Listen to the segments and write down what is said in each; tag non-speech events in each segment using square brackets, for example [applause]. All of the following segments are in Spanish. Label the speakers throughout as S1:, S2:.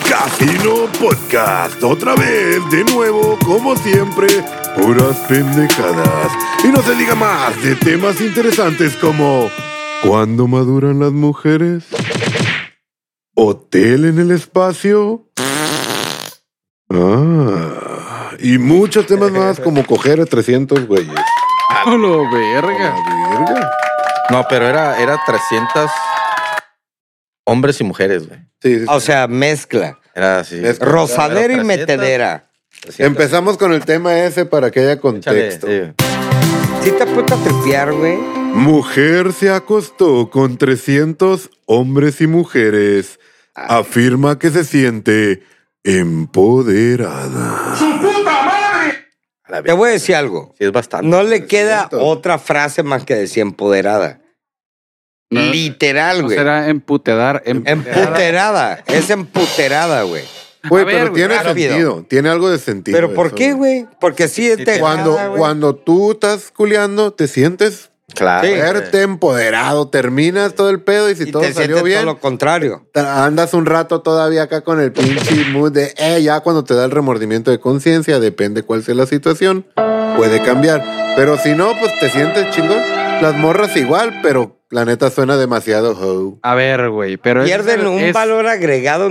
S1: Casino Podcast, otra vez, de nuevo, como siempre, puras pendejadas. Y no se diga más de temas interesantes como ¿Cuándo maduran las mujeres? ¿Hotel en el espacio? Ah, y muchos temas más como coger a 300 güeyes.
S2: ¡A Oh, lo verga!
S1: La verga.
S3: No, pero era, era 300 hombres y mujeres, güey.
S1: Sí, sí,
S4: O sea, mezcla.
S3: Era así.
S1: Es-
S4: Rosadera y
S3: 300,
S4: metedera.
S3: 300.
S1: Empezamos con el tema ese para que haya
S3: Échale,
S1: contexto.
S3: sí.
S4: ¿Sí te puedes tripear, güey?
S1: Mujer se acostó con 300 hombres y mujeres. Afirma que se siente empoderada.
S3: A la
S4: Te
S3: verga.
S4: voy a decir algo.
S3: Sí, es bastante.
S4: No le queda
S1: cierto.
S4: otra frase más que decir empoderada.
S2: No.
S4: Literal,
S2: No
S4: güey.
S2: Ah.
S4: Em,
S2: será emputedar, em, emputear.
S4: Emputerada. Es emputerada, güey.
S1: Güey,
S2: A ver,
S1: pero
S2: güey,
S1: tiene
S4: rápido.
S1: sentido. Tiene algo de sentido.
S4: ¿Pero por
S1: eso,
S4: qué, güey? Porque sí es
S3: sí,
S4: dejada,
S1: Cuando,
S4: güey.
S1: cuando tú estás culeando, te sientes
S3: Claro. güey.
S1: fuerte, empoderado, terminas todo el pedo Ah, y si
S4: Y
S1: todo
S4: te sientes
S1: salió bien,
S4: todo lo contrario.
S1: ta- andas un rato todavía acá con el pinche mood de, eh, ya cuando te da el remordimiento de conciencia, depende cuál sea la situación, puede cambiar. Pero si no, pues te sientes chingón. Las morras igual, pero la neta suena demasiado ho.
S2: A ver, güey, pero... es-
S4: Pierden un
S2: es-
S4: valor agregado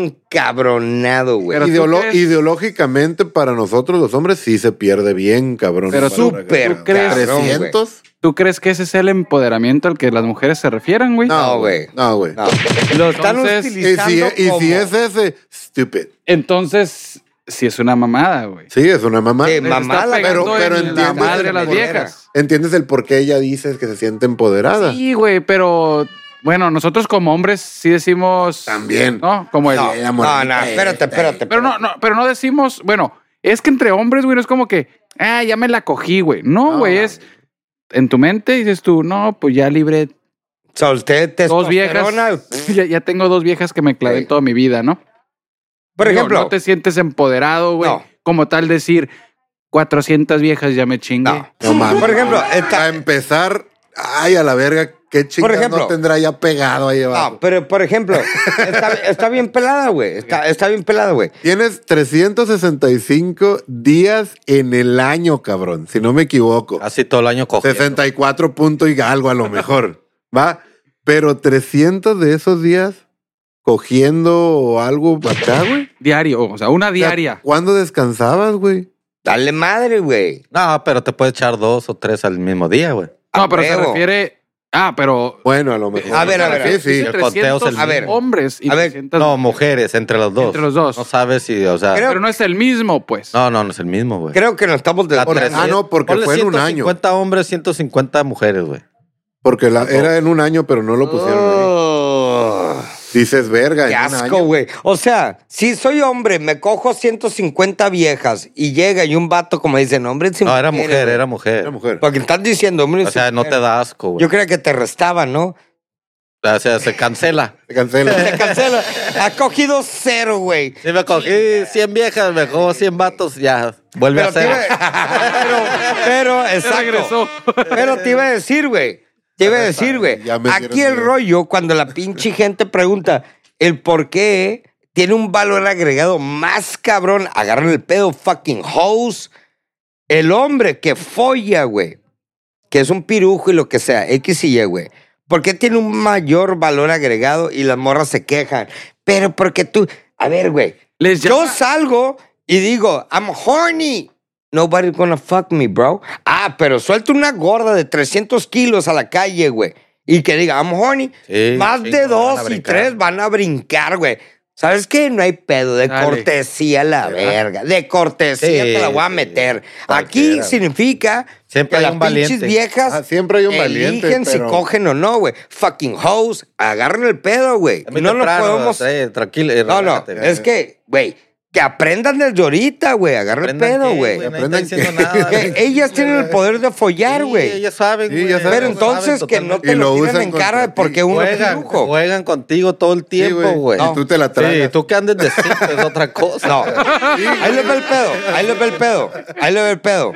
S4: encabronado, güey.
S2: Pero tú
S1: Ideolo-
S2: crees-
S1: Ideológicamente para nosotros los hombres sí se pierde bien, cabrón.
S2: Pero
S1: Valor
S2: tú-
S1: agregado.
S4: ¿tú
S2: crees?
S4: Cabrón, güey.
S1: 300?
S2: ¿Tú crees que ese es el empoderamiento al que las mujeres se refieren, güey?
S4: No, güey.
S1: No, güey.
S4: No. Lo están
S2: Entonces,
S1: Y
S4: utilizando
S1: si, e, y
S4: como...
S1: si es ese, stupid.
S2: Entonces, sí es una mamada, güey.
S1: Sí, es una mamá.
S4: Sí,
S2: Les
S4: mamada,
S2: está
S1: pero-
S2: pegando
S1: pero
S2: en la
S1: entiendes
S2: madre a
S1: el
S2: las
S4: poder.
S2: viejas.
S1: ¿Entiendes el por qué ella dice que se siente empoderada?
S2: Sí, güey, pero... Bueno, nosotros como hombres sí decimos...
S1: También.
S2: No, como el...
S1: la
S4: No, no, no,
S1: morrita
S4: espérate,
S1: esta.
S4: espérate.
S2: Pero no, no, pero no decimos, bueno, es que entre hombres, güey, no es como que, ah, ya me la cogí, güey. No,
S1: No,
S2: güey,
S1: no,
S2: es en tu mente dices tú, no, pues ya libré
S4: Solté
S2: dos viejas.
S4: testosterona.
S2: [laughs] ya, ya tengo dos viejas que me clavé
S4: Sí.
S2: toda mi vida, ¿no?
S4: Por
S2: Digo,
S4: ejemplo,
S2: no te sientes empoderado, güey,
S4: No.
S2: como tal decir 400 viejas ya me chingué.
S4: No.
S1: No mames.
S4: Por ejemplo, esta-
S1: a empezar, ay, a la verga, qué
S4: Por
S1: chingada
S4: ejemplo. ah,
S1: no tendrá ya pegado ahí abajo.
S4: no, pero por ejemplo, está, está bien pelada, güey. Está, está bien pelada, güey.
S1: Tienes 365 días en el año, cabrón, si no me equivoco.
S3: Así todo el año cogiendo.
S1: 64 puntos y algo a lo mejor, ¿va? Pero 300 de esos días cogiendo algo acá, güey.
S2: Diario, o sea, una
S1: O sea,
S2: diaria.
S1: ¿Cuándo descansabas, güey?
S4: Dale madre, güey.
S3: No, pero te puedes echar dos o tres al mismo día, güey.
S2: No, pero se
S4: huevo.
S2: refiere Ah, pero
S1: Bueno, a lo mejor.
S4: A ver, a ver, a ver.
S1: Sí, sí.
S3: El conteo es
S2: 300
S3: el
S4: A ver.
S2: hombres y
S4: A ver.
S2: 300
S3: No, mujeres, entre los dos.
S2: Entre los dos.
S3: No sabes si, o sea.
S4: Creo-
S2: pero no es el mismo, pues.
S3: No, no, no es el mismo, güey.
S4: Creo que nos estamos
S3: A
S4: de...
S1: Por-
S3: 300
S1: ah, no, porque
S3: ponle
S1: fue en un año.
S3: 150 hombres, 150 mujeres, güey.
S1: Porque la- era en un año, pero no lo pusieron. ahí.
S4: Oh,
S1: Dices, verga,
S4: qué
S1: en un
S4: asco,
S1: año.
S4: güey. O sea, si soy hombre, me cojo 150 viejas y llega y un vato, como dicen, hombre, sin
S3: No, era
S4: mujeres,
S3: mujer,
S4: güey.
S3: era mujer.
S1: Era mujer.
S4: Porque están diciendo, hombre,
S3: O
S4: sin
S3: sea, no te
S4: mujeres.
S3: da asco, güey.
S4: Yo creía que te restaban, ¿no?
S3: O sea, se cancela.
S1: Se
S4: [laughs]
S1: Cancela.
S4: Te cancela. Has cogido cero, güey.
S3: Si me cogí 100 viejas, me cojo 100 vatos, ya. Vuelve
S4: Pero
S3: a
S4: te
S3: ser.
S4: iba- pero, pero,
S3: [laughs]
S4: exacto.
S2: regresó.
S4: Pero te iba a decir, güey. Te iba a decir, güey.
S1: Ya me
S4: Aquí
S1: dieron
S4: el
S1: miedo.
S4: rollo, cuando la pinche gente pregunta el por qué, tiene un valor agregado más cabrón. Agarran el pedo, fucking house. El hombre que folla, güey. Que es un pirujo y lo que sea, X y Y, güey. ¿Por qué tiene un mayor valor agregado y las morras se quejan? Pero porque tú. A ver, güey.
S2: Les
S4: Yo
S2: llama-
S4: salgo y digo, I'm horny. Nobody's gonna fuck me, bro. Ah, pero suelta una gorda de 300 kilos a la calle, güey. Y que diga, I'm horny.
S3: Sí,
S4: Más
S3: sí,
S4: de
S3: no, van a
S4: dos y
S3: brincar.
S4: tres van a brincar, güey. ¿Sabes qué? No hay pedo. De
S2: Dale.
S4: cortesía la verga. De cortesía
S3: Sí,
S4: te la voy a
S3: sí.
S4: meter. Aquí
S3: Cualquiera, güey.
S4: significa
S3: Siempre
S4: que
S3: hay
S4: las
S3: un valiente.
S4: pinches viejas
S1: Ah, siempre hay un valiente,
S4: eligen
S1: pero-
S4: si cogen o no, güey. Fucking hoes. Agarren el pedo, güey.
S3: Es muy
S4: No nos
S3: temprano,
S4: podemos...
S3: eh, tranquilo. eh,
S4: No, no,
S3: relájate, güey.
S4: es que, güey, que aprendan desde ahorita, güey, agarra el
S3: Aprendan
S4: pedo,
S3: qué,
S4: güey.
S3: No
S1: Aprendan
S3: están diciendo
S1: qué.
S4: [laughs]
S3: nada.
S4: Que ellas tienen el poder de follar,
S3: Sí,
S4: güey.
S3: ellas saben,
S1: Sí,
S3: güey.
S1: ya saben.
S4: Pero
S1: saben
S4: entonces que no te
S1: Y
S4: lo
S1: lo
S4: tiran
S1: usan
S4: en cara
S1: contra ti.
S4: porque uno es
S3: juegan,
S4: pirujo.
S3: juegan contigo todo el tiempo, güey.
S1: Y tú te la
S3: Sí,
S1: traes. [laughs]
S3: tú que
S4: [laughs]
S3: andes de cinco es otra cosa.
S4: No. Ahí le ve el pedo, ahí le ve el pedo, ahí le ve el pedo,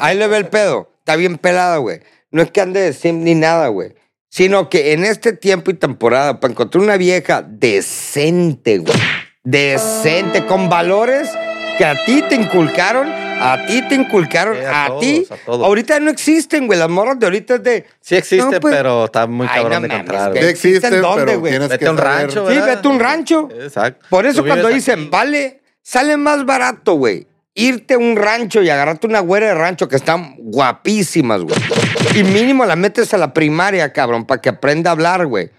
S4: ahí le ve el pedo. Está bien pelada, güey. No es que ande de sim ni nada, güey. Sino que en este tiempo y temporada, para encontrar una vieja decente, güey, decente, con valores que a ti te inculcaron, a ti te inculcaron,
S3: Sí,
S4: a,
S3: a todos,
S4: ti.
S3: a todos.
S4: Ahorita no existen, güey. Las morras de ahorita es de.
S3: Sí existe,
S4: No, pues-
S3: pero está muy
S4: Ay,
S3: cabrón de
S4: no mames,
S3: encontrar.
S4: güey.
S1: Sí
S3: güey.
S1: existe,
S4: ¿existen dónde,
S1: pero
S4: güey?
S1: tienes
S3: Vete
S1: que
S3: a un
S1: saber.
S3: rancho,
S4: Sí,
S3: ¿verdad?
S4: vete a un rancho.
S3: Exacto.
S4: Por eso
S3: Tú
S4: cuando
S3: vives
S4: dicen,
S3: aquí.
S4: vale, sale más barato, güey. Irte a un rancho y agarrarte una güera de rancho que están guapísimas, güey. Y mínimo la metes a la primaria, cabrón, para que aprenda a hablar, güey.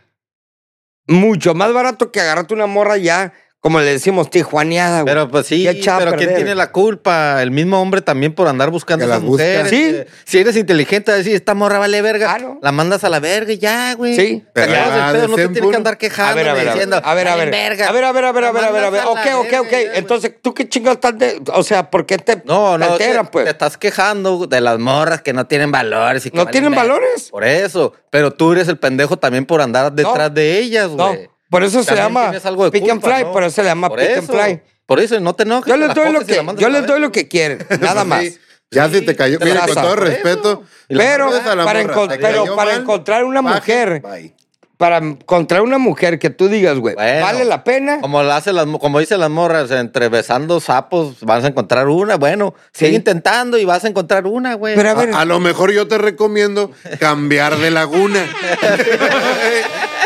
S4: Mucho más barato que agarrarte una morra ya, como le decimos, tijuaneada, güey.
S3: Pero pues sí,
S4: Ya echada a
S3: pero ¿quién
S4: perder,
S3: tiene
S4: güey.
S3: la culpa? El mismo hombre también por andar buscando
S1: Que
S3: a
S1: las
S3: las mujeres.
S4: busca. Sí.
S3: Eh, Si eres inteligente, vas a decir, esta morra vale verga,
S4: Ah, no.
S3: la mandas a la verga y ya, güey.
S4: Sí.
S3: Te acabas
S1: Pero ya,
S3: del pedo,
S1: de
S3: no te
S1: cien
S3: tienes que
S1: puro.
S3: andar
S4: A
S3: quejando,
S4: ver, a ver, a ver,
S3: diciendo,
S4: a ver, a ver,
S3: "Valen verga".
S4: a ver, a ver, a ver, a ver, a ver, a ver.
S3: La
S4: Ok,
S3: mandas a la
S4: ok, ok.
S3: verga ya, güey.
S4: Entonces, ¿tú qué chingados estás de...? O sea, ¿por qué te
S3: No, no,
S4: te
S3: te,
S4: alteran, pues?
S3: te estás quejando de las morras que no tienen valores. Y que
S4: ¿No
S3: valen
S4: tienen
S3: verga.
S4: valores?
S3: Por eso. Pero tú eres el pendejo también por andar detrás de ellas,
S4: No,
S3: güey.
S4: por eso se
S3: También
S4: llama
S3: tienes algo de
S4: pick and
S3: culpa,
S4: fly,
S3: ¿no?
S4: por eso se llama
S3: Por
S4: pick and
S3: eso.
S4: fly.
S3: Por eso, no te enojes.
S4: Yo
S3: te
S4: les
S3: la
S4: doy lo
S3: coges y la
S4: que,
S3: mandas
S4: yo
S3: a la
S4: les doy
S3: verga.
S4: lo que quieren,
S3: [laughs]
S4: nada
S1: Sí,
S4: más.
S1: Ya si te cayó.
S3: te
S1: Mira,
S4: raza,
S1: con todo
S4: por
S1: respeto.
S3: Y la
S4: Pero
S1: mandas a la
S4: para,
S1: morra,
S4: encon-
S1: te
S4: pero
S1: cayó
S4: para
S1: mal,
S4: encontrar una
S1: baje,
S4: mujer,
S1: bye.
S4: para encontrar una mujer que tú digas, güey,
S3: Bueno,
S4: vale la pena.
S3: Como, la hace las, mo- como dicen las morras, entre besando sapos vas a encontrar una. Bueno, sigue intentando y vas a encontrar una, güey.
S4: Pero a ver,
S1: A, a lo mejor yo te recomiendo cambiar de
S4: [laughs]
S1: laguna. [laughs]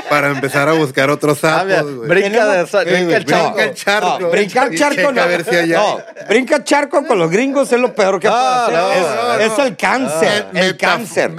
S1: para empezar a buscar otros
S3: Cambia,
S1: sapos, güey.
S3: Ah, brinca de
S4: Tenemos-
S3: sa- brinca el
S1: Brinca
S3: charco.
S1: el charco.
S4: no, brincar
S1: Y
S4: charco
S1: checa
S4: no.
S1: a ver si hay
S4: No, brincar charco con los gringos es lo peor que
S3: No,
S4: puede hacer.
S3: no, Ah.
S4: es,
S1: no,
S4: es el cáncer,
S1: Metaf-
S4: el cáncer.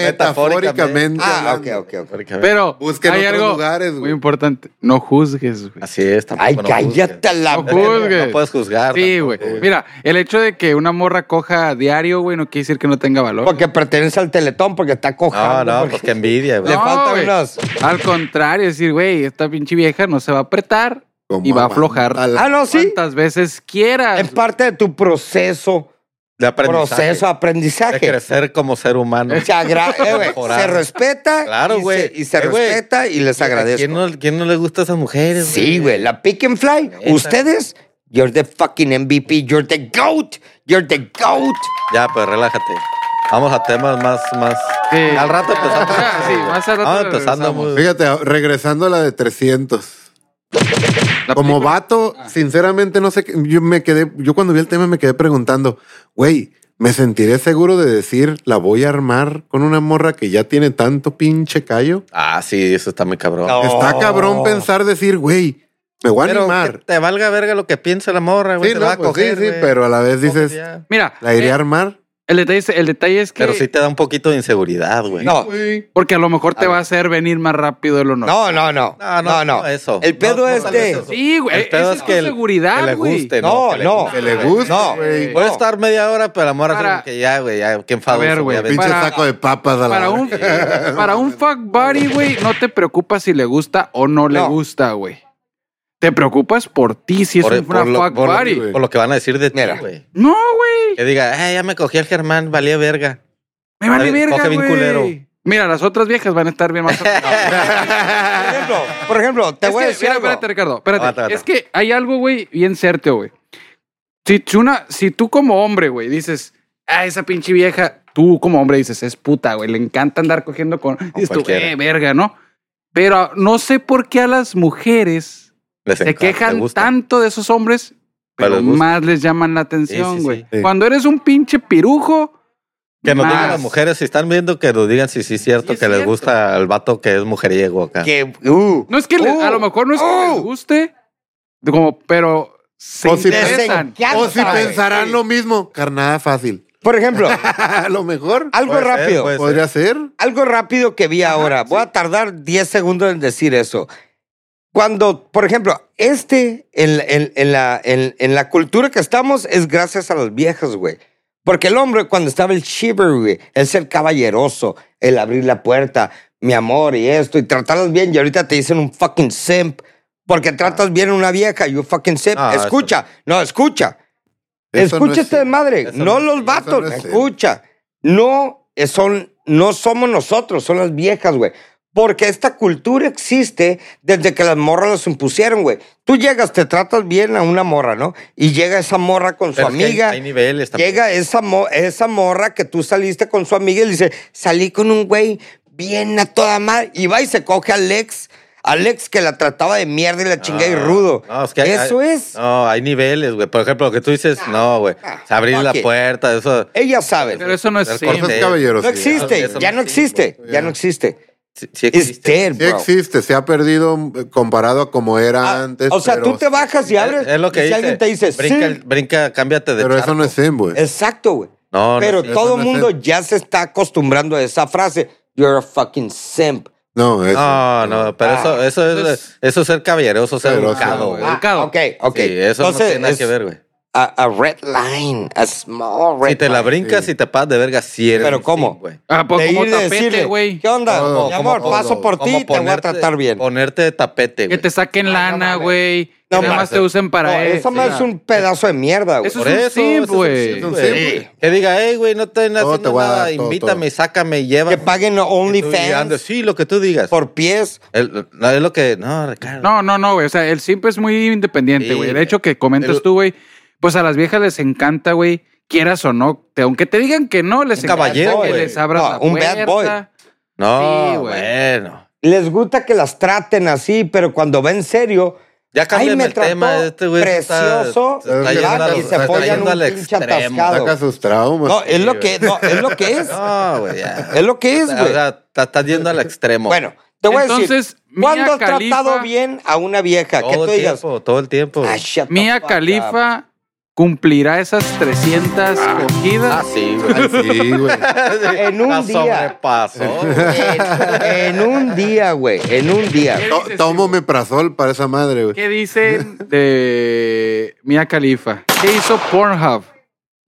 S1: Metafóricamente.
S4: ah, ok,
S1: hablando.
S4: ok, ok.
S2: Pero
S1: Busca en
S2: hay
S1: otros
S2: algo
S1: lugares,
S2: muy
S1: güey.
S2: importante. No juzgues, güey.
S3: Así es, tampoco
S4: Ay,
S3: no juzgues.
S4: cállate a la
S2: No
S4: verga.
S2: juzgues.
S3: No puedes juzgar.
S2: Sí,
S3: tampoco,
S2: güey. Mira, el hecho de que una morra coja a diario, güey, no quiere decir que no tenga valor.
S4: Porque pertenece al teletón, porque está
S3: No,
S4: cojando.
S3: no,
S4: porque-
S3: pues que envidia, güey.
S4: Le
S2: No,
S4: faltan
S2: güey.
S4: unos-
S2: Al contrario, es decir, güey, esta pinche vieja no se va a apretar
S1: Como
S2: y va a
S1: aguanta
S2: aflojar
S3: pues,
S1: la-
S4: Ah, no, sí.
S2: cuantas veces quieras.
S4: Es parte de tu proceso,
S3: De aprendizaje.
S4: proceso de
S3: De
S4: aprendizaje.
S3: crecer como ser humano.
S4: Se, agra- eh, güey,
S3: Mejorar.
S4: se respeta
S3: Claro,
S4: y
S3: güey.
S4: se, y se
S3: Eh, güey.
S4: respeta y les
S3: ¿Quién
S4: agradezco.
S3: no, ¿Quién no le gusta a esas mujeres?
S4: Sí, güey, la pick and fly.
S3: Neta.
S4: Ustedes, you're the fucking MVP, you're the GOAT, you're the GOAT.
S3: Ya, pues relájate. Vamos a temas más, más.
S2: Sí.
S3: Al rato empezamos.
S2: Ya, sí, más al rato
S3: Vamos empezando.
S2: regresamos.
S3: muy-
S1: Fíjate, regresando a la de 300.
S2: La
S1: Como
S2: película-
S1: vato, sinceramente no sé, qué- yo me quedé, yo cuando vi el tema me quedé preguntando, güey, ¿me sentiré seguro de decir la voy a armar con una morra que ya tiene tanto pinche callo?
S3: Ah, sí, eso está muy cabrón.
S4: No.
S1: Está
S4: Oh.
S1: cabrón pensar decir, güey, me voy a
S3: Pero que
S1: animar.
S3: te valga verga lo que piense la morra, güey.
S1: Sí,
S3: te
S1: no,
S3: va a
S1: pues
S3: coger,
S1: sí, sí,
S3: güey.
S1: pero a la vez dices,
S3: Cógete ya.
S2: Mira,
S1: ¿la iré
S2: eh,
S1: a armar?
S2: el, detalle es, el detalle es que...
S3: Pero sí te da un poquito de inseguridad, güey.
S4: No,
S2: Porque a lo mejor te va a hacer venir más rápido de lo normal.
S4: no, no, no.
S3: No, no,
S4: No, no.
S3: no, eso.
S4: El pedo
S3: No, no,
S4: es
S3: tal
S4: de.
S3: vez eso.
S2: Sí, güey.
S3: El pedo
S2: Esa
S3: es
S2: es
S3: que
S2: tu
S3: el-
S2: seguridad,
S3: que le
S2: güey.
S3: guste,
S4: No,
S3: que le
S4: no.
S3: guste.
S1: Que le guste,
S4: No.
S1: güey.
S3: Puede
S4: No.
S3: estar media hora, pero la morra
S2: Para-
S3: como que ya, güey, ya, qué enfadoso.
S2: A ver, güey,
S3: vete.
S1: Pinche
S2: para-
S1: saco de papas a la
S2: Para
S3: [laughs]
S2: un, para un fuck buddy, güey, no te preocupas si le gusta o no le
S4: No.
S2: gusta, güey. Te preocupas por ti si es
S3: Por-
S2: un
S3: por lo-
S2: fuck
S3: por lo-
S2: buddy.
S1: güey.
S3: Por lo que van a decir de ti,
S4: Mira.
S3: güey.
S2: No, güey.
S3: Que diga, "Ay, ya me cogí al Germán, valía verga.
S2: Me vale
S3: Coge bien
S2: verga,
S3: culero.
S2: güey. Mira, las otras viejas van a estar bien más...
S4: Por ejemplo, por ejemplo, te
S2: Es
S4: voy a
S2: que,
S4: decir
S2: mira,
S4: algo.
S2: espérate, Ricardo, espérate.
S3: Aguanta, aguanta.
S2: Es que hay algo, güey, bien cierto, güey. Si, tú una- si tú como hombre, güey, dices, ah, esa pinche vieja, tú como hombre dices, es puta, güey, le encanta andar cogiendo con... Dices tú,
S3: cualquiera.
S2: eh, verga, ¿no? Pero no sé por qué a las mujeres
S3: Les
S2: se
S3: encanta, les
S2: quejan
S3: gusta.
S2: tanto de esos hombres,
S3: Pero
S2: pero,
S3: les gusta.
S2: más les llaman la
S3: Sí,
S2: atención,
S3: sí,
S2: güey.
S3: sí.
S1: Sí.
S2: Cuando eres un pinche pirujo,
S3: Que nos digan
S2: Más.
S3: las mujeres, si están viendo, que nos digan si sí es cierto
S2: Sí es
S3: que les
S2: cierto.
S3: gusta al vato que es mujeriego acá.
S4: Que, uh,
S2: no es que le-
S4: uh,
S2: a lo mejor no es que les
S4: uh.
S2: guste, como, pero se
S1: O
S4: Pues
S1: si
S2: interesan.
S4: piensan-
S1: O si
S4: Ya sabes,
S1: pensarán
S4: sí.
S1: lo mismo, carnada fácil. [laughs]
S4: Por
S3: [laughs]
S4: ejemplo,
S1: A lo mejor
S4: algo
S3: Puede ser,
S4: rápido.
S3: puede ser.
S1: podría ser.
S4: Algo rápido que vi ahora. Voy a tardar 10 segundos en decir eso. Cuando, por ejemplo, este, en, en- en la, en- en la cultura que estamos, es gracias a las viejas, güey. Porque el hombre, cuando estaba el chivalry, güey, el ser caballeroso, el abrir la puerta, mi amor y esto, y tratarlas bien, y ahorita te dicen un fucking simp, porque tratas bien a una vieja, you fucking simp.
S3: Ah, eso-
S4: escucha, no, escucha.
S1: Eso no es
S4: Escucha este
S1: cierto.
S4: madre,
S3: Eso
S4: no,
S3: no es
S4: los
S3: cierto.
S4: vatos,
S1: Eso no es
S4: escucha. No eh, son no somos nosotros, son las viejas, güey. Porque esta cultura existe desde que las morras las impusieron, güey. Tú llegas, te tratas bien a una morra, ¿no? Y llega esa morra con
S3: Pero
S4: su
S3: es que hay-
S4: amiga.
S3: hay niveles también.
S4: Llega esa, mo- esa morra que tú saliste con su amiga y le dice, salí con un güey bien a toda madre. Y va y se coge al ex, Alex que la trataba de mierda y la chinga y
S3: No,
S4: rudo.
S3: Ah, no, es que hay-
S4: Eso
S3: hay-
S4: es.
S3: No, hay niveles, güey. Por ejemplo, lo que tú dices, no, güey.
S4: ah,
S3: Abrir la
S4: fuck it.
S3: puerta, eso.
S4: Ella sabe.
S2: Pero eso no es
S3: Del
S2: sí,
S3: corte.
S1: Eso es
S3: sí.
S1: caballero.
S4: No existe,
S3: eso no
S4: ya no
S3: existe,
S4: existe, ya no existe.
S3: Sí, sí
S4: It's
S3: existe.
S4: dead,
S1: Sí
S4: bro.
S1: existe, se ha perdido eh, comparado a como era
S4: Ah,
S1: antes.
S4: o sea,
S1: pero-
S4: tú te bajas y abres.
S3: Es lo que
S4: y si
S3: dice.
S4: alguien te dice,
S3: brinca,
S4: "Sim",
S3: brinca, cámbiate de
S1: Pero eso
S3: charco.
S1: no es sim, güey.
S4: Exacto, güey.
S3: No, no
S4: Pero
S3: es-
S4: todo
S1: eso
S4: el
S1: no es
S4: mundo
S1: simp.
S4: ya se está acostumbrando a esa frase. You're a fucking simp.
S1: No, eso.
S3: No, no, pero
S4: Ah,
S3: eso, eso es,
S2: entonces-
S3: eso es ser caballeroso, ser
S1: Pero,
S3: educado,
S1: sí,
S3: güey.
S2: güey. Educado.
S4: Ah, ok, ok.
S3: Pues, Sí, eso no tiene nada
S4: es
S3: que ver, güey.
S4: A, a red line, a small red
S3: Si te la
S4: line.
S3: brincas
S1: sí.
S3: y te pasas de verga, si eres.
S4: Pero
S3: un
S4: ¿cómo?
S3: sim, güey.
S2: Ah, pues
S4: De
S2: como
S4: ir y
S2: tapete,
S4: decirle,
S2: güey.
S4: ¿Qué onda?
S1: Todo,
S4: Mi
S3: como
S4: amor,
S3: todo.
S4: paso por ti
S3: Como
S4: y te voy a
S3: ponerte-
S4: tratar bien.
S3: Ponerte de tapete,
S2: Que
S3: güey.
S2: te saquen lana,
S4: mames.
S2: güey.
S4: No
S2: que nada
S4: mames.
S2: más te usen para
S4: No,
S2: eso.
S4: esa madre es un pedazo de mierda, güey.
S2: Eso es un simp,
S3: eso es un
S2: güey.
S3: simp,
S1: Es un
S3: güey.
S1: simp, güey.
S3: Que diga, hey, güey, no te
S1: Todo
S3: haciendo
S1: te voy a
S3: nada,
S1: dar, todo,
S3: invítame,
S1: todo.
S3: sácame, lleva.
S4: Que paguen OnlyFans
S3: Sí, lo que tú digas.
S4: por pies.
S3: El- no, es lo que. No, Ricardo.
S2: No, no, no, güey. O sea, el simp es muy independiente,
S3: Sí,
S2: güey. De
S3: güey.
S2: hecho, que comentas
S3: Pero-
S2: tú, güey, pues a las viejas les encanta, güey, quieras o no. te- aunque te digan que no, les
S3: Un
S2: encanta
S3: caballero,
S2: que
S3: güey.
S2: les abras
S4: No,
S2: la
S4: un bad boy.
S2: puerta.
S3: No,
S2: Sí, güey.
S3: bueno.
S4: Les gusta que las traten así, pero cuando ven serio.
S3: Ya cámbiame
S4: me
S3: el
S4: trató
S3: tema. Este güey se está-
S4: precioso,
S3: se está
S1: y
S3: yendo al-
S1: se
S3: está
S1: follan
S3: yendo
S1: un
S3: al
S4: pinche
S3: extremo.
S4: atascado.
S1: Saca sus traumas.
S4: No, es lo
S1: eh.
S4: que, no, es lo que es.
S3: [laughs] No, güey,
S4: [laughs]
S3: ya.
S4: Es lo que es,
S3: O
S4: güey.
S3: sea, te estás yendo al extremo.
S4: Bueno, te voy a
S2: Entonces,
S4: decir.
S2: Mia
S4: ¿Cuándo has
S2: Khalifa-
S4: tratado bien a una vieja? Que
S3: todo
S4: tú
S3: el
S4: digas.
S3: tiempo, todo el tiempo.
S4: "Ah, shut the
S2: Mía
S4: fuck up".
S2: Califa cumplirá esas 300
S3: Ah,
S2: cogidas.
S3: sí,
S1: Ay,
S3: güey.
S1: sí, güey.
S4: [laughs] En un
S3: La
S4: día. [laughs]
S3: sobrepasó.
S4: En un día, güey. En un día.
S2: [laughs] ¿Qué
S1: To-
S2: dices,
S1: Tomo meprazol para esa madre, güey.
S2: ¿Qué dicen [laughs] de Mia Califa? ¿Qué hizo Pornhub?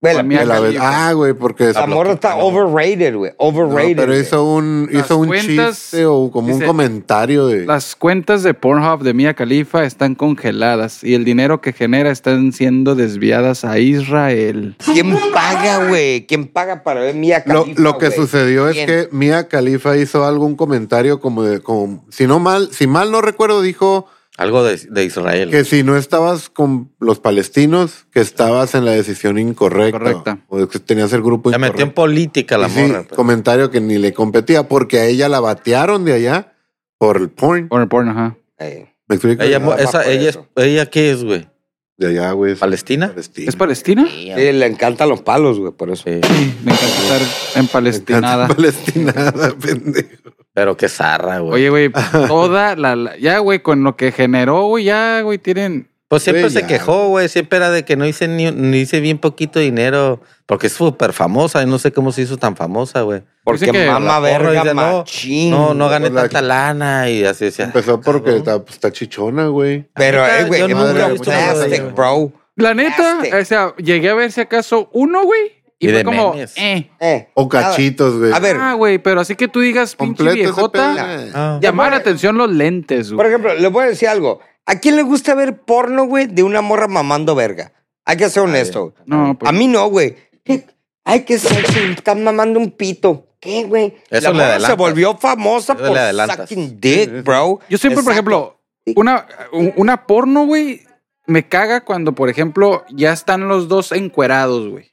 S4: Bueno,
S2: Mia
S1: De la vez-
S2: Khalifa.
S1: Ah, güey, porque.
S4: la morra está overrated, güey.
S1: No,
S4: Overrated.
S1: pero
S4: güey.
S1: hizo un,
S2: Las
S1: hizo un
S2: cuentas-
S1: chiste o como
S2: dice-
S1: un comentario de.
S2: Las cuentas de Pornhub de Mia Khalifa están congeladas y el dinero que genera están siendo desviadas a Israel.
S4: ¿Quién paga, güey? ¿Quién paga para ver Mía
S1: Lo,
S4: Khalifa,
S1: lo que
S4: güey?
S1: sucedió es
S4: ¿Quién?
S1: que Mia Khalifa hizo algún comentario como de, como, si no mal, si mal no recuerdo, dijo
S3: Algo de, de Israel.
S1: que si no estabas con los palestinos, que estabas en la decisión incorrecta.
S2: Correcta.
S1: O que tenías el grupo
S3: Se metió en
S1: incorrecto.
S3: política la
S1: Y sí,
S3: morra. pues.
S1: comentario que ni le competía, porque a ella la batearon de allá por el porn.
S2: Por el porno, ajá.
S4: Eh,
S1: ¿Me explico?
S3: Ella,
S4: no,
S3: esa-
S4: va por
S3: ella, es-
S4: eso.
S3: ella qué es, güey?
S1: de allá, güey. es
S3: ¿Palestina?
S1: Palestina.
S2: ¿Es Palestina?
S4: sí, le encantan los palos, güey, por eso.
S3: Sí.
S2: Me encanta estar en Palestinada.
S3: [laughs]
S1: Palestinada, pendejo.
S3: Pero qué zarra, güey.
S2: Oye, güey, toda la, la- Ya, güey, con lo que generó, güey, ya, güey, tienen...
S3: Pues siempre
S1: Güey,
S3: se
S1: ya,
S3: quejó, güey. Siempre era de que no hice ni, ni hice bien poquito dinero. Porque es súper famosa y no sé cómo se hizo tan famosa, güey.
S4: Porque
S2: Dice que
S4: mamá
S3: La morra
S4: verga,
S3: dice, no,
S4: machín.
S3: No, no gané
S1: Por la-
S3: tanta lana y así decía.
S1: Empezó porque
S3: cabrón.
S1: está, pues, está chichona, güey.
S4: Pero, eh, güey,
S3: Yo
S4: es
S1: nunca
S4: puro
S1: he visto una
S4: plastic,
S1: madre,
S4: bro.
S2: La neta,
S4: Plastic.
S2: o sea, llegué a ver si acaso uno, güey, y,
S3: Y
S2: fue
S3: de
S2: como...
S3: memes.
S2: Eh.
S4: Eh,
S1: O cachitos, güey.
S4: A ver,
S2: Ah, güey, pero así que tú digas pinche
S1: Completo ese
S2: viejota...
S1: pedo.
S3: Ah.
S2: Llamar la atención los lentes,
S4: por
S2: güey.
S4: ejemplo, le voy a decir algo. ¿A quién le gusta ver porno, güey, de una morra mamando verga? Hay que ser honesto. güey.
S2: No, pues-
S4: A mí no, güey. ¿Qué? Ay, qué sexy, están mamando un pito. ¿Qué, güey?
S3: Eso
S4: La
S3: le
S4: morra se
S3: adelantas.
S4: volvió famosa
S3: Eso le
S4: por
S3: adelantas.
S4: sucking dick, bro.
S2: Yo siempre, por
S4: Exacto.
S2: ejemplo, una, u- una porno, güey, me caga cuando, por ejemplo, ya están los dos encuerados, güey.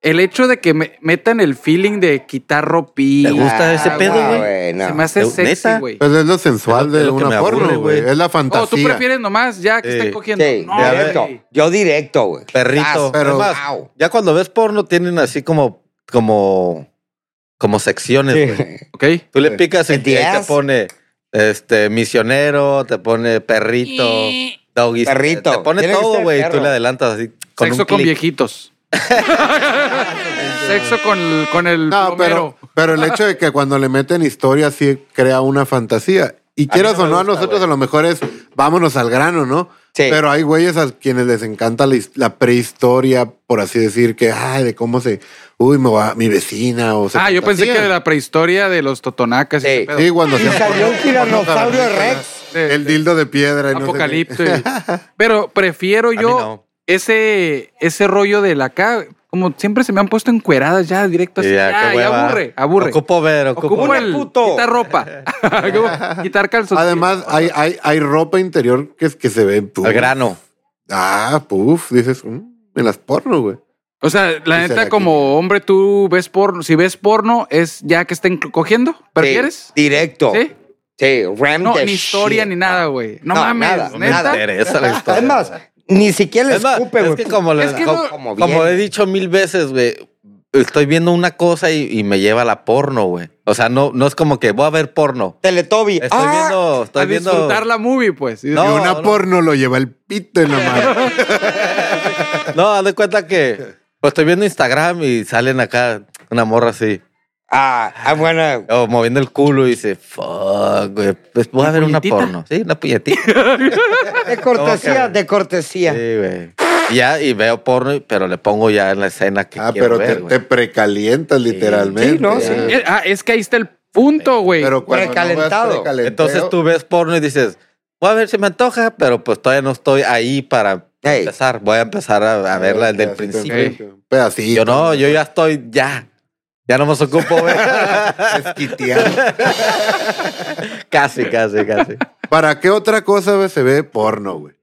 S2: El hecho de que me- metan el feeling de quitar ropilla.
S3: ¿Te gusta ese
S4: Ah,
S3: pedo, güey?
S4: no.
S2: Se me hace
S3: ¿Te-
S2: sexy,
S3: neta?
S2: güey.
S1: Pues es lo sensual
S3: Es lo- es
S1: de
S3: lo que me
S1: una
S3: aburre,
S1: porno, güey.
S3: güey.
S1: Es la
S2: Oh, tú
S1: fantasía.
S2: prefieres nomás ya que
S3: Sí.
S2: están cogiendo.
S4: Sí,
S2: no,
S4: directo.
S2: güey.
S4: Yo directo, güey.
S3: Perrito.
S1: Pero- ah.
S3: Es más,
S4: Wow.
S3: ya cuando ves porno tienen así como, como, como secciones, güey.
S2: Ok.
S3: Tú le
S1: Sí.
S3: picas y y
S4: ¿En
S3: ahí
S4: días?
S3: te pone este misionero, te pone perrito, doggy.
S4: Perrito.
S3: Te pone
S4: Tiene que
S3: todo,
S4: ser
S3: güey. Tú
S4: perro.
S3: le adelantas así. Con
S2: Sexo
S3: un
S2: con
S3: clic. [laughs]
S2: viejitos. Sexo con, el- con el
S1: No, pero,
S2: plomero.
S1: pero el hecho de que cuando le meten historia sí crea una fantasía. Y
S3: mí
S1: quieras o
S3: no me
S1: no,
S3: gusta,
S1: a nosotros
S3: güey.
S1: a lo mejor es vámonos al grano, ¿no?
S4: Sí.
S1: Pero hay güeyes a quienes les encanta la, his- la prehistoria, por así decir, que, ay, de cómo se, uy, me va- mi vecina o se
S2: Ah, yo pensé que
S1: fantasían.
S2: de la prehistoria de los totonacas y
S4: Sí.
S2: ese pedo.
S1: Sí, cuando
S4: Y
S1: se-
S4: salió un tiranosaurio
S1: cuando-
S4: rex.
S1: El dildo de piedra. y no sé qué. [laughs]
S2: Apocalipto. y- Pero prefiero
S3: mí
S2: yo
S3: no.
S2: ese, ese rollo de la acá. Como siempre se me han puesto encueradas ya directo así.
S3: Y ya,
S2: Ya,
S3: qué
S2: ya
S3: hueva.
S2: aburre, aburre.
S3: Ocupo ver, ocupo,
S2: Ocupo
S3: ver.
S2: el
S4: puto.
S2: quitar ropa.
S1: [laughs]
S2: [laughs] Ocupo quitar calzón.
S1: Además, hay, hay, hay ropa interior que, es- que se ve. puf.
S3: Al grano.
S1: Ah, puf, dices, mm, en las porno, güey.
S2: O sea, la
S1: Y se
S2: neta,
S1: la
S2: como hombre, tú ves porno. Si ves porno, es ya que estén cogiendo. ¿Prefieres?
S4: Sí, directo.
S2: ¿Sí?
S4: Sí, ram
S2: No,
S4: the
S2: ni historia
S4: shit.
S2: ni nada, güey. No,
S4: No,
S2: mames,
S4: nada,
S3: No me
S2: neta.
S3: interesa la historia.
S4: Es más, ni siquiera le
S3: Es más,
S4: escupe,
S3: es
S4: güey.
S3: que como, le-
S2: Es que
S3: como,
S2: no-
S4: como bien.
S3: como he dicho mil veces, güey, estoy viendo una cosa y, y me lleva a la porno, güey. O sea, no, no es como que voy a ver porno.
S4: Teletobi.
S3: Estoy
S4: Ah,
S3: viendo, estoy
S2: a
S3: viendo.
S2: disfrutar la movie, pues. Y-
S1: Y
S3: No,
S1: una
S3: no.
S1: porno lo lleva el pito en la mano.
S3: No, haz de cuenta que pues, estoy viendo Instagram y salen acá una morra así,
S4: Ah, ah, bueno.
S3: o moviendo el culo y dice, fuck, güey, pues voy a ver una
S2: puñetita?
S3: porno. Sí, una puñetita.
S4: De cortesía,
S3: ¿Cómo que?
S4: de cortesía.
S3: Sí, güey. Y Ya, y veo porno, pero le pongo ya en la escena que
S1: Ah,
S3: quiero
S1: pero
S3: ver,
S1: te,
S3: güey.
S1: te precalientas literalmente.
S4: Sí, no, sí.
S1: Ya.
S2: Eh, Ah, es que ahí está el punto, güey.
S1: Pero cuando no vas
S4: Precalentado.
S1: precalenteo,
S3: Entonces tú ves porno y dices, voy a ver si me antoja, pero pues todavía no estoy ahí para
S4: Ey.
S3: empezar. Voy a empezar a, a verla desde el
S1: pedacito,
S3: principio.
S2: Ey.
S1: un Pedacito.
S3: Yo no, yo ya estoy, ya. Ya no me ocupo,
S1: [laughs]
S3: güey. [laughs]
S1: Esquitear.
S3: casi, casi, casi.
S1: ¿Para qué otra cosa güey, se ve porno, güey?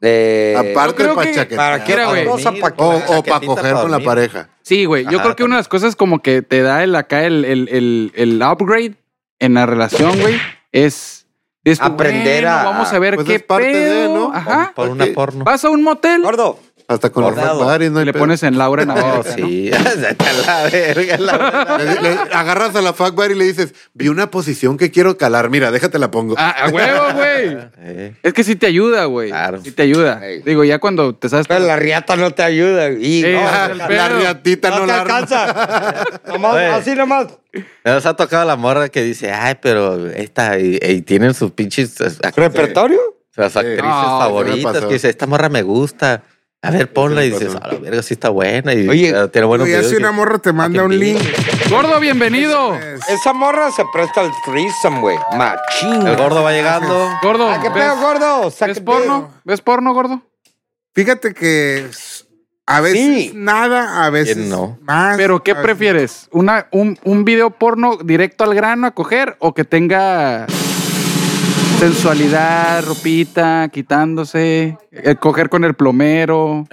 S4: Eh,
S2: yo
S1: Aparte
S2: creo
S1: para
S2: que-
S1: chaquetear.
S4: ¿Para
S2: qué era, güey?
S4: cosa para
S1: O, o para
S3: Chaquetita
S1: coger
S3: pa'
S1: con la
S3: dormir.
S1: pareja.
S2: Sí, güey. Yo
S3: Ajá,
S2: creo que
S3: también.
S2: una de las cosas como que te da el acá el, el, el, el upgrade en la relación, güey, es dices tú,
S4: Aprender
S2: bueno,
S4: a-
S2: Vamos a ver
S1: Pues
S2: qué
S1: es parte
S2: pedo.
S1: de, ¿no?
S2: Ajá.
S3: Por una porno.
S2: Vas a un motel
S4: Gordo.
S1: Hasta con los
S3: Ordenado.
S1: bares, no
S2: y
S1: hay
S2: le
S1: pedo.
S2: pones en Laura en la
S3: [laughs] Oh,
S2: boca, ¿no?
S3: sí. Está la verga, la
S1: [laughs]
S3: verga.
S1: Le- le- agarras a la fuck bar y le dices, vi una posición que quiero calar, mira, déjate la pongo.
S2: Ah, a huevo, güey.
S4: [laughs]
S3: Eh,
S2: Es que sí te ayuda, güey.
S3: Claro.
S2: Sí te ayuda.
S4: Ey.
S2: Digo, ya cuando te sabes.
S4: Pero la riata no te ayuda. Y,
S2: Sí,
S4: no,
S1: Ah, [laughs]
S2: el
S1: la
S2: pedo.
S1: riatita no,
S4: no te
S1: la arma.
S4: alcanza. [laughs] Nomás,
S3: Oye.
S4: así nomás.
S3: Nos ha tocado la morra que dice, ay, pero esta, y, y tienen sus pinches eh, act-
S4: ¿Repertorio?
S3: las
S1: Sí.
S3: actrices
S2: No,
S1: eso me
S3: favoritas
S1: pasó.
S3: que dice, esta morra me gusta. A ver, ponla
S1: me
S3: y dices,
S1: pasó.
S3: a la verga, sí está buena. Y
S4: Oye,
S3: eh, tiene buenos
S5: Oye,
S3: videos.
S5: si una
S3: que-
S5: morra te manda un link.
S2: Gordo, bienvenido.
S4: Esa morra se presta al threesome, güey. Machín.
S3: El gordo va llegando.
S2: Gordo.
S4: Ah, ¿Qué
S2: ¿ves-
S4: pedo, gordo? O sea,
S2: ¿Ves
S4: ¿qué pedo?
S2: porno? ¿Ves porno, gordo?
S5: Fíjate que s- a veces
S4: Sí.
S5: nada, a veces
S3: Bien, no.
S5: más.
S2: Pero ¿qué
S5: a veces-
S2: prefieres? ¿Una, un, un video porno directo al grano a coger o que tenga sensualidad, ropita, quitándose, eh, coger con el plomero?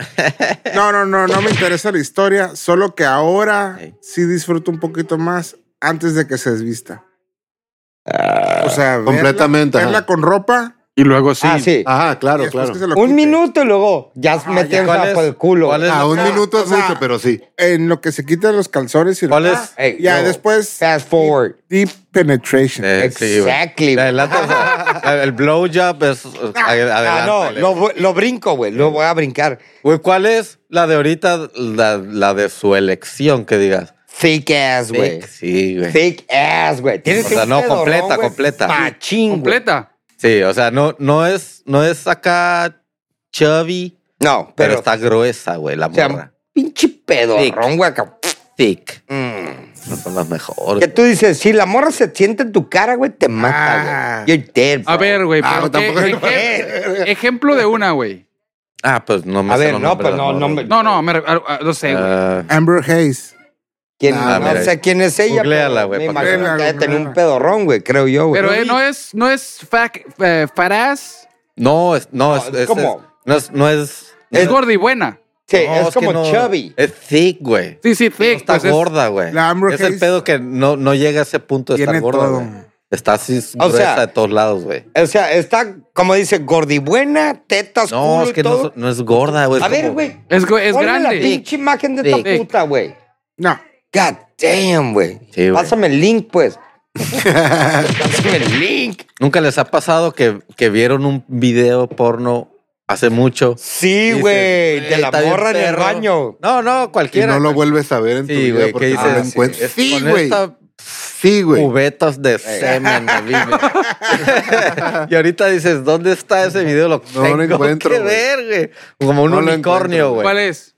S5: No, no, no, no me interesa la historia, solo que ahora
S3: Ey.
S5: sí disfruto un poquito más antes de que se desvista. o sea, verla-
S1: completamente,
S5: Verla,
S1: ajá.
S5: con ropa.
S2: Y luego sí.
S4: Ah, sí.
S1: Ajá,
S5: y
S1: claro,
S5: después
S1: claro.
S5: que se lo
S4: Un
S5: quite.
S4: minuto y luego ya
S3: Ah, ¿cuál
S4: metiéndola
S3: es?
S4: por el culo. Ah,
S3: ¿Cuál es?
S1: A un
S5: no,
S1: minuto
S5: o
S1: es
S5: sea,
S1: mucho, pero sí.
S5: En lo que se quitan los calzones y la-
S3: ¿Cuál es?
S4: Ey,
S5: Ya,
S4: yo,
S5: después-
S4: Fast forward.
S5: Deep penetration.
S3: Eh, sí, güey.
S4: Exactly,
S3: Le
S4: güey.
S3: adelantas, o sea, el blowjob es. eh,
S4: Ah, no,
S3: adelántale.
S4: lo, vo- lo brinco, güey. Lo voy a brincar.
S3: Güey, ¿cuál es la de ahorita, la, la de su elección que digas?
S4: Thick ass, güey.
S3: Sí, güey.
S4: Thick ass, güey. Tienes
S3: O sea,
S4: un
S3: no,
S4: pedorrón,
S3: completa,
S4: güey,
S3: completa.
S4: Machín, güey.
S2: Completa.
S3: Sí, o sea, no, no es, no es acá chubby,
S4: No,
S3: pero,
S4: pero,
S3: está gruesa, güey, la
S4: o sea,
S3: morra.
S4: pinche pedorrón, güey. acá.
S3: Thick.
S4: Mm.
S3: No son las mejores.
S4: Que tú dices, si la morra se siente en tu cara, güey, te mata,
S5: Ah.
S4: güey. You're dead,
S2: A
S4: bro.
S2: ver, güey.
S1: Ah,
S2: pero
S1: tampoco
S2: ¿qué-
S1: se
S2: ejem- ejemplo de una, güey.
S3: Ah, pues no me
S4: A
S3: sé
S4: ver,
S3: los
S4: no,
S3: nombres
S4: pues
S3: de
S4: no,
S3: las
S4: no
S3: morras.
S4: me-
S2: No, no, me, re- a- a- no sé, güey.
S3: Ah,
S5: Amber Hayes.
S4: ¿Quién-
S5: Ah,
S4: no
S3: mira.
S4: sé quién es ella.
S3: Googleala,
S4: pero
S3: güey,
S4: Me
S3: para que
S4: imagino
S5: veas.
S4: que debe tener un
S5: Googleala.
S4: pedorrón, güey, creo yo, güey.
S2: Pero eh, no es, no es fac, eh, farás,
S3: no, es, no, es,
S4: es
S3: es-
S4: como-
S3: es- no es, no es,
S2: es gorda y buena.
S4: Sí,
S3: no,
S4: es
S3: que
S4: como
S3: no.
S4: chubby.
S3: Es thick, güey.
S2: Sí, sí,
S3: No
S2: thick.
S3: está
S2: pues es-
S3: gorda, güey.
S5: La Amber
S3: Es el
S5: Hayes
S3: pedo que no, no llega a ese punto de estar
S5: tiene
S3: gorda,
S5: todo.
S3: güey. Está así
S4: O
S3: gruesa
S4: sea,
S3: de todos lados, güey.
S4: O sea, está, como dice, gordibuena, tetas,
S3: No,
S4: culo
S3: es
S4: y
S3: que no,
S4: todo.
S3: es- no es gorda, güey. es
S4: A ver,
S3: como-
S4: güey.
S2: es, go- es
S4: ponme la
S2: grande.
S4: pinche imagen de
S3: Sí.
S4: esta puta, güey.
S5: No.
S4: God damn, güey.
S3: Sí, güey.
S4: Pásame el link,
S3: [laughs]
S4: pues. Pásame el link.
S3: ¿Nunca les ha pasado que, que vieron un video porno hace mucho?
S4: Sí,
S3: Dices,
S4: güey. De la
S3: está bien
S4: morra en el
S3: perro.
S4: baño.
S3: No, no,
S1: Y
S3: cualquiera.
S1: no lo vuelves a ver en tu
S3: Sí,
S1: vida
S3: güey,
S1: porque
S3: ¿qué
S1: no lo
S3: dices?
S1: encuentras.
S3: Es-
S1: Sí,
S3: con
S1: güey.
S3: esta-
S1: Sí, güey.
S3: Cubetas de semen. me vive.
S4: [laughs]
S3: y ahorita dices, ¿dónde está ese video? Lo
S1: No lo
S3: tengo
S1: encuentro,
S3: que
S1: güey.
S3: ver, güey. Como un
S1: No lo
S3: unicornio,
S1: encuentro,
S3: güey.
S2: ¿Cuál es?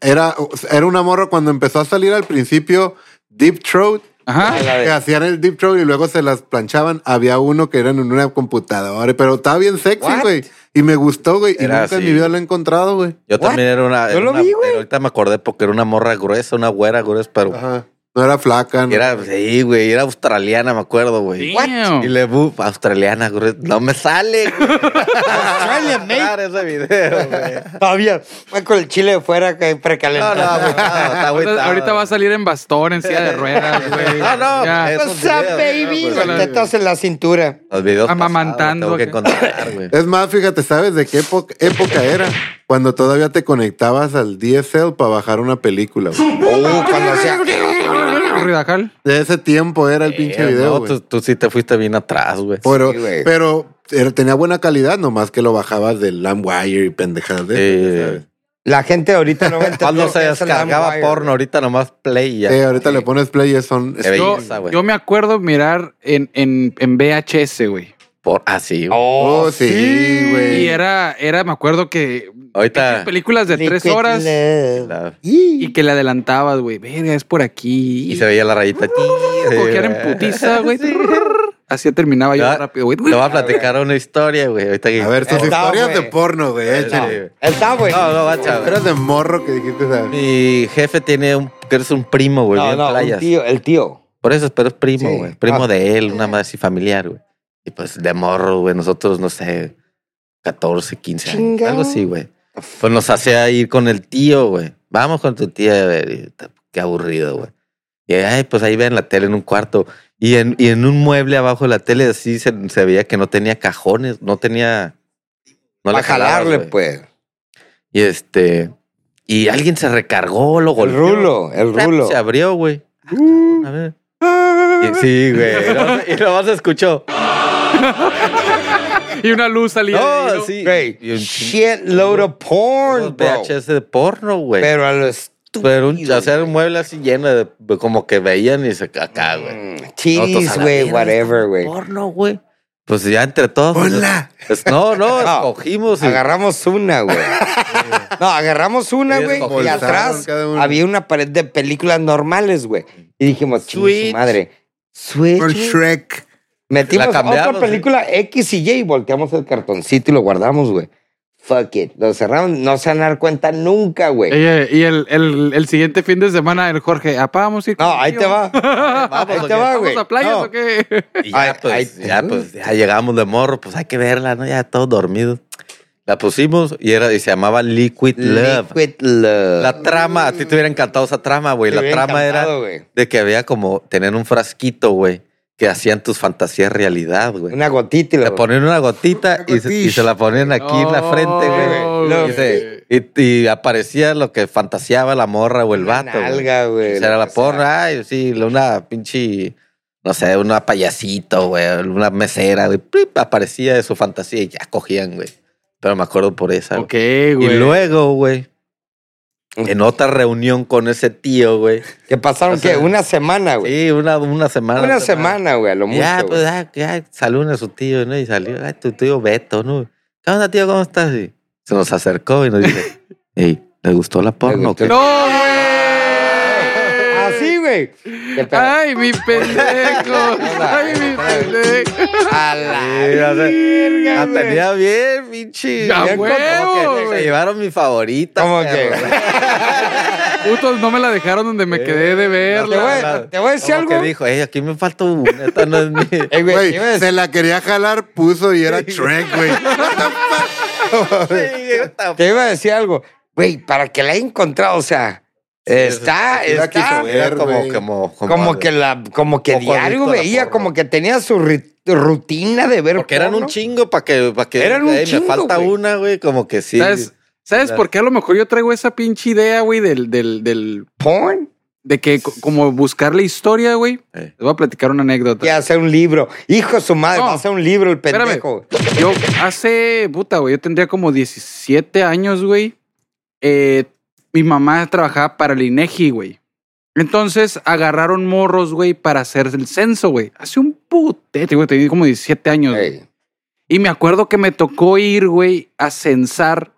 S1: Era, era un amor cuando empezó a salir al principio Deep Throat.
S2: Ajá.
S3: Ah,
S4: A la
S1: Que
S4: vez.
S1: hacían el deep throat y luego se las planchaban. Había uno que era en una computadora, pero estaba bien sexy,
S4: What?
S1: güey. Y me gustó, güey. Y
S3: Era
S1: nunca en
S3: así.
S1: mi vida lo he encontrado, güey.
S3: Yo también era una.
S4: Yo
S3: era
S4: lo
S3: una-
S4: vi, güey.
S3: Ahorita me acordé porque era una morra gruesa, una güera gruesa, pero
S1: Ajá. No era flaca, ¿no?
S3: Era, sí, güey, era australiana, me acuerdo, güey.
S2: Damn.
S3: Y le buf, australiana, güey. No me sale, güey.
S4: Australia, mate.
S3: Claro, ese video, güey.
S4: [laughs] Todavía fue con el chile de fuera que
S3: No, no,
S4: precalentado.
S3: agüitado, está agüitado.
S2: Ahorita, ahorita va a salir en bastón, en silla de
S3: [laughs]
S2: ruedas, güey.
S3: No, no,
S2: Ya.
S3: es-
S4: What's up, Ah, baby?
S2: pues,
S4: Las tetas en la cintura.
S3: Los videos
S2: Amamantando,
S3: pasados, tengo que contar, güey.
S1: Es más, fíjate, ¿sabes de qué epo- época era? Cuando todavía te conectabas al DSL para bajar una película, güey.
S4: Uh, cuando hacía-
S2: Ridajal.
S1: De ese tiempo era el [laughs] pinche
S3: Eh,
S1: video,
S3: no,
S1: güey.
S3: tú, tú sí te fuiste bien atrás, güey.
S1: Pero,
S4: Sí, güey.
S1: pero era- tenía buena calidad, nomás que lo bajabas del LimeWire y pendejadas de esas,
S3: Eh.
S1: ¿sabes?
S4: La gente ahorita no va a
S3: [laughs]
S4: entender
S3: Cuando
S4: lo
S3: se
S4: que es el
S3: descargaba
S4: LimeWire.
S3: porno, ahorita nomás play y ya.
S1: Eh, ahorita le pones play y son...
S3: Qué
S2: Yo,
S3: belleza, güey.
S2: yo me acuerdo mirar en, en, en VHS, güey.
S3: Por, así, güey.
S1: Oh, sí,
S2: Y
S1: güey.
S2: era, era, me acuerdo que
S3: ahorita.
S2: películas de tres
S4: Liquid
S2: horas
S4: Love.
S3: la-
S2: y que le adelantabas, güey. Verga, es por aquí.
S3: y se veía la rayita.
S2: Cojear en
S3: [laughs]
S2: putiza, güey. Así terminaba yo
S3: Ah,
S2: rápido, güey.
S3: Te voy a platicar una historia, güey. Ahorita que.
S1: A ver, tus
S4: Está,
S1: historias
S4: güey.
S1: de porno, güey. échale.
S3: Sí.
S4: Está, güey.
S3: No, no, bacha, güey.
S1: Historias de morro que dijiste, ¿sabes?
S3: Mi jefe tiene un. Que eres un primo, güey.
S4: No,
S3: bien
S4: no, el
S3: playas.
S4: tío, el tío.
S3: Por eso, pero es primo,
S4: Sí.
S3: güey. Primo
S4: Ah.
S3: de él, una madre así familiar, güey. Y pues de morro, güey. Nosotros, no sé, 14, 15 años.
S4: Chinga.
S3: Algo así, güey. Pues nos hacía ir con el tío, güey. Vamos con tu tía, güey. Y, ta- Qué aburrido, güey. Y ay, pues ahí ven la tele en un cuarto. Y en, y en un mueble abajo de la tele así se, se veía que no tenía cajones, no tenía... No le
S4: para
S3: jalabas,
S4: jalarle,
S3: güey.
S4: pues.
S3: Y este... Y alguien se recargó, lo
S4: El
S3: golpeó.
S4: rulo, el
S3: Rap,
S4: rulo.
S3: Se abrió, güey. Ah, A ver. Y- Sí, güey. Y nomás- [laughs] Y nomás se escuchó.
S2: Y una luz salía. de ahí,
S3: No,
S2: ¿no?
S3: sí.
S4: Güey,
S3: Y un chingo
S4: shit load of porn, bro.
S3: VHS de porno, güey. Pero,
S4: Pero a lo estúpido.
S3: un, o sea, un mueble así lleno de, de como que veían y se acá, güey.
S4: Mm,
S3: Nosotros
S4: Titties,
S3: a la
S4: güey,
S3: verga,
S4: whatever, güey.
S3: Porno, güey. Pues ya entre todos. pues,
S1: Hola.
S3: pues, no, no,
S4: [laughs] No.
S3: escogimos. y-
S4: Agarramos
S3: [laughs]
S4: una, güey. No, agarramos una,
S3: Ellos
S4: güey, y
S3: bolsaron
S4: atrás
S1: cada uno.
S4: había una pared de películas normales, güey. Y dijimos, "Chingue
S3: Switch.
S4: su madre, Switch.
S5: Con Shrek.
S4: Metimos
S3: La cambiamos,
S4: otra película X y Y y volteamos el cartoncito y lo guardamos, güey. Fuck it. Lo cerramos. No se van a dar cuenta nunca, güey.
S2: Oye, y el, el, el siguiente fin de semana, el Jorge, apá, vamos a ir.
S4: No, ahí te
S2: contigo.
S4: va.
S3: Vamos,
S4: ahí te
S3: ¿o qué?
S4: va,
S2: ¿Vamos
S4: güey.
S2: a playas
S4: No.
S2: o qué?
S3: Y ya,
S4: Ay,
S3: pues,
S4: ay,
S3: ya,
S4: tú.
S3: pues, ya llegamos de morro, pues hay que verla, ¿no? Ya todos dormidos. La pusimos y era, y se llamaba Liquid Love.
S4: Liquid Love.
S3: La trama, a ti te hubiera encantado esa trama, güey.
S4: Te
S3: La
S4: hubiera
S3: trama
S4: encantado,
S3: era
S4: güey.
S3: de que había como tener un frasquito, güey, que hacían tus fantasías realidad, güey.
S4: Una gotita y
S3: Le
S4: la
S3: ponían una gotita y, se- y se la ponían aquí en la frente, güey.
S2: No,
S4: Lo-
S3: Y se- Y, y aparecía lo que fantaseaba la morra o el
S4: Una
S3: vato. güey.
S4: nalga, güey,
S3: Esa
S4: lo
S3: Era la
S4: que sea.
S3: porra, ay, sí, una pinche, no sé, una payasito, güey, una mesera, güey. plip, Aparecía de su fantasía y ya cogían, güey. Pero me acuerdo por esa.
S2: [laughs]
S3: güey.
S2: Ok, güey.
S3: Y luego, güey, en otra reunión con ese tío, güey.
S4: Que pasaron,
S3: O sea,
S4: ¿qué? Una semana, Ah, güey.
S3: Sí, una, una semana.
S4: Una semana, güey, a lo mucho.
S3: Ya,
S4: güey.
S3: pues, ah, ya, salió a su tío, ¿no? Y salió, ay, tu tío Beto, ¿no? ¿Qué onda, tío? ¿Cómo estás? Y se nos acercó y nos
S4: [laughs]
S3: dice, hey, ¿le gustó la porno?
S4: gustó
S2: [laughs]
S3: o qué?"
S2: No, güey.
S4: Así, güey. Qué pedo.
S3: Ah.
S2: Ay, mi pendejo. Ay, mi pendejo.
S4: A la
S3: Sí, o sea,
S4: verga,
S3: La
S4: güey.
S3: tenía bien, pinche.
S2: Ya,
S3: Bien,
S2: huevo,
S3: como que
S2: güey.
S3: Se llevaron mi favorita.
S4: ¿Cómo
S3: perro.
S4: que?
S2: Putos, no me la dejaron donde me quedé
S3: Eh,
S2: de
S4: Te voy,
S2: verla.
S4: a- te voy a decir
S3: Como que
S4: algo.
S3: dijo, hey, aquí me falta una, esta no es [laughs]
S4: [laughs]
S3: mi...
S4: Ey, güey, ¿qué iba a
S1: Güey,
S4: decir?
S1: se la quería jalar, puso y era Shrek, güey.
S4: Te iba a decir algo. Güey, para que la haya encontrado, o sea, está,
S1: era
S4: está.
S1: quiso ver,
S3: Era como,
S1: güey.
S3: como,
S4: Como que la, como que
S3: Poco adicto
S4: diario
S3: a la
S4: veía,
S3: porno.
S4: como que tenía su ri- rutina de ver.
S3: Porque eran
S4: porno.
S3: un chingo para que, para que
S4: Eran un
S3: "Ey,
S4: chingo,
S3: me falta
S4: güey.
S3: una, güey, como que sí.
S2: ¿Sabes, ¿sabes
S3: Claro.
S2: por qué a lo mejor yo traigo esa pinche idea, güey, del, del, del,
S4: porn
S2: de que co- como buscar la historia, güey?
S3: Eh.
S2: Les voy a platicar una anécdota.
S4: y hacer un libro. Hijo de su madre,
S2: No.
S4: va a hacer un libro el
S2: Espérame.
S4: pendejo.
S2: Yo hace, puta, güey, yo tendría como 17 años, güey. Eh, mi mamá trabajaba para el INEGI, güey. Entonces agarraron morros, güey, para hacer el censo, güey. Hace un putete, güey, tenía como 17 años. güey.
S4: Ey.
S2: Y me acuerdo que me tocó ir, güey, a censar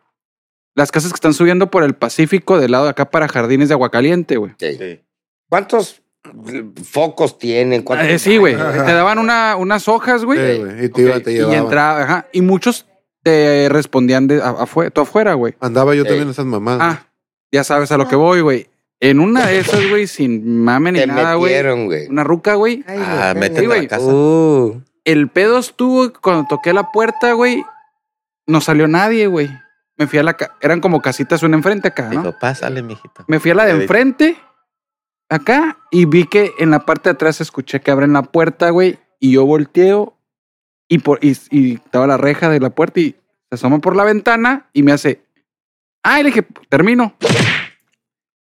S2: las casas que están subiendo por el Pacífico del lado de acá para Jardines de Aguacaliente, güey.
S4: Ey.
S3: Sí.
S4: ¿Cuántos focos tienen? ¿Cuántos- Ah,
S2: Eh, sí, güey. Te daban una, unas hojas, güey.
S1: Sí, güey, y te iba,
S2: Ok,
S1: te
S2: y
S1: llevaba.
S2: entraba, ajá. Y muchos te respondían de afuera, tú afuera, güey.
S1: Andaba yo
S4: Sí. Ah,
S1: también en esas mamadas.
S2: Ah, ya sabes a lo que voy, güey. En una de esas, güey, sin mame ni
S4: Te
S2: nada, güey.
S4: metieron, güey.
S2: Una ruca, güey.
S3: Ah, métete
S2: güey.
S3: a la casa.
S4: Uh,
S2: El pedo estuvo cuando toqué la puerta, güey. No salió nadie, güey. Me fui a la ca- Eran como casitas una enfrente acá, ¿no?
S3: Dijo, pásale, mijito.
S2: Me fui a la de
S3: Ahí.
S2: enfrente, acá, y vi que en la parte de atrás escuché que abren la puerta, güey, y yo volteo, y, por, y, y estaba la reja de la puerta, y se asoma por la ventana, y me hace, ay, le dije, termino.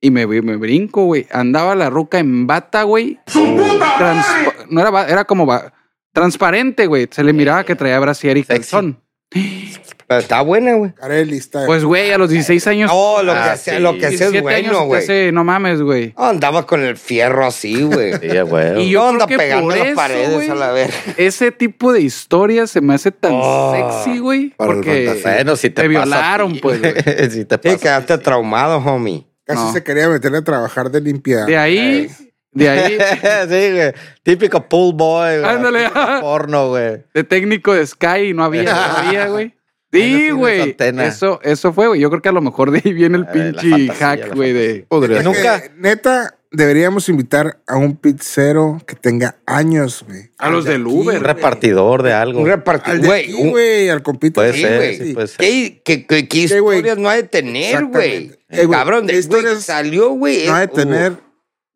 S2: Y me, bri- me brinco, güey. Andaba la ruca en bata, güey. Transpa- No era ba- era como ba- transparente, güey. Se le miraba que traía brasier y
S3: Sexy.
S2: calzón.
S4: pero está buena, güey.
S5: Carelli está.
S2: Pues, güey, a los 16 años,
S4: Oh, lo
S3: Ah,
S4: que sea,
S3: sí.
S4: lo que sea
S2: 17
S4: es
S2: años,
S4: bueno,
S2: te
S4: güey.
S2: hace, no mames, güey.
S4: Oh, andaba con el fierro así, güey.
S3: Sí, a huevo. [laughs]
S2: Y yo-
S4: Yo ando
S2: creo que
S4: pegando
S2: por
S4: las
S2: eso,
S4: paredes
S2: güey.
S4: a la verga.
S2: Ese tipo de historia se me hace tan
S4: Oh.
S2: sexy, güey.
S1: Para el
S2: Porque
S1: fantasía.
S3: Bueno, si
S2: Te
S3: te pasa a
S2: violaron,
S3: ti,
S2: pues,
S3: [laughs] güey. si te
S4: Sí,
S3: pasa.
S4: quedaste traumado, homie.
S5: Casi
S2: no.
S5: se quería meterle a trabajar de limpieza.
S2: de ahí, de ahí,
S3: [laughs] sí, güey. Típico pool boy, güey.
S2: Ándale.
S3: Típico Porno, güey.
S2: de técnico de Sky no
S3: [laughs]
S2: había, no había, güey. Sí,
S3: tiene esa
S2: güey.
S3: antena.
S2: Eso, eso fue, güey. Yo creo que a lo mejor de ahí viene el
S3: A ver, la
S2: pinche
S3: fantasía, la
S2: hack, güey, de.
S1: Podría
S3: Que
S1: ser.
S3: nunca-
S5: Eh, neta, deberíamos invitar a un pizzero que tenga años, güey.
S2: A
S3: Ah,
S2: los del Uber.
S3: Un repartidor de algo.
S4: Un
S5: Al
S4: repartidor,
S5: de
S4: güey.
S5: aquí,
S4: un-
S5: güey, al compito.
S3: Puede
S4: sí,
S3: ser,
S4: güey.
S3: sí, puede ser.
S4: ¿Qué, qué, qué- qué
S5: Sí, güey.
S4: historias no ha de tener, güey?
S5: Exactamente. Eh, güey,
S4: Cabrón, de
S5: ¿qué
S4: historias
S5: historias
S4: salió, güey. eh, uh,
S5: No ha de
S4: es-
S5: tener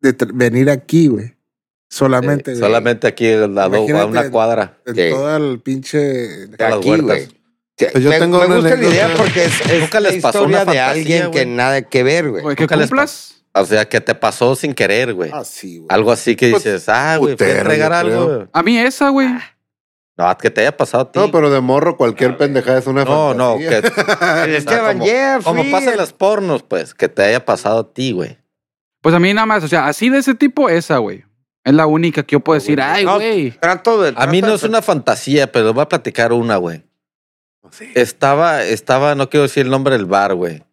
S5: de tr- venir aquí, güey. Solamente,
S3: Eh,
S5: güey.
S3: solamente aquí al lado, a
S5: Imagínate.
S3: una cuadra.
S5: En
S4: Sí.
S5: todo el pinche.
S4: de
S3: Todas las
S4: aquí,
S3: huertas.
S4: güey. Te-
S1: Pues yo
S4: me,
S1: tengo
S4: me
S1: una
S4: gusta la
S1: anécdota.
S4: idea porque es, es
S3: Nunca les
S4: la
S3: pasó
S4: historia
S3: una
S4: de
S3: fantasía,
S4: alguien que
S3: güey.
S4: nada que ver, güey.
S2: Güey, que
S3: nunca les
S2: cumplas.
S3: O sea, que te pasó sin querer, güey.
S5: Ah, sí, güey.
S3: Algo así que
S1: Pues,
S3: dices, ah, güey, fui a
S1: putero,
S3: entregar
S1: yo
S3: algo.
S1: creo.
S3: güey.
S2: A mí esa, güey.
S3: Ah. No, que te haya pasado a ti.
S1: No, pero de morro cualquier pendejada es una
S3: No, no,
S1: [laughs] fantasía.
S3: que.
S4: El Esteban
S3: como,
S4: Jeffrey.
S3: como pasa en las pornos, pues, que te haya pasado a ti, güey.
S2: Pues a mí nada más, o sea, así de ese tipo, esa, güey. Es la única que yo
S3: Oh,
S2: puedo decir, ay,
S4: No,
S2: güey.
S4: Trato de.
S3: A mí no es una fantasía, pero les voy a platicar una, güey. Estaba, estaba, no quiero decir el nombre del bar, güey.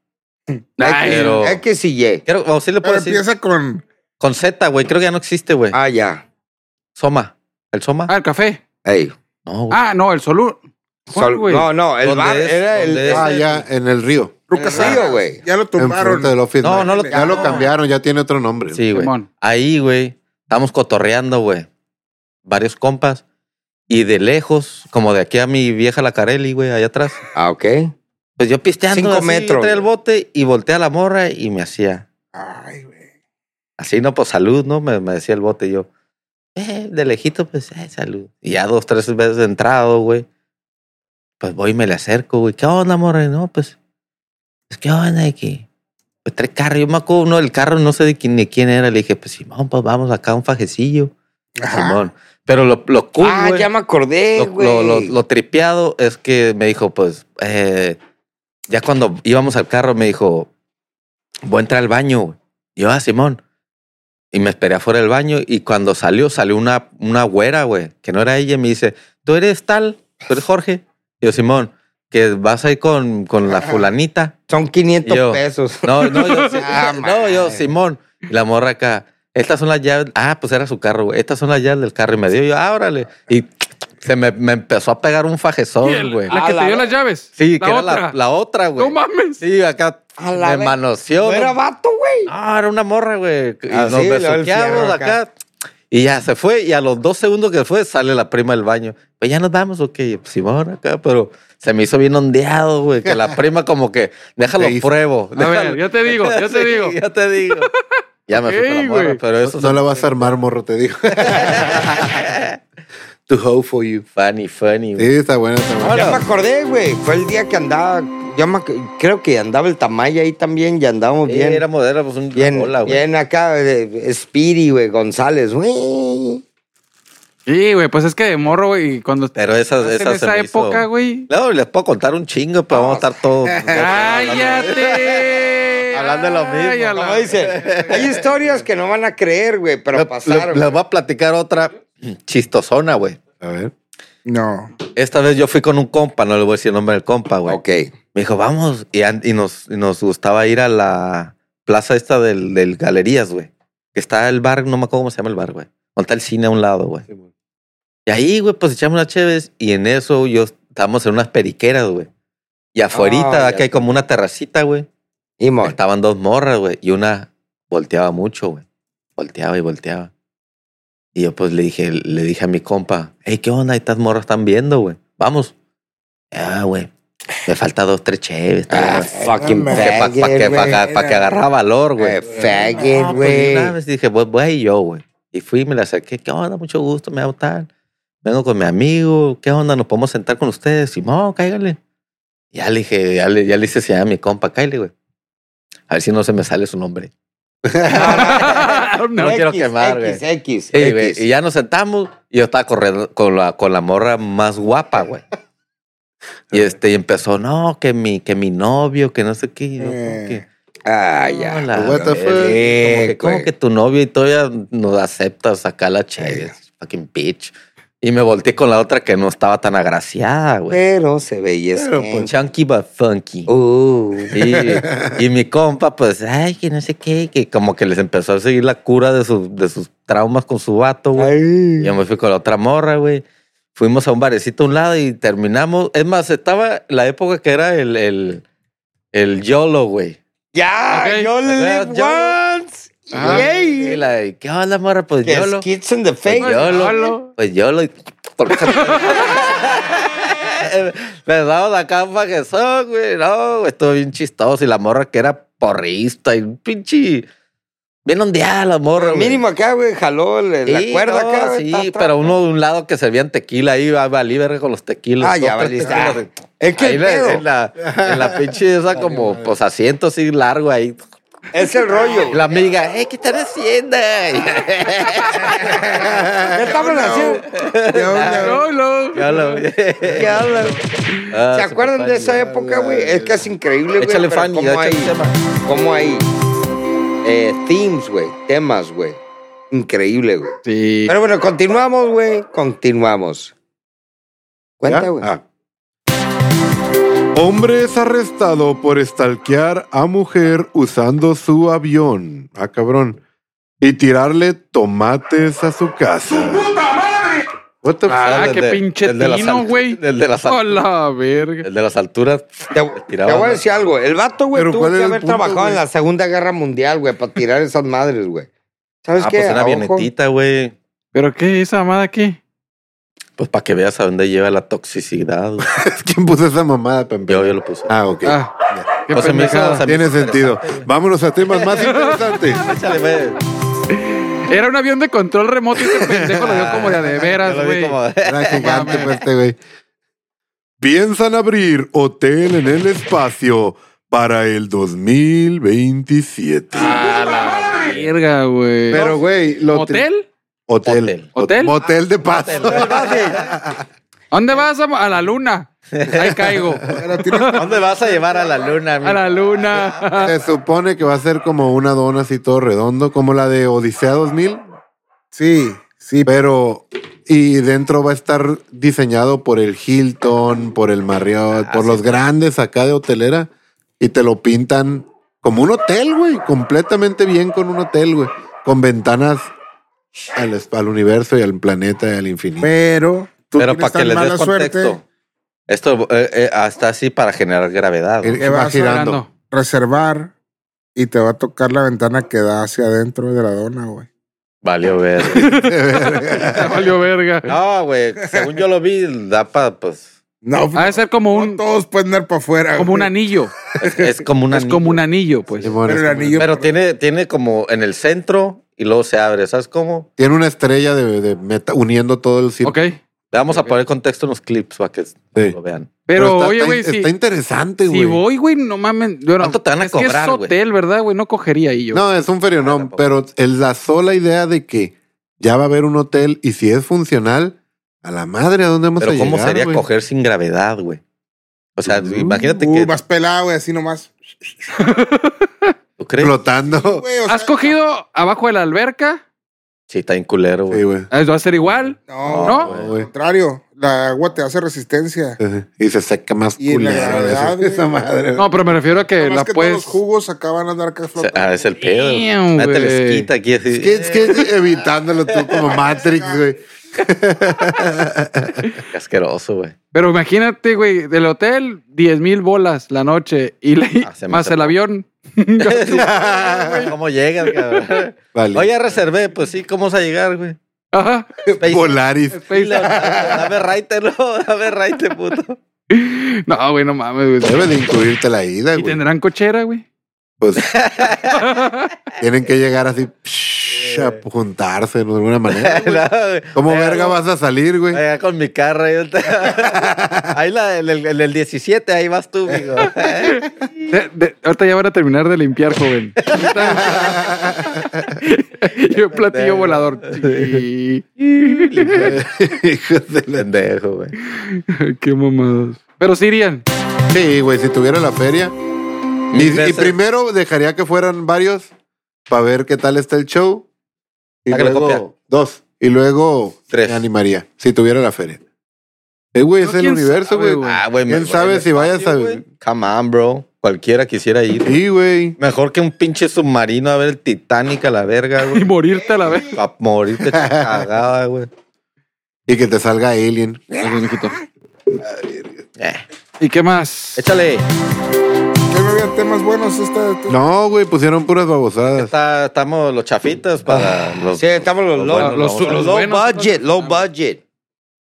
S2: Ay,
S3: pero-
S4: Es que sí, ye.
S3: Creo, o sí le puedo
S5: Pero
S3: decir.
S5: empieza con.
S3: Con Z, güey. Creo que ya no existe, güey.
S4: Ah, ya.
S3: Soma. ¿El Soma?
S2: Ah, el café.
S4: Ey.
S3: No, güey.
S2: Ah, no, el solur. ¿Cuál,
S4: Sol-
S2: güey?
S4: no, no, el
S3: ¿Dónde
S4: bar
S3: es?
S4: era el.
S3: ¿Dónde es?
S1: Ah, ya, en el río.
S4: Ruca Río, güey.
S5: Ya lo tumbaron.
S1: Enfrente del office.
S3: No,
S1: Max.
S3: no lo-
S1: ya lo
S3: no.
S1: cambiaron, ya tiene otro nombre.
S3: Sí, güey.
S2: Simón.
S3: Ahí, güey. Estamos cotorreando, güey. Varios compas. Y de lejos, como de aquí a mi vieja la Carelli, güey, allá atrás.
S4: Ah, ok.
S3: Pues yo pisteando.
S4: Cinco
S3: así,
S4: metros,
S3: Entré al
S4: güey.
S3: bote y volteé a la morra y me hacía.
S5: Ay, güey.
S3: Así, no, pues salud, ¿no? Me, me decía el bote y yo. Eh, de lejito, pues, eh, salud. Y ya dos, tres veces de entrado, güey. Pues voy y me le acerco, güey. ¿Qué onda, morra? Y No, pues. pues, ¿Qué onda aquí? Pues tres carros. Yo me acuerdo uno del carro, no sé de quién, ni quién era. Le dije, pues Simón, pues vamos acá a un fajecillo. Simón. Pero lo, lo cool,
S4: ah,
S3: güey,
S4: ya me acordé,
S3: lo,
S4: güey.
S3: lo- lo- lo tripeado es que me dijo, pues, eh, ya cuando íbamos al carro me dijo, voy a entrar al baño. güey. Y Yo, ah, Simón. Y me esperé afuera del baño y cuando salió, salió una, una güera, güey, que no era ella. Y me dice, ¿tú eres tal? ¿Tú eres Jorge? Y yo, Simón, que vas ahí con, con la fulanita.
S4: Son 500
S3: Yo.
S4: pesos.
S3: No, no,
S4: [laughs]
S3: yo, sí,
S4: Ah,
S3: no, yo,
S4: madre.
S3: Simón. Y la morra acá. Estas son las llaves. Ah, pues era su carro, güey. Estas son las llaves del carro. Y me dio yo, ah, órale. Y se me, me empezó a pegar un fajezón, güey.
S2: La que
S4: Ah,
S2: te
S4: la-
S2: dio las llaves.
S3: Sí,
S2: La
S3: que era
S2: otra.
S3: la, la otra, güey.
S2: No mames.
S3: Sí, acá
S4: A la
S3: me
S4: ve-
S3: manoseó.
S4: No era vato, güey.
S3: Ah, era una morra, güey. Y
S4: Ah,
S3: nos
S4: sí, luego el
S3: besuqueamos
S4: fierro
S3: acá.
S4: acá.
S3: Y ya se fue. Y a los dos segundos que fue, sale la prima del baño. Pues ya nos vamos, ok. Simón acá, pero se me hizo bien ondeado, güey. Que
S2: [laughs]
S3: la prima como que, déjalo
S1: Te hizo.
S3: pruebo.
S2: A ver, ya te
S3: [laughs]
S2: digo, ya te
S3: Sí,
S2: digo.
S3: Ya te digo. Ya me fui
S2: Ok,
S3: con la morra,
S2: güey.
S3: pero eso
S1: No, no la vas a armar, morro, te digo. To hoe for you.
S3: Funny, funny. güey.
S1: Sí, está buena, está buena.
S4: Ya me acordé, güey. Fue el día que andaba. Yo me ac- creo que andaba el Tamaya ahí también y andábamos
S3: Sí,
S4: bien.
S3: era modelo, pues un
S4: bien,
S3: bola, güey.
S4: bien acá, eh, Speedy, güey, González, güey.
S2: Sí, güey, pues es que de morro, güey, cuando
S3: Pero esas,
S2: estás
S3: esas
S2: en esa
S3: se me hizo-
S2: época, güey.
S3: No, les puedo contar un chingo, pero vamos a estar
S2: [laughs]
S3: todos.
S2: ¡Cállate!
S3: [laughs] Hablando de lo mismo.
S2: Ay, a la-
S4: ¿Cómo
S2: [laughs]
S4: dice?
S3: [laughs]
S4: Hay historias que no van a creer, güey, pero
S3: Le-
S4: pasaron.
S3: le- Les voy a platicar otra chistosona, güey.
S1: A ver.
S5: No.
S3: Esta vez yo fui con un compa, no le voy a decir el nombre del compa, güey.
S4: ok.
S3: Me dijo, vamos. Y, an- y nos, y nos gustaba ir a la plaza esta del, del Galerías, güey. Que está el bar, no me acuerdo cómo se llama el bar, güey. Donde está el cine a un lado, güey. Y ahí, güey, pues echamos unas cheves. Y en eso yo estábamos en unas periqueras, güey. Y afuerita,
S4: Ah,
S3: ¿verdad?
S4: ya
S3: que hay como una terracita, güey. [laughs]
S4: Imón.
S3: Estaban dos morras, güey. Y una volteaba mucho, güey. Volteaba y volteaba. Y yo pues le dije, le dije a mi compa, hey, ¿qué onda? Estas morras están viendo, güey. Vamos. Ah, güey. Me falta dos, tres cheves.
S4: Ah, fucking
S5: mames.
S3: para que,
S4: faggot, güey.
S5: pa-
S3: que agarrara valor, güey.
S4: Eh, Faggot,
S3: No, pues, de
S4: güey.
S3: una vez dije, voy, voy yo, güey. Y fui y me la acerqué. ¿Qué onda? Mucho gusto, me va a gustar. Vengo con mi amigo. ¿Qué onda? ¿Nos podemos sentar con ustedes? Simón, cáigale. Ya le dije, ya le, ya le hice señal a mi compa, cáigale, güey. A ver si no se me sale su nombre. No
S4: X,
S3: quiero quemar, güey.
S4: X, X,
S3: Sí, güey,
S4: X.
S3: Y ya nos sentamos y yo estaba corriendo con la, con la morra más guapa, güey. Y este, y empezó, no, que mi, que mi novio, que no sé qué. y yo, como
S5: Eh.
S3: que,
S4: Ah, ya.
S3: Hola,
S1: Pues, What the fuck?
S3: güey. Como que,
S4: Eh,
S3: como
S4: güey.
S3: que tu novio y todavía nos acepta sacar la chévere. Fucking bitch. Y me volteé con la otra que no estaba tan agraciada, güey. pues,
S4: Pero se veía
S1: Pero, pues.
S4: skin.
S3: Chunky but funky.
S4: Uh,
S3: Y, y mi compa, pues, ay, que no sé qué, que como que les empezó a seguir la cura de sus, de sus traumas con su vato, güey.
S4: ay.
S3: Yo me fui con la otra morra, güey. Fuimos a un barecito a un lado y terminamos. Es más, estaba la época que era el, el, el YOLO, güey.
S4: Ya,
S2: Ok.
S4: yo le
S3: Ajá,
S4: live
S3: yo-
S4: once.
S2: Ajá.
S3: Y
S4: Yay.
S3: la de, ¿qué onda, morra? Pues
S4: Que
S3: YOLO.
S4: Skits in the
S3: Pues
S4: face.
S3: YOLO. Pues YOLO. y-
S4: [laughs]
S3: Me daba la capa que son, güey. No, güey, estuvo bien chistoso. Y la morra que era porrista y un pinche... Bien ondeada la morra, güey.
S4: Mínimo acá, güey, jaló el- la
S3: Sí,
S4: cuerda
S3: no,
S4: acá. güey,
S3: Sí,
S4: ta, ta,
S3: pero
S4: ta.
S3: uno de un lado que servían tequila ahí, va valí verga con los tequilas.
S4: Ah, ya
S3: dos, tres
S4: valiste.
S3: tequilas.
S4: Es que
S3: Ahí
S4: el
S3: la-
S4: pedo,
S3: en, la, en la pinche
S4: [laughs]
S3: esa como, pues asiento así largo ahí.
S4: es
S3: [laughs]
S4: el rollo.
S3: La amiga, eh, ¿qué están haciendo? [laughs]
S4: ¿Qué estamos haciendo?
S5: ¿Qué onda?
S2: No, no.
S3: Ya lo-
S4: ¿Qué hablan?
S3: Ah,
S4: ¿Se
S3: su
S4: acuerdan
S3: papá
S4: de
S3: ni-
S4: esa época, güey? Es casi increíble, güey.
S3: Échale
S4: pero
S3: Fanny,
S4: ¿Cómo
S3: échale
S4: hay?
S3: tema.
S4: ¿Cómo hay? eh, themes, güey. Temas, güey. Increíble, güey.
S2: Sí.
S4: Pero bueno, continuamos, güey. Continuamos. Cuenta,
S1: ¿Ya?
S4: güey.
S1: Ah. Hombre es arrestado por estalquear a mujer usando su avión. Ah, cabrón. Y tirarle tomates a su casa. What the fuck?
S2: Ah,
S3: el
S2: qué
S3: de-
S2: pinche
S3: el de las
S2: tino,
S3: al-
S2: güey.
S3: el de las al-
S2: A la verga.
S3: El de las alturas. [laughs]
S4: Te,
S3: tiraba
S4: te voy a
S3: la-
S4: decir algo. El vato, güey,
S1: Pero
S4: tuvo
S1: ¿cuál
S4: que
S1: era el
S4: haber
S1: punto,
S4: trabajado en
S1: güey?
S4: la Segunda Guerra Mundial, güey, para tirar esas madres, güey. ¿Sabes
S3: Ah,
S4: qué?
S3: pues
S4: A
S3: una
S4: ojo.
S3: avionetita, güey.
S2: ¿Pero qué? ¿Esa mamada qué?
S3: Pues para que veas a dónde lleva la toxicidad. güey.
S1: ¿Quién puso esa mamada, Pempe?
S3: Yo, yo lo puse.
S1: Ah, ok.
S2: Ah, qué
S3: O sea, me hizo-
S2: pendejada.
S3: o sea,
S1: Tiene sentido. Vámonos a temas más interesantes.
S3: Échale, güey.
S2: Era un avión de control remoto y
S3: [laughs]
S2: ese pendejo lo vio como de a de veras,
S3: Ah, Yo lo vi
S2: güey.
S3: como-
S1: Era gigante,
S2: Mames.
S1: pues, este güey. Piensan abrir hotel en el espacio para el 2027.
S2: Verga, güey.
S1: Pero, güey, lo tri-
S2: ¿Hotel?
S1: Hotel.
S2: ¿Hotel?
S1: Motel de paso.
S2: ¿A ¿Dónde vas? am- A la
S3: [laughs]
S2: luna. Ahí caigo.
S3: ¿Dónde vas a llevar a la luna?
S2: A la luna.
S1: Se supone que va a ser como una dona así todo redondo, como la de Odisea 2000,
S5: Sí, sí.
S1: pero y dentro va a estar diseñado por el Hilton, por el Marriott, por los grandes acá de hotelera y te lo pintan como un hotel, güey, completamente bien con un hotel, güey, con ventanas al, es- al universo y al planeta y al infinito.
S5: Pero tú
S3: Pero para
S5: tienes
S3: que
S5: tan
S3: les des
S5: mala
S3: contexto.
S5: suerte
S3: Esto eh, eh, hasta así para generar gravedad.
S1: Eh,
S3: güey.
S5: que
S1: va [laughs]
S5: vas
S1: girando.
S5: reservar y te va a tocar la ventana que da hacia adentro de la dona, güey.
S3: Valió ver.
S2: Te valió verga.
S3: No, güey. Según yo lo vi, da para, pues.
S5: No,
S2: Ha de ser como
S5: no
S2: un,
S5: todos pueden dar para afuera.
S2: como un
S5: güey.
S2: anillo.
S3: Es, es como una.
S2: Es como un anillo, pues.
S1: Simón,
S5: Pero
S1: es
S5: el
S1: como-
S5: anillo.
S3: Pero tiene, tiene como en el centro y luego se abre. ¿Sabes cómo?
S1: Tiene una estrella de, de meta uniendo todo el círculo.
S2: Ok.
S3: Le vamos a poner contexto en los clips para que lo vean.
S2: Pero,
S1: está-
S2: oye,
S1: está-
S2: güey, si,
S1: Está interesante, güey.
S2: si voy, güey, no mames. Bueno,
S3: ¿Cuánto te van a
S2: es que
S3: cobrar,
S2: es
S3: güey?
S2: hotel, ¿verdad, güey? No cogería ahí yo. Ah,
S1: No, es un ferionón,
S3: tampoco.
S1: pero el- la sola idea de que ya va a haber un hotel y si es funcional, a la madre, ¿a dónde hemos
S3: Pero
S1: llegado?
S3: ¿cómo sería coger sin gravedad, güey? O sea,
S1: Uh,
S3: imagínate
S5: Uh,
S3: que.
S5: vas pelado, güey, así nomás.
S3: ¿Tú crees?
S1: Flotando.
S5: Güey, o sea,
S2: ¿Has cogido abajo de la alberca?
S3: Sí, está bien culero, güey.
S1: Sí, güey.
S2: Ah, Va a ser igual.
S5: No,
S2: ¿No?
S5: al
S1: No, güey.
S5: contrario. La agua te hace resistencia.
S1: Ajá. Y se seca más
S5: Y la
S1: culero de
S5: gravedad,
S1: esa,
S5: güey.
S1: esa [laughs] madre. güey.
S2: No, pero me refiero a que
S5: Nomás
S2: la pues-
S5: que todos
S2: puedes.
S5: los jugos acaban a andar acá
S3: O sea,
S5: flotando.
S3: ah, es el pedo. güey.
S2: Damn,
S3: Ah, te les
S2: güey.
S3: quita aquí así.
S1: Es que, es que evitándolo tú
S3: [laughs]
S1: como Matrix, güey.
S3: Qué [laughs]
S2: [laughs]
S3: asqueroso, güey.
S2: Pero imagínate, güey, del hotel, 10 mil bolas la noche y la-
S3: Ah, se me
S2: más
S3: hace
S2: el
S3: poco.
S2: avión.
S3: ¿Cómo llegas, cabrón?
S1: Vale.
S3: Oye, reservé, pues sí, ¿cómo vas a
S2: [laughs]
S3: llegar, güey?
S2: Ajá.
S3: Space-
S1: Volaris.
S2: Space-
S3: Dame raite, no, [laughs] dame raite, puto.
S2: [laughs] No, güey, no mames, güey.
S1: Debe de incluirte la ida,
S2: ¿Y
S1: güey.
S2: tendrán cochera, güey? [laughs]
S1: Pues, tienen que llegar así psh, a juntarse de alguna
S3: [laughs]
S1: manera. güey.
S3: [laughs] No, güey.
S1: ¿Cómo
S3: Oiga,
S1: verga
S3: no,
S1: vas a salir, güey?
S3: oiga, con mi carro. Ahí,
S1: [laughs]
S3: ahí la, en, el, en el 17, ahí vas tú,
S1: [laughs]
S3: mijo.
S2: De- de- ahorita ya van a terminar de limpiar, joven. y un platillo volador. Sí.
S1: Hijos de la-
S3: Pendejo, güey.
S2: [laughs] Qué mamadas. Pero sí irían.
S1: Sí, güey, si tuviera la feria. Y,
S3: Mil
S1: y
S3: veces.
S1: primero dejaría que fueran varios para ver qué tal está el show. Y
S3: Sácale
S1: luego
S3: copia.
S1: dos. Y luego
S3: Tres.
S1: me animaría si tuviera la feria. Eh, güey,
S2: No,
S1: es el
S2: quién
S1: universo,
S2: sabe,
S1: güey.
S2: güey.
S3: Ah, güey.
S1: ¿Quién
S3: me-
S1: sabe
S3: el
S1: si vayas
S3: espacio,
S1: a-
S3: güey? Come on, bro. Cualquiera quisiera ir.
S1: Sí, güey.
S3: Mejor que un pinche submarino a ver el Titanic a la verga,
S2: Y
S3: güey.
S2: morirte a la vez.
S3: A morirte cagada, güey.
S1: Y que te salga Alien.
S3: Eh,
S2: ¿Y qué más?
S3: échale.
S5: Que no había temas buenos esta.
S1: No, güey, pusieron puras babosadas.
S3: Está- estamos los chafitas
S1: Ah,
S3: para los.
S4: Sí, estamos los low,
S3: Los- los-
S4: low
S2: los buenos.
S4: budget, low budget.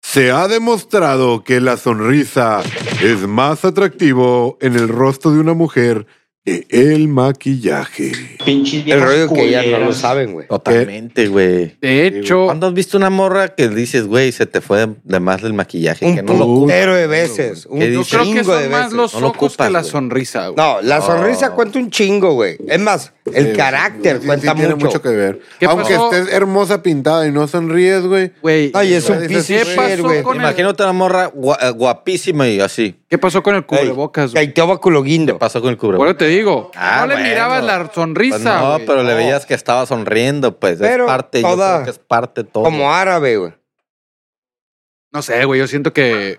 S1: Se ha demostrado que la sonrisa es más atractivo en el rostro de una mujer que el maquillaje.
S6: Pinches
S4: El
S6: viejas
S4: rollo que ya no lo
S6: culeras.
S4: saben, güey.
S3: Totalmente, güey.
S2: De hecho,
S3: ¿Cuándo has visto una morra que dices, güey, se te fue de, de más el maquillaje? que
S4: Un
S3: no lo
S4: putero de veces. Un
S3: ¿Qué
S2: yo
S3: dices?
S2: creo que
S4: chingo de
S2: son más
S4: veces.
S2: los
S3: No lo
S2: ojos
S3: ocupas,
S2: que la
S3: güey.
S2: sonrisa, güey.
S4: No, la sonrisa
S3: Oh.
S4: cuenta un chingo, güey. Es más, el
S1: Sí,
S4: carácter
S1: sí,
S4: cuenta
S1: sí, tiene
S4: mucho.
S1: mucho que ver.
S2: ¿Qué
S1: Aunque
S2: pasó?
S1: estés hermosa pintada y no sonríes, güey.
S2: Güey,
S4: Ay, es un
S1: ¿Qué
S4: piece
S2: pasó
S4: of shit, güey.
S2: con-
S3: Imagínate una morra gua- eh, guapísima y así.
S2: ¿qué pasó con el
S4: Ey,
S2: cubrebocas, güey?
S4: Caiteaba culo guindo.
S3: Pasó con el
S2: Por
S3: cubrebocas.
S2: eso te digo,
S3: Ah,
S2: no le
S3: bueno.
S2: mirabas la
S3: Pues
S2: sonrisa,
S3: no,
S2: güey.
S3: pero le
S4: no.
S3: veías que estaba sonriendo, pues.
S4: Pero
S3: es parte, yo
S4: toda-
S3: creo que es parte todo.
S4: Como árabe, güey.
S2: No sé, güey, yo siento que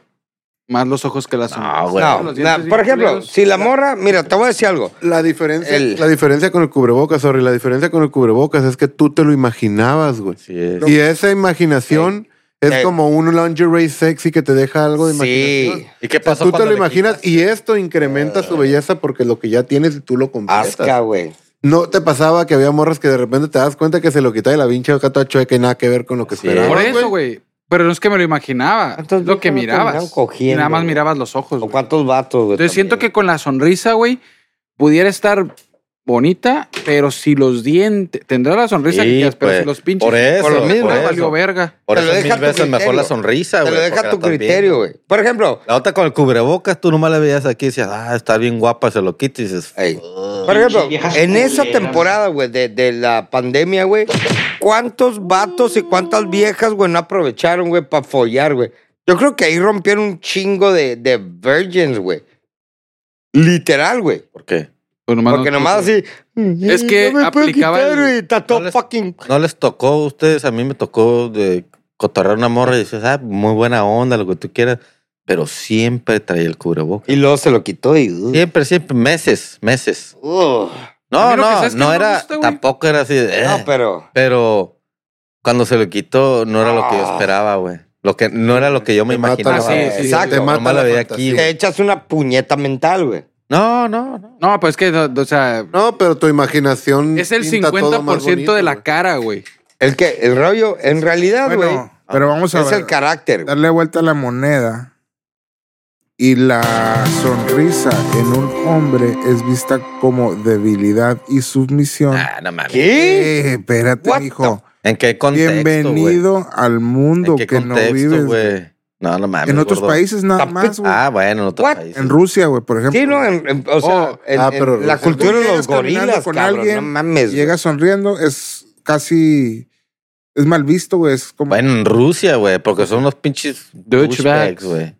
S2: más los ojos que la sonrisa.
S3: No, güey.
S4: No,
S2: los dientes
S4: no,
S2: bien
S4: por ejemplo,
S2: culeros.
S4: si la morra, mira, te voy a decir algo.
S1: La diferencia,
S4: El-
S1: la diferencia con el cubrebocas, sorry, la diferencia con el cubrebocas es que tú te lo imaginabas, güey.
S3: Así es.
S1: Y esa imaginación es
S4: Sí.
S1: como un lingerie sexy que te deja algo de imaginación.
S4: Sí,
S3: ¿Y qué
S1: O sea,
S3: pasó
S1: tú te
S3: cuando
S1: lo
S3: le
S1: imaginas
S3: quitas?
S1: y esto incrementa su belleza porque lo que ya tienes y tú lo completas.
S4: asca, güey.
S1: ¿No te pasaba que había morras que de repente te das cuenta que se lo quitaba y la pinche acá toda chueca y nada que ver con lo que
S3: Sí.
S1: esperabas?
S2: Por
S3: Ah,
S2: eso, güey. Pero no es que me lo imaginaba.
S4: ¿Cuántas
S2: es lo que
S4: viejas no
S2: mirabas.
S4: terminaron cogiendo,
S2: Y nada más
S4: güey?
S2: mirabas los ojos.
S4: ¿O
S2: güey.
S4: cuántos vatos, güey?
S2: Entonces siento que con la sonrisa, güey, pudiera estar bonita, pero si los dientes. Tendrá la sonrisa
S3: Sí,
S2: que quieras, pero
S3: pues,
S2: si los pinches.
S3: por eso,
S2: por lo
S3: por
S2: mismo,
S3: eso.
S2: valió verga.
S3: Por
S4: Te lo
S3: eso
S4: deja
S3: mil
S4: a tu
S3: veces mejor
S4: criterio.
S3: la sonrisa,
S4: Te
S3: güey.
S4: lo deja
S3: porque la
S4: a tu
S3: estás viendo.
S4: criterio, güey. Por ejemplo,
S3: La otra con el cubrebocas, tú nomás la veías aquí y decías, ah, está bien guapa, se lo quitas y dices,
S4: ey, por ejemplo,
S6: viejas
S4: en esa
S6: culeras.
S4: temporada, güey, de, de la pandemia, güey, ¿cuántos vatos y cuántas viejas, güey, no aprovecharon, güey, para follar, güey? Yo creo que ahí rompieron un chingo de, de virgins, güey. Literal, güey.
S3: ¿por qué?
S2: Pues nomás
S4: Porque
S2: no-
S4: nomás así.
S2: Es que
S4: no me puedo
S2: aplicaba
S4: quitar,
S2: el-
S4: güey, está todo
S3: no les-
S4: fucking.
S3: ¿No les tocó a ustedes? A mí me tocó de cotorrear una morra y dices, ah, muy buena onda, lo que tú quieras. Pero siempre traía el cubrebocas.
S4: Y luego se lo quitó y. uh,
S3: Siempre, siempre, meses, meses.
S4: uh.
S2: A
S3: No,
S2: mí lo que
S3: no,
S2: sabes que
S3: no
S2: no me
S3: era,
S2: gusta, güey.
S3: tampoco era así de, eh,
S4: No, pero.
S3: pero cuando se lo quitó no era lo que yo
S4: Ah.
S3: esperaba, güey. Lo que, no era lo que yo me
S1: Te mata
S3: imaginaba.
S1: la
S2: Ah, sí, sí,
S1: fantasía,
S4: exacto.
S1: Te mata
S3: Nomás la
S1: la
S3: veía
S1: fantasía.
S3: aquí,
S4: Te
S3: güey.
S4: echas una puñeta mental, güey.
S3: No, no, no.
S2: No, pues es que, no- o sea.
S1: No, pero tu imaginación.
S2: Es el
S1: pinta todo más
S2: 50% de la
S1: bonito,
S2: cara, güey.
S4: El que, el rollo, en realidad, güey,
S5: Bueno, pero vamos a
S4: es
S5: ver.
S4: el carácter. güey.
S5: darle vuelta a la moneda y la sonrisa en un hombre es vista como debilidad y submisión.
S3: Ah, no mames.
S4: ¿Qué?
S5: Eh, espérate,
S4: What
S5: hijo.
S3: ¿En qué contexto, güey?
S5: Bienvenido al mundo
S3: ¿En qué
S5: que no
S3: contexto,
S5: vives.
S3: güey? No, no
S4: Ah,
S3: mames.
S5: En otros
S3: gordo.
S5: países nada
S4: Tampi-
S5: más, güey.
S3: Ah, bueno, en otros
S4: What?
S3: países.
S5: en Rusia, güey, por ejemplo.
S4: Sí, no, en- en- o sea,
S2: Oh,
S4: en-
S1: ah,
S4: en
S1: pero
S4: la
S1: tú
S4: cultura de los
S5: llegas caminando
S4: gorilas,
S5: con
S4: cabrón,
S5: alguien
S4: no mames. güey.
S5: Llega sonriendo, es casi. Es mal visto, güey. Es como.
S3: Bueno, en Rusia, güey, porque son unos pinches
S2: Douchebags.
S3: douchebags, güey.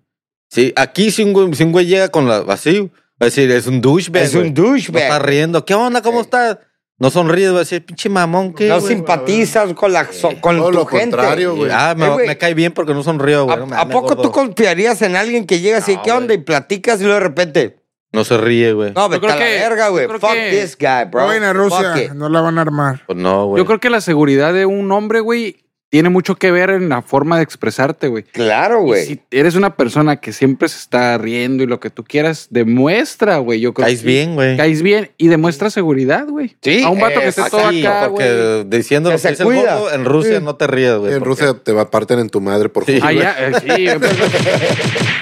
S3: Sí, aquí si un güey, si un güey llega con la así, va a decir, es un douchebag.
S4: Es un
S3: güey. No
S4: douchebag.
S3: está riendo. ¿Qué onda? ¿Cómo
S4: Sí.
S3: estás? No sonríes, va a decir, pinche mamón, ¿qué?
S4: Eh. no
S3: güey?"
S4: simpatizas con la so- con
S1: Todo
S4: tu
S1: lo
S4: gente.
S1: contrario, güey.
S3: Ah, me,
S4: Eh, güey.
S3: me cae bien porque no sonrío, güey. No
S4: ¿A,
S3: mames,
S4: a poco
S3: gordo.
S4: tú confiarías en alguien que llega así,
S3: No,
S4: qué onda?
S3: güey.
S4: Y platicas y luego de repente,
S3: No se ríe, güey.
S4: no, vete
S2: creo
S4: a la
S2: que-
S4: verga,
S2: yo
S4: güey.
S2: creo
S4: Fuck
S2: que-
S4: this guy, bro.
S5: No vayan a
S4: Fuck it.
S5: Rusia, no la van a armar.
S3: Pues no, güey.
S2: Yo creo que la seguridad de un hombre, güey, tiene mucho que ver en la forma de expresarte, güey.
S4: Claro,
S2: Y
S4: güey.
S2: Si eres una persona que siempre se está riendo y lo que tú quieras, demuestra, güey. Yo creo
S3: Caes
S2: que-
S3: bien, güey.
S2: Caes bien y demuestra seguridad, güey.
S4: Sí,
S2: A un vato que esté
S4: exacto.
S2: todo
S3: Sí,
S2: acá,
S3: [laughs]
S2: güey.
S3: porque diciendo lo
S4: Que se
S3: que dice el
S4: cuida.
S3: gordo, en Rusia no te rías, güey.
S1: en
S3: porque-
S1: Rusia te va- parten en tu madre por
S3: Sí.
S1: justo.
S2: Allá, eh, sí,
S3: [laughs]
S2: güey.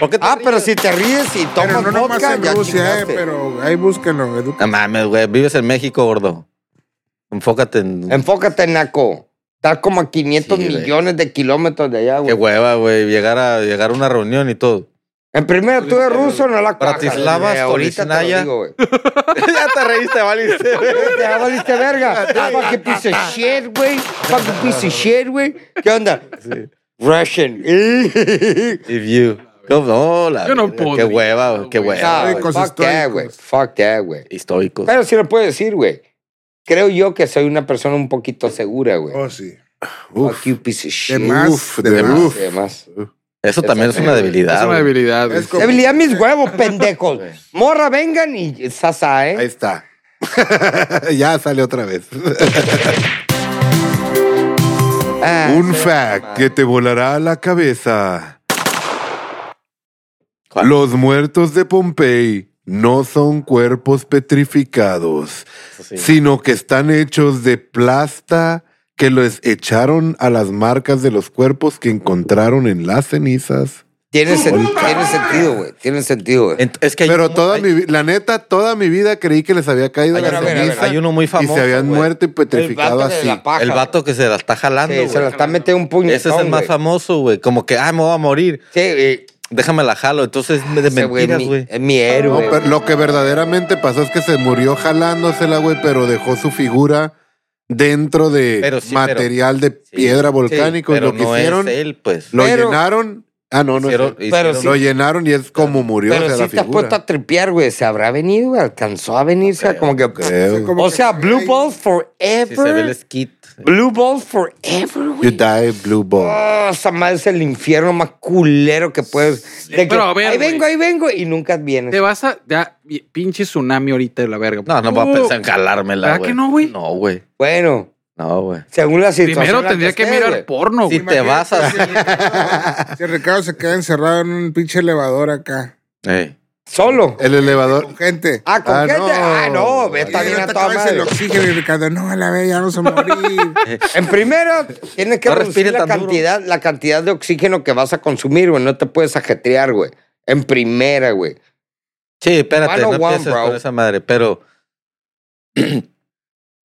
S3: ¿Por qué te
S4: Ah,
S3: ríes?
S4: pero si te ríes y tomas
S5: Pero no nomás
S4: vodka,
S5: en
S4: ya
S5: Rusia, eh,
S4: chingaste.
S5: pero ahí búsquenlo. edu-
S3: No mames, güey. Vives en México, gordo. Enfócate en.
S4: Enfócate, Naco. Estás como a 500
S3: Sí, güey.
S4: millones de kilómetros de allá,
S3: Qué
S4: güey.
S3: hueva, güey. Llegar a, llegar a una reunión y
S4: [laughs]
S3: todo.
S4: En primera, tú de ruso no la cuajas.
S3: Bratislava,
S4: güey. ahorita te lo
S3: Stolichnaya.
S4: digo, güey.
S3: ya te reíste, valiste, güey.
S4: Ya valiste verga. Fucking piece of shit, güey. Fucking piece of shit, güey. ¿Qué onda? Russian. [laughs]
S3: If you. ¿Cómo? No, la
S2: Yo no
S3: verga, Qué
S2: podría,
S3: hueva, güey. Qué
S2: güey. Ah,
S3: hueva.
S4: No,
S3: güey.
S5: Históricos,
S4: fuck that,
S5: históricos.
S4: Ah, güey. Fuck that, güey.
S3: Históricos.
S4: Pero sí lo puedo decir, güey. Creo yo que soy una persona un poquito segura, güey.
S5: Oh, sí.
S4: Fuck you, piece of shit. Ah,
S5: De más,
S1: Uf,
S5: de,
S1: de
S5: más. [laughs]
S1: más.
S4: Y demás.
S3: Eso también es una debilidad.
S2: Es una
S3: güey.
S2: debilidad, güey.
S5: Es como-
S4: Debilidad
S1: [laughs]
S4: mis huevos, pendejos. Morra, vengan y sasa,
S1: Ahí
S4: ¿eh?
S1: está. [laughs] ya sale otra vez.
S4: Ah,
S1: Un
S4: sí,
S1: fact que te volará la cabeza.
S3: ¿Cuál?
S1: Los muertos de Pompey no son cuerpos petrificados,
S3: Eso sí.
S1: sino que están hechos de plasta que los echaron a las marcas de los cuerpos que encontraron en las cenizas.
S4: Tiene, sen- tiene sentido, güey. Tiene sentido, güey.
S3: Ent- Es que hay
S1: Pero
S3: uno-
S1: toda
S3: hay-
S1: mi vi- la neta, toda mi vida creí que les había caído
S4: Ay,
S1: la
S4: a ver, a ver,
S1: ceniza
S3: hay uno muy famoso.
S1: y se habían
S3: güey.
S1: muerto y
S4: El
S1: petrificado
S4: vato de
S1: así.
S4: la paja.
S3: El vato que se la está
S4: Sí,
S3: jalando.
S4: se la
S3: güey.
S4: está metiendo un puñetón,
S3: Ese es el más
S4: güey.
S3: famoso, güey. Como que, ah, me voy a morir.
S4: Sí, eh,
S3: Déjame la jalo. Entonces, de
S4: ese güey es
S3: mentiras,
S4: mi- eh,
S3: güey.
S4: Es mi héroe.
S1: No, pero lo que verdaderamente pasó es que se murió jalándosela, güey, pero dejó su figura dentro de
S3: Pero sí,
S1: material de
S3: sí,
S1: piedra volcánico. y
S3: Pero
S1: lo que
S3: no
S1: hicieron,
S3: es él, pues.
S1: lo
S4: Pero-
S1: llenaron. Ah, no, no. es
S3: Hicieron-
S1: él.
S3: hicieron-
S4: sí.
S1: Lo llenaron y es como murió o
S4: Pero
S1: sea,
S4: si
S1: la
S4: te has
S1: figura.
S4: puesto a tripear, güey. ¿Se habrá venido? güey? ¿Alcanzó a venir? O sea,
S3: creo,
S4: como que...
S1: Creo.
S5: como
S4: O
S5: que-
S4: sea, Blue Balls
S3: Sí, se ve el
S4: Forever.
S3: skit.
S4: Blue Balls Forever,
S1: You
S4: güey.
S1: die blue ball.
S4: Oh, esa madre es el infierno más culero que puedes. De que,
S2: pero a ver,
S4: ahí
S2: güey.
S4: vengo, ahí vengo. Y nunca vienes.
S2: Te vas a. Ya, pinche tsunami ahorita de la verga.
S3: No, no voy a
S2: Uh,
S3: pensar en jalármela, güey.
S2: ¿Verdad que no, güey?
S3: No, güey.
S4: Bueno,
S3: No, güey.
S4: según la situación. en
S2: Primero
S4: la
S2: tendría que,
S4: estés,
S2: mirar
S4: güey.
S2: porno,
S3: Si
S2: güey.
S3: te vas a...
S5: Si Ricardo se queda encerrado en un pinche elevador acá.
S3: [laughs] Ey.
S4: Solo.
S1: El elevador.
S5: Con gente.
S4: Ah, ¿con
S1: Ah,
S4: qué te-
S1: no.
S4: Ah, no, ve, está
S5: Y
S4: bien
S5: no
S4: a
S5: te
S4: toda
S5: acabes el
S4: madre.
S5: oxígeno y Ricardo, no, a la vez ya no
S4: [laughs]
S5: se morir.
S4: En primero, tienes que
S3: No
S4: reducir
S3: respire
S4: la
S3: tan duro.
S4: cantidad, la cantidad de oxígeno que vas a consumir, güey. No te puedes ajetrear, güey. En primera, güey.
S3: Sí, espérate, no
S4: One on one,
S3: empieces
S4: bro.
S3: con esa madre, pero... [clears throat]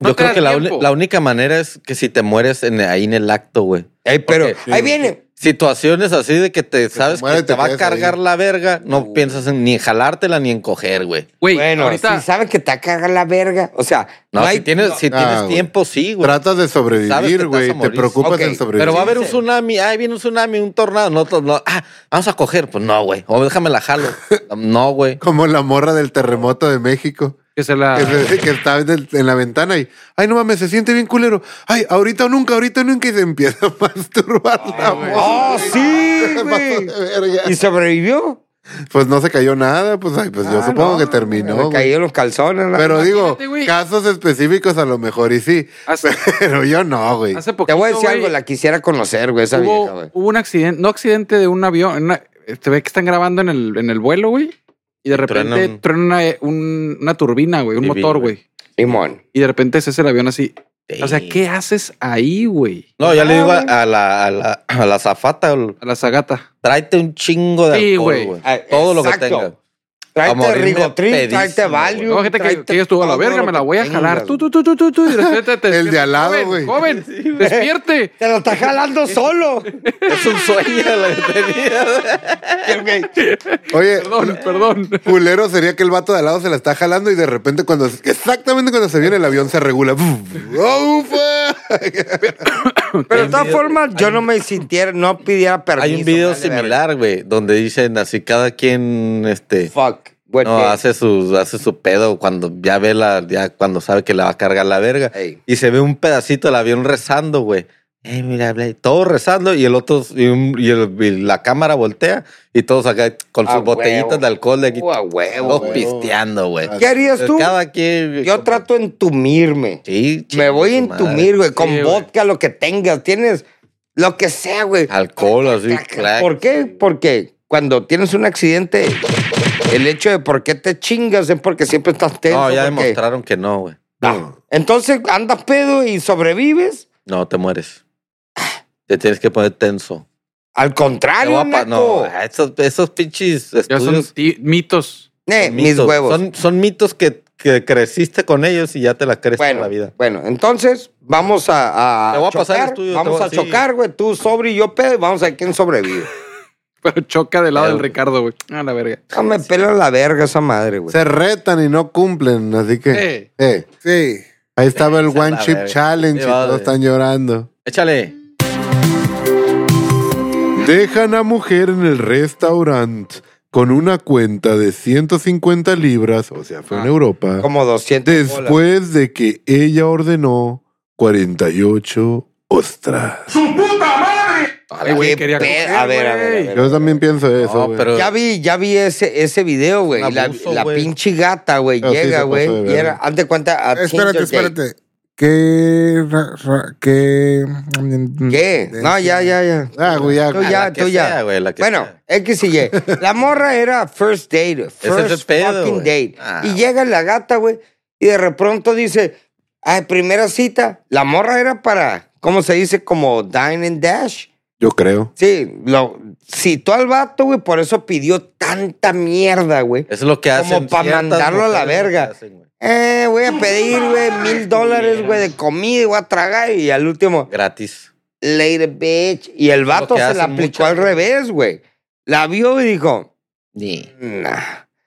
S2: No
S3: Yo
S2: te
S3: creo
S2: da
S3: que la, uni-
S2: tiempo.
S3: la única manera es que si te mueres en, ahí en el acto, güey.
S4: Ey, pero
S3: Ok,
S4: ahí viene.
S3: Situaciones así de que te sabes
S1: mueres,
S3: que te
S1: te
S3: va a
S1: quedas
S3: cargar
S1: ahí.
S3: la verga, no
S4: Uh.
S3: piensas en ni en jalártela ni en coger, güey.
S2: Güey,
S4: bueno,
S2: ahorita.
S4: si sabes que te va a cagar la verga. O sea,
S3: No,
S4: no, hay.
S3: si tienes, si
S1: no.
S3: tienes
S1: Ah, güey.
S3: tiempo, sí, güey.
S1: Tratas de
S3: Sabes que te
S1: sobrevivir,
S3: vas a
S1: güey. Te
S3: morir.
S1: preocupas
S4: Ok,
S1: en sobrevivir.
S3: Pero va a haber un
S4: Sí.
S3: tsunami, ay, viene un tsunami, un tornado. No, to- no, ah, vamos a coger. Pues no, güey. O déjame la jalo. No, güey.
S1: Como la morra del terremoto de México.
S2: Que se la.
S3: Ah.
S1: Que,
S4: [laughs]
S1: se- que está en, el- en la ventana y, ay, no mames, se siente bien culero. Ay, ahorita o nunca, ahorita o nunca, y se empieza a masturbar
S3: Ah,
S1: la morra.
S4: ¡Oh, sí,
S1: [laughs] Se pasó
S4: güey!
S1: de verga.
S4: ¿Y sobrevivió?
S1: Pues no se cayó nada, pues, ay, pues yo
S4: Ah,
S1: supongo
S4: no,
S1: que terminó.
S4: Le
S1: Oh, güey.
S4: cayeron los calzones. la-
S1: Pero digo,
S2: güey.
S1: casos específicos a lo mejor y sí. [laughs]
S2: Hace-
S1: Pero yo no, güey.
S2: Hace poquito.
S4: Te voy a decir algo,
S2: güey,
S4: la quisiera conocer, güey, esa
S2: hubo,
S4: vieja, güey.
S2: hubo un accidente, no accidente de un avión. en una- se ve que están grabando en el, en el vuelo, güey. Y de repente
S3: truena un-
S2: truena, una, un- una turbina, güey, un
S3: Sí, vi,
S2: motor,
S3: güey.
S2: güey.
S4: Simón.
S2: Y de repente se hace el avión así. O sea,
S3: Sí.
S2: ¿qué haces ahí, güey?
S3: No, ya le digo a, a la, a, la, a la zafata,
S2: A la zagata.
S3: tráete un chingo de
S2: Sí,
S3: alcohol,
S2: güey.
S3: güey.
S4: Ah,
S3: Todo lo que
S4: exacto.
S3: tengas.
S4: [laughs]
S3: A
S4: Tráete
S3: morirme
S4: Rigotril,
S3: pedísimo,
S4: tráete
S3: güey.
S4: Valium.
S2: No, gente que,
S4: tráete
S2: que ya estuvo a la
S4: todo
S2: verga,
S4: lo
S2: me la
S4: que
S2: voy a
S4: tengas,
S2: jalar.
S4: güey.
S2: Tú, tú, tú, tú, tú, tú. Y de repente te
S1: El de al lado,
S2: despiertas,
S1: güey.
S2: Joven, joven, despierte.
S4: Te lo
S2: [laughs]
S4: está jalando solo.
S3: Es un sueño lo que tenía.
S4: Y
S3: [laughs]
S4: el güey,
S1: Oye,
S2: Perdón, perdón.
S1: culero sería que el vato de al lado se la está jalando y de repente cuando exactamente cuando se viene el avión se regula. [laughs] ¡Oh, ufa!
S4: Pero de todas
S3: video-
S4: formas, yo no me sintiera, no pidiera permiso.
S3: Hay un video
S4: vale, verga.
S3: similar, güey, donde dicen así cada quien, este,
S4: Fuck. güey,
S3: no
S4: que-
S3: hace su, hace su pedo cuando ya ve la, ya cuando sabe que le va a cargar la verga.
S4: Ey.
S3: Y se ve un pedacito del avión rezando, güey. Ey, mira, bla, y todos rezando y el otro, y, un- y el- y la cámara voltea y todos acá con
S4: A
S3: sus botellitas
S4: Ah, huevo.
S3: de alcohol de aquí.
S4: Uh, a huevo,
S3: todos
S4: güey.
S3: pisteando, güey.
S4: ¿Qué harías tú?
S3: Cada quien.
S4: Yo trato de entumirme.
S3: Sí,
S4: me voy a
S3: chinga su madre.
S4: entumir, güey, con
S2: Sí, güey.
S4: vodka, lo que tengas. Tienes Lo que sea, güey.
S3: Alcohol, así, clac.
S4: ¿Por qué? Porque cuando tienes un accidente, el hecho de por qué te chingas es porque siempre estás tenso.
S3: No, ya
S4: porque-
S3: demostraron que no, güey.
S4: Ah, entonces andas pedo y sobrevives.
S3: No, te mueres. Te tienes que poner tenso.
S4: Al
S3: Te
S4: contrario,
S3: voy a pa-
S4: naco.
S3: no, eh, esos, esos pinches
S2: Ya son
S3: estudios.
S2: ti- mitos.
S4: Eh,
S3: son
S4: mis
S3: mitos.
S4: huevos.
S3: Son, son mitos que, que creciste con ellos y ya te la crees
S4: bueno,
S3: en la vida.
S4: bueno, entonces vamos a, a
S3: Te voy a pasar el
S4: chocar,
S3: estudio, te
S4: vamos
S3: voy a-
S4: a
S3: sí.
S4: chocar, güey, tú sobre y yo pedo y vamos a ver quién
S3: [laughs]
S4: sobrevive.
S2: Pero choca del lado
S3: Ya,
S2: del
S3: güey.
S2: Ricardo, güey. A la verga.
S4: No me pela la verga esa madre, güey.
S1: Se retan y no cumplen, así que.
S2: Eh,
S1: eh,
S5: Sí.
S1: ahí estaba el
S3: Esa es
S1: One
S3: la
S1: Chip
S3: verga.
S1: Challenge y
S3: Sí, va,
S1: todos
S3: güey.
S1: están llorando.
S3: Échale.
S1: Dejan a mujer en el restaurante con una cuenta de 150 libras, o sea, fue en
S2: Ah,
S1: Europa.
S4: Como 200 bolas.
S1: Después de que ella ordenó 48 ostras.
S2: ay, güey,
S4: Qué
S2: quería
S4: pe-
S2: coger,
S4: a ver, a ver, a
S2: güey.
S4: ver.
S1: Yo también pienso eso,
S3: No,
S1: güey.
S3: pero
S4: Ya vi, ya vi ese, ese video, güey.
S3: Un
S4: y La,
S3: abuso,
S4: la
S3: güey.
S4: pinche gata, güey,
S1: Ah, sí, se
S4: llega,
S1: pasó de
S4: güey. Y
S1: verga.
S4: era, haz de cuenta, a
S5: Ah, Espérate,
S4: Tinder Gate.
S5: espérate. ¿Qué? ra- ra- ¿Qué? Este,
S4: ¿Qué? No, ya, ya, ya.
S1: Ah, güey, ya.
S4: Tú ya,
S3: la que
S4: tú ya.
S3: sea, güey, la que
S4: bueno,
S3: sea.
S4: X y Y. La morra era
S3: [laughs]
S4: first date,
S3: es el
S4: first
S3: pedo,
S4: fucking
S3: güey.
S4: date.
S3: Ah,
S4: y
S3: güey.
S4: llega la gata, güey, y de repronto dice, ay, primera cita. La morra era para, ¿cómo se dice? Como dine and dash.
S1: Yo creo.
S4: Sí, lo citó al vato, güey, por eso pidió tanta mierda, güey.
S3: es lo que hacen.
S4: pa'
S3: ciertas
S4: mandarlo a la
S3: mujeres lo que
S4: verga.
S3: hacen, güey.
S4: Eh, voy a pedir, güey, mil dólares, güey, de comida y voy a tragar. Y al último,
S3: Gratis.
S4: later, bitch. Y el vato
S3: que
S4: se la
S3: hacen
S4: aplicó
S3: muchas,
S4: al
S3: güey.
S4: revés, güey. La vio y dijo, nah,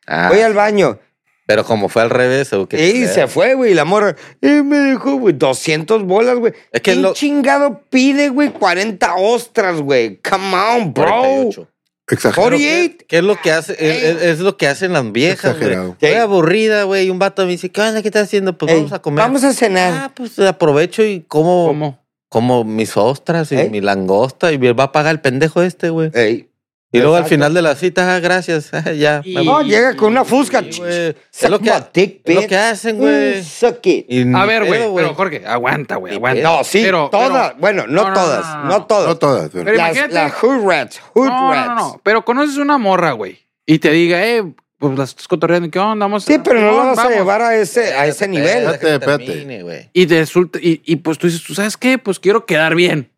S3: Ah,
S4: voy al baño.
S3: pero como fue al revés, o qué
S4: y se fue, güey, y la morra. Y me dejó, güey, 200 bolas, güey.
S3: Es que
S4: ¿Quién
S3: lo-
S4: chingado pide, güey, 40 ostras, güey? Come on, bro.
S3: 48.
S1: Exagero.
S4: 48.
S3: ¿Qué es lo que hace? Es, es- es lo que hacen las viejas, güey.
S1: Exagerado.
S3: Estoy aburrida, güey. Y un vato me dice, ¿qué onda? ¿Qué estás haciendo? Pues
S4: Ey,
S3: vamos a comer.
S4: Vamos a cenar.
S3: Ah, pues aprovecho y como,
S2: ¿Cómo?
S3: como mis ostras y
S4: Ey.
S3: mi langosta. Y va a pagar el pendejo este, güey.
S4: Ey.
S3: Y luego al
S4: exacto.
S3: final de la cita, ah, gracias. [laughs] ya.
S2: Y-
S3: me voy,
S4: No, llega con una fusca.
S3: pues, güey. Es
S4: Suck
S3: lo que,
S4: my dick,
S3: es lo
S4: bitch.
S3: que hacen, güey.
S4: Mm, suck it.
S3: Y ni
S2: A ver, güey.
S3: pedo,
S2: Pero Jorge, aguanta, güey.
S3: Ni
S2: Aguanta.
S4: No, sí,
S2: Pero-
S4: todas.
S2: pero-
S4: bueno, no,
S2: No, no,
S4: todas,
S2: no,
S4: no,
S2: no, no.
S4: todas.
S1: No todas, pero-
S2: Pero
S4: las,
S2: imagínate-
S4: las hood rats, hood
S2: No,
S4: rats.
S2: no, no. Pero conoces una morra, güey. Y te diga, eh, pues las estás cotorreando, ¿qué onda? Vamos a-
S4: Sí, pero no
S2: Simón,
S4: la vas
S2: vamos.
S4: a llevar a ese, a ese nivel.
S1: espérate,
S3: Espérate,
S1: espérate.
S3: güey.
S2: Y te resulta, y, y pues tú dices, ¿tú sabes qué? Pues quiero quedar bien.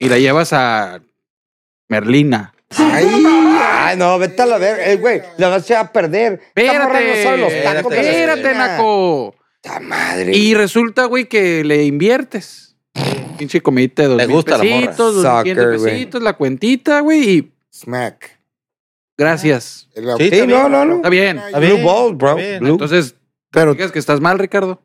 S2: Y la llevas a Merlina.
S4: Ay, ay, no, vete a la verga. Eh, güey, la vas a echar a perder. Esta morra no sabe los
S2: Espérate,
S4: tacos que le
S2: espérate,
S4: pegan.
S2: Naco.
S4: Puta madre.
S2: Y resulta, güey, que le inviertes. Pinche comidita de dos
S3: Le
S2: mil
S3: gusta la morra.
S2: pesitos, dos
S4: Sucker,
S2: quinientos
S4: güey.
S2: pesitos, la cuentita, güey, y
S5: Smack.
S2: gracias.
S5: El ab-
S3: Sí,
S4: sí, no, no, no.
S2: Está bien.
S5: Ay,
S3: Está
S4: Blue
S3: bien,
S4: balls, bro.
S3: está bien.
S4: Blue.
S2: Entonces,
S1: Pero-
S2: digas que estás mal, Ricardo.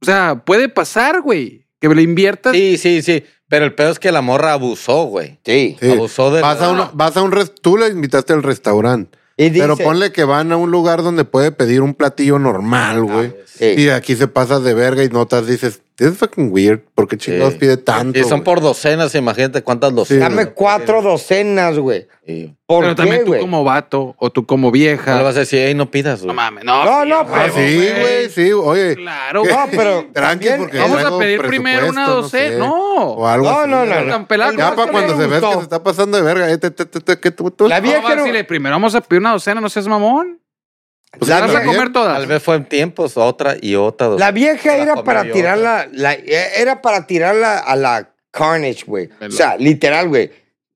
S2: O sea, puede pasar, güey, que le inviertas.
S3: Sí, sí, sí. Pero el pedo es que la morra abusó, güey.
S4: sí.
S1: Sí.
S3: Abusó de
S1: Vas a, un, vas a un res- tú la invitaste al restaurante,
S4: Y dice,
S1: pero ponle que van a un lugar donde puede pedir un platillo normal, güey.
S4: sí.
S1: Y aquí se pasas de verga y notas, dices, this is fucking weird, ¿por qué chingados
S3: Sí.
S1: pide tanto?
S3: Y son
S1: güey?"
S3: por docenas, imagínate cuántas docenas.
S1: Sí,
S4: dame cuatro docenas, güey.
S3: Sí.
S4: ¿Por
S2: pero
S4: qué,
S2: también tú
S4: güey?
S2: como vato o tú como
S3: No le
S2: vieja.
S3: vas a decir, "Ey, no pidas,
S2: No
S3: güey.
S2: mames, no.
S4: No,
S2: sí,
S4: no,
S2: a
S4: pero
S2: huevo,
S1: Ah, Sí, güey, sí, oye.
S2: [laughs]
S4: [laughs]
S2: Claro,
S1: ¿qué?
S2: güey.
S4: No, pero
S1: Tranqui,
S4: también-
S1: porque
S2: Vamos a
S1: luego
S2: pedir primero una
S1: presupuesto,
S2: docena.
S1: sé.
S2: No.
S1: O algo
S4: No,
S1: así,
S4: no,
S1: güey.
S4: no,
S2: Tan
S4: no.
S2: pelado
S4: El
S2: como este
S1: Ya para
S4: vato
S1: cuando
S4: no
S1: se
S4: le
S1: ves que
S4: gustó.
S1: se está pasando de verga, eh, te- te- te- te- que tú- tú-
S4: La
S2: No,
S4: vieja
S2: vas a
S4: era-
S2: decirle, primero vamos a pedir una docena, no seas mamón.
S1: Pues
S2: Las
S1: está
S2: vas a
S1: bien.
S2: comer todas.
S3: Tal vez fue en tiempos, otra y otra. docena.
S4: La vieja
S3: La
S4: era
S3: comió
S4: para
S3: yo,
S4: tirarla, la, era para tirarla a la carnage, güey. O
S2: Velo.
S4: sea, literal, güey.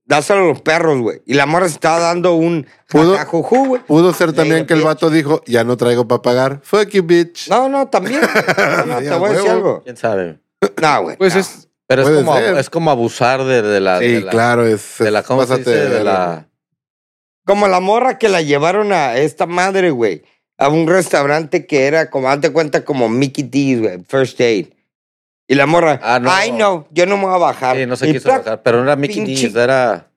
S4: Dáselo a los perros, güey. Y la morra se estaba dando un
S1: Pudo-
S4: jajajujú, güey.
S1: Pudo ser también que el
S4: bitch.
S1: vato dijo, ya no traigo para pagar. Fuck you, bitch.
S4: No, no, también. güey. No,
S1: [laughs]
S4: no,
S1: Sí,
S4: te
S1: a
S4: voy a decir
S1: huevo.
S4: algo.
S3: ¿Quién sabe?
S4: No, güey.
S2: Pues
S4: no.
S2: es.
S3: Pero es
S1: Puede
S3: como,
S1: ser.
S3: es como abusar de, de la...
S1: Sí,
S3: de la-
S1: claro, es.
S3: De la,
S1: es-
S3: ¿cómo se
S1: pásate
S3: dice?
S1: de
S3: De
S1: verga.
S3: la...
S4: Como la morra que la llevaron a esta madre, güey. A un restaurante que era como, hazte cuenta, como Mickey D's, güey. First Aid. Y la morra,
S3: Ah, no.
S4: ay, no, yo no me voy a bajar.
S3: Sí, no se
S4: Y
S3: quiso
S4: plac,
S3: bajar. Pero no era Mickey
S4: pinche-
S3: D's, era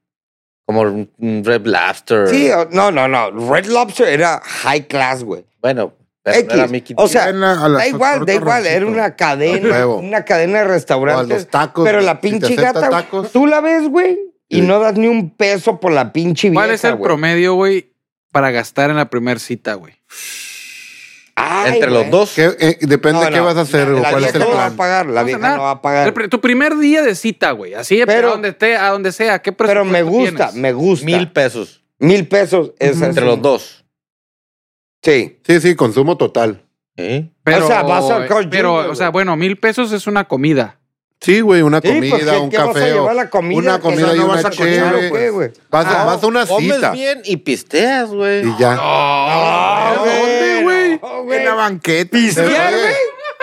S3: como un un Red Lobster.
S4: Sí, o- no, no, no. Red Lobster era high class, güey.
S3: Bueno, pero no
S4: X.
S3: era Mickey
S4: O
S3: D's.
S4: sea,
S5: en la- a la-
S4: Da igual, da
S5: torta
S4: igual, eh, era
S5: ranchito.
S4: una cadena,
S1: huevo.
S4: una cadena de
S1: O a
S4: restaurantes.
S1: los tacos.
S4: pero
S1: si
S4: la
S1: te
S4: pinche
S1: acepta
S4: gata,
S1: tacos,
S4: tú la ves, güey, y
S1: Sí.
S4: no das ni un peso por la pinche vieja,
S2: ¿Cuál es el
S4: güey.
S2: promedio, güey, para gastar en la primera cita, güey?
S4: Ay,
S3: entre los
S4: güey.
S3: dos.
S1: ¿Qué- eh, depende
S4: No,
S1: de qué
S4: no,
S1: vas a hacer
S4: la-
S1: o
S4: la
S1: cuál es
S4: vieja
S1: el
S4: no va a
S1: plan.
S4: pagar, la vieja
S2: nada.
S4: no va a
S2: El
S4: pagar.
S2: pri- Tu primer día de cita, güey. Así, pero
S4: Pero-
S2: a donde, esté, a donde sea. ¿Qué
S4: Pero me
S2: presupuesto
S4: gusta,
S2: tienes?
S4: me gusta.
S3: Mil
S4: Mil,
S3: pesos
S4: pesos. es
S3: entre
S4: así.
S3: los dos.
S4: Sí.
S1: Sí, sí, consumo total.
S3: ¿Eh?
S2: Pero,
S4: O sea, vas al Carl
S2: Pero,
S4: Jr.,
S2: o sea,
S4: güey.
S2: bueno, mil pesos es una comida.
S1: Sí, güey, una
S4: Sí, pues,
S1: comida,
S4: ¿qué-
S1: un
S4: qué
S1: café.
S4: vas a
S1: o-
S4: llevar la comida?
S1: Una
S4: Que
S1: comida
S4: no
S1: y
S4: vas
S1: una
S4: a cocinar,
S1: chévere.
S4: ¿o qué, güey?
S1: Vas, a-
S4: Ah,
S1: vas a una
S3: Comes
S1: cita
S3: bien y pisteas, güey.
S1: y ya.
S4: Ah,
S2: ¿dónde, güey?
S4: no,
S5: En la banqueta.
S1: Pero,
S4: ¿Pistear,
S1: oye,
S4: güey?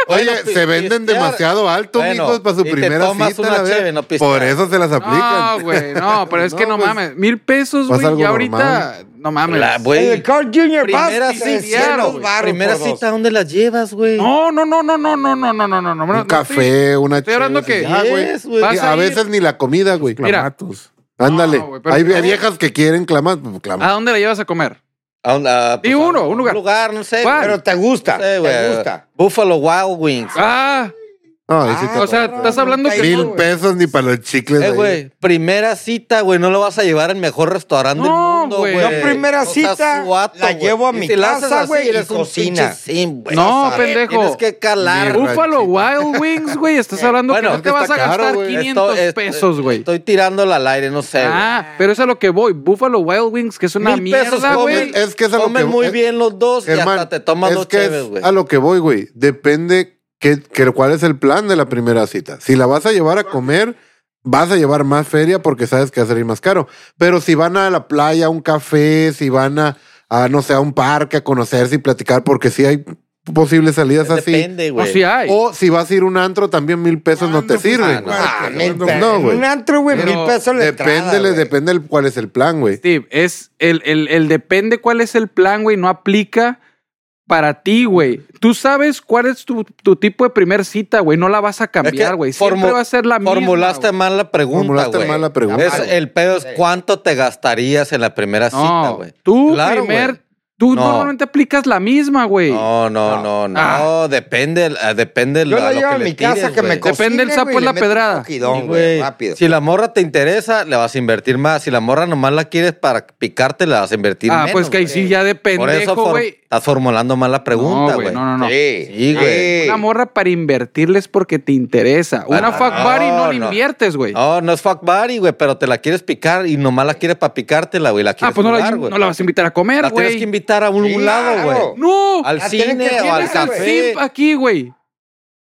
S1: Oye,
S3: Bueno, pi-
S1: se venden
S3: pistear.
S1: demasiado alto,
S3: Bueno,
S1: mijos, para su
S3: y te
S1: primera
S3: tomas
S1: cita.
S3: una
S1: la verdad.
S3: cheve, no pisteas.
S1: Por eso se las aplican.
S2: No, güey, no, pero es que no
S1: pues,
S2: mames. Mil pesos,
S1: pasa
S2: güey,
S1: algo
S2: y ahorita. No mames.
S3: La- güey,
S4: En el Carl Jr. vas
S3: Primera
S4: y
S3: cita,
S4: 300
S2: güey.
S4: barros
S3: Primera
S4: por dos.
S3: cita, ¿dónde las llevas, güey?
S2: No, no, no, no, no, no, no, no, no, no, no.
S1: Un café, una
S2: estoy hablando
S1: cheve,
S2: que-
S1: ya, güey.
S3: Yes, güey.
S2: Vas
S1: a,
S2: a ir-
S1: veces ni la comida, güey.
S2: Mira.
S5: Clamatos.
S1: Ándale.
S2: No, güey, pero Ah,
S1: hay,
S2: ¿cómo?
S1: hay viejas que quieren pues, clamar.
S2: ¿A dónde la llevas a comer?
S3: A un, a-
S2: Di uno, un lugar.
S3: Un lugar, no sé.
S2: ¿Cuál?
S3: Pero
S4: Pero te gusta,
S3: no sé,
S4: te
S3: güey.
S4: gusta.
S3: Buffalo Wild Wings.
S2: Ah,
S4: Ah,
S2: o sea,
S4: no,
S2: estás
S4: no,
S2: hablando
S4: nunca
S2: que.
S4: he ido,
S1: mil
S4: güey.
S1: pesos ni para los chicles.
S3: Eh,
S1: ahí.
S3: güey, primera cita, güey, no lo vas a llevar al mejor restaurante del
S2: No,
S3: mundo,
S2: güey.
S3: güey.
S2: No,
S4: primera
S3: No seas
S4: cita,
S3: guato,
S4: la
S3: güey.
S4: llevo a
S3: Y
S4: mi
S3: si la
S4: casa,
S3: haces así,
S4: güey, y
S3: eres un
S4: cocina.
S3: pinche sim, güey.
S2: No,
S3: Sabes,
S2: pendejo.
S3: Tienes que calar.
S1: Mierda.
S2: Búfalo
S1: ranchito.
S2: Wild Wings, güey. Estás hablando
S3: bueno,
S2: que no te
S1: está
S2: vas a
S1: caro,
S2: gastar
S1: güey.
S2: 500
S3: Esto- es-
S2: pesos, güey.
S3: Estoy tirándola al aire, no sé. güey.
S2: Ah, pero eso es a lo que voy. Buffalo Wild Wings, que es una
S3: Mil pesos este,
S2: mierda,
S3: comen,
S2: güey.
S1: Es- es que es a lo
S3: comen
S1: que-
S3: muy
S1: es-
S3: bien los dos y
S1: Germán,
S3: hasta Pues te tomas
S1: es
S3: dos
S1: que es
S3: cheves, güey.
S1: a lo que voy, güey. Depende que, cuál es el plan de la primera cita. Si la vas a llevar a comer, vas a llevar más feria porque sabes que va a salir más caro. Pero si van a la playa, a un café, si van a, a, no sé, a un parque a conocerse y platicar, porque sí hay posibles salidas así.
S3: Depende,
S2: O
S3: güey.
S2: si hay.
S1: O si vas a ir a un antro, también mil pesos no te
S5: ¿Cuándo fuiste
S1: sirven.
S5: al
S1: güey.
S5: parque?
S4: Ah, mil
S5: No,
S4: pesos.
S1: no, güey.
S4: Un antro, güey,
S2: Pero
S4: mil pesos la entrada,
S1: Depéndele,
S4: güey.
S1: depende el- cuál es el plan, güey.
S2: Steve, es el, el, el depende cuál es el plan, güey, no aplica para ti, güey. Tú sabes cuál es tu, tu tipo de primer cita, güey. No la vas a
S3: Es que
S2: cambiar, güey. Siempre
S3: formu-
S2: va a ser la misma.
S3: Formulaste
S2: güey.
S3: mal la pregunta,
S1: Formulaste
S3: güey.
S1: mal la pregunta.
S3: Es- el pedo es
S4: Sí.
S3: cuánto te gastarías en la primera cita,
S2: No,
S3: güey.
S2: tú
S3: Claro,
S2: primer,
S3: güey.
S2: tú
S3: No.
S2: normalmente aplicas la misma, güey.
S3: No, no, no, no.
S2: Ah.
S3: Depende, eh, depende
S4: Yo
S3: lo-
S4: la
S3: a lo
S4: llevo
S3: que
S4: a
S3: le
S4: mi casa
S3: tires,
S4: que
S3: güey.
S4: me cocine,
S2: Depende el sapo
S4: güey,
S2: en
S4: le
S2: la
S4: meto un
S2: pedrada.
S4: cogidón,
S3: Sí,
S4: güey,
S3: güey.
S4: rápido.
S3: Si la morra te interesa, le vas a invertir más. Si la morra nomás la quieres para picarte, la vas a invertir
S2: ah,
S3: menos.
S2: pues que ahí sí ya
S3: güey. Por
S2: depende,
S3: eso for-
S2: güey.
S3: estás formulando mal la pregunta,
S2: no,
S3: güey.
S2: No, no, no.
S4: Sí,
S3: Sí,
S4: Eh.
S3: güey.
S2: Una morra para invertirles porque te interesa. Una
S3: Ah,
S2: fuck buddy no,
S3: no,
S2: le
S3: no.
S2: inviertes, güey. Ah,
S3: No, no es fuck buddy, güey, pero te la quieres picar y nomás la quieres para picártela, güey. La
S2: ah,
S3: quieres
S2: pues no la,
S3: jugar, güey.
S2: no la vas a invitar a comer,
S3: La tienes
S2: güey.
S3: que invitar a un
S4: Sí,
S3: lado, güey.
S4: claro.
S2: No,
S3: Al
S4: La tienen
S3: cine
S4: que
S3: o al
S2: tienes al
S3: café.
S2: simp aquí, güey.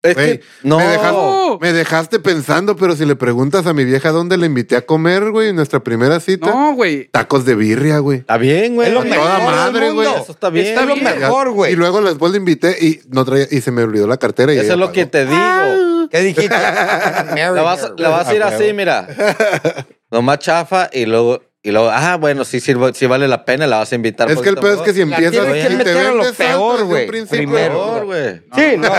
S3: Es
S1: Güey,
S3: que, no,
S1: me, dejaste,
S2: No.
S1: me dejaste pensando, pero si le preguntas a mi vieja dónde la invité a comer, güey, en nuestra primera cita,
S2: No, güey.
S1: tacos de birria, güey.
S3: está bien, güey.
S4: Es lo
S1: A
S3: Está
S4: mejor
S1: toda
S4: del
S1: madre,
S4: mundo.
S1: güey.
S3: Eso está bien.
S4: Está lo
S2: bien.
S4: mejor,
S1: Y
S4: güey.
S1: luego después la invité y no traía, y se me olvidó la cartera. Y
S3: Eso
S1: ella
S3: es lo
S1: pagó.
S3: que te digo.
S4: ¿Qué [laughs] dijiste?
S3: La vas, la vas a ir
S1: Ah,
S3: así,
S1: huevo.
S3: mira.
S4: [laughs]
S3: Nomás chafa y luego, y luego, ah, bueno, sí, sirvo- sí vale la pena, la vas a invitar. este
S1: Es que el
S3: poquito
S1: peor es
S3: más.
S1: que si empiezas
S4: tienes que
S1: si
S4: meter a lo
S1: vendes
S4: peor,
S1: alto desde un
S4: güey,
S1: principio,
S4: primero.
S3: Peor, este güey.
S4: Sí, no.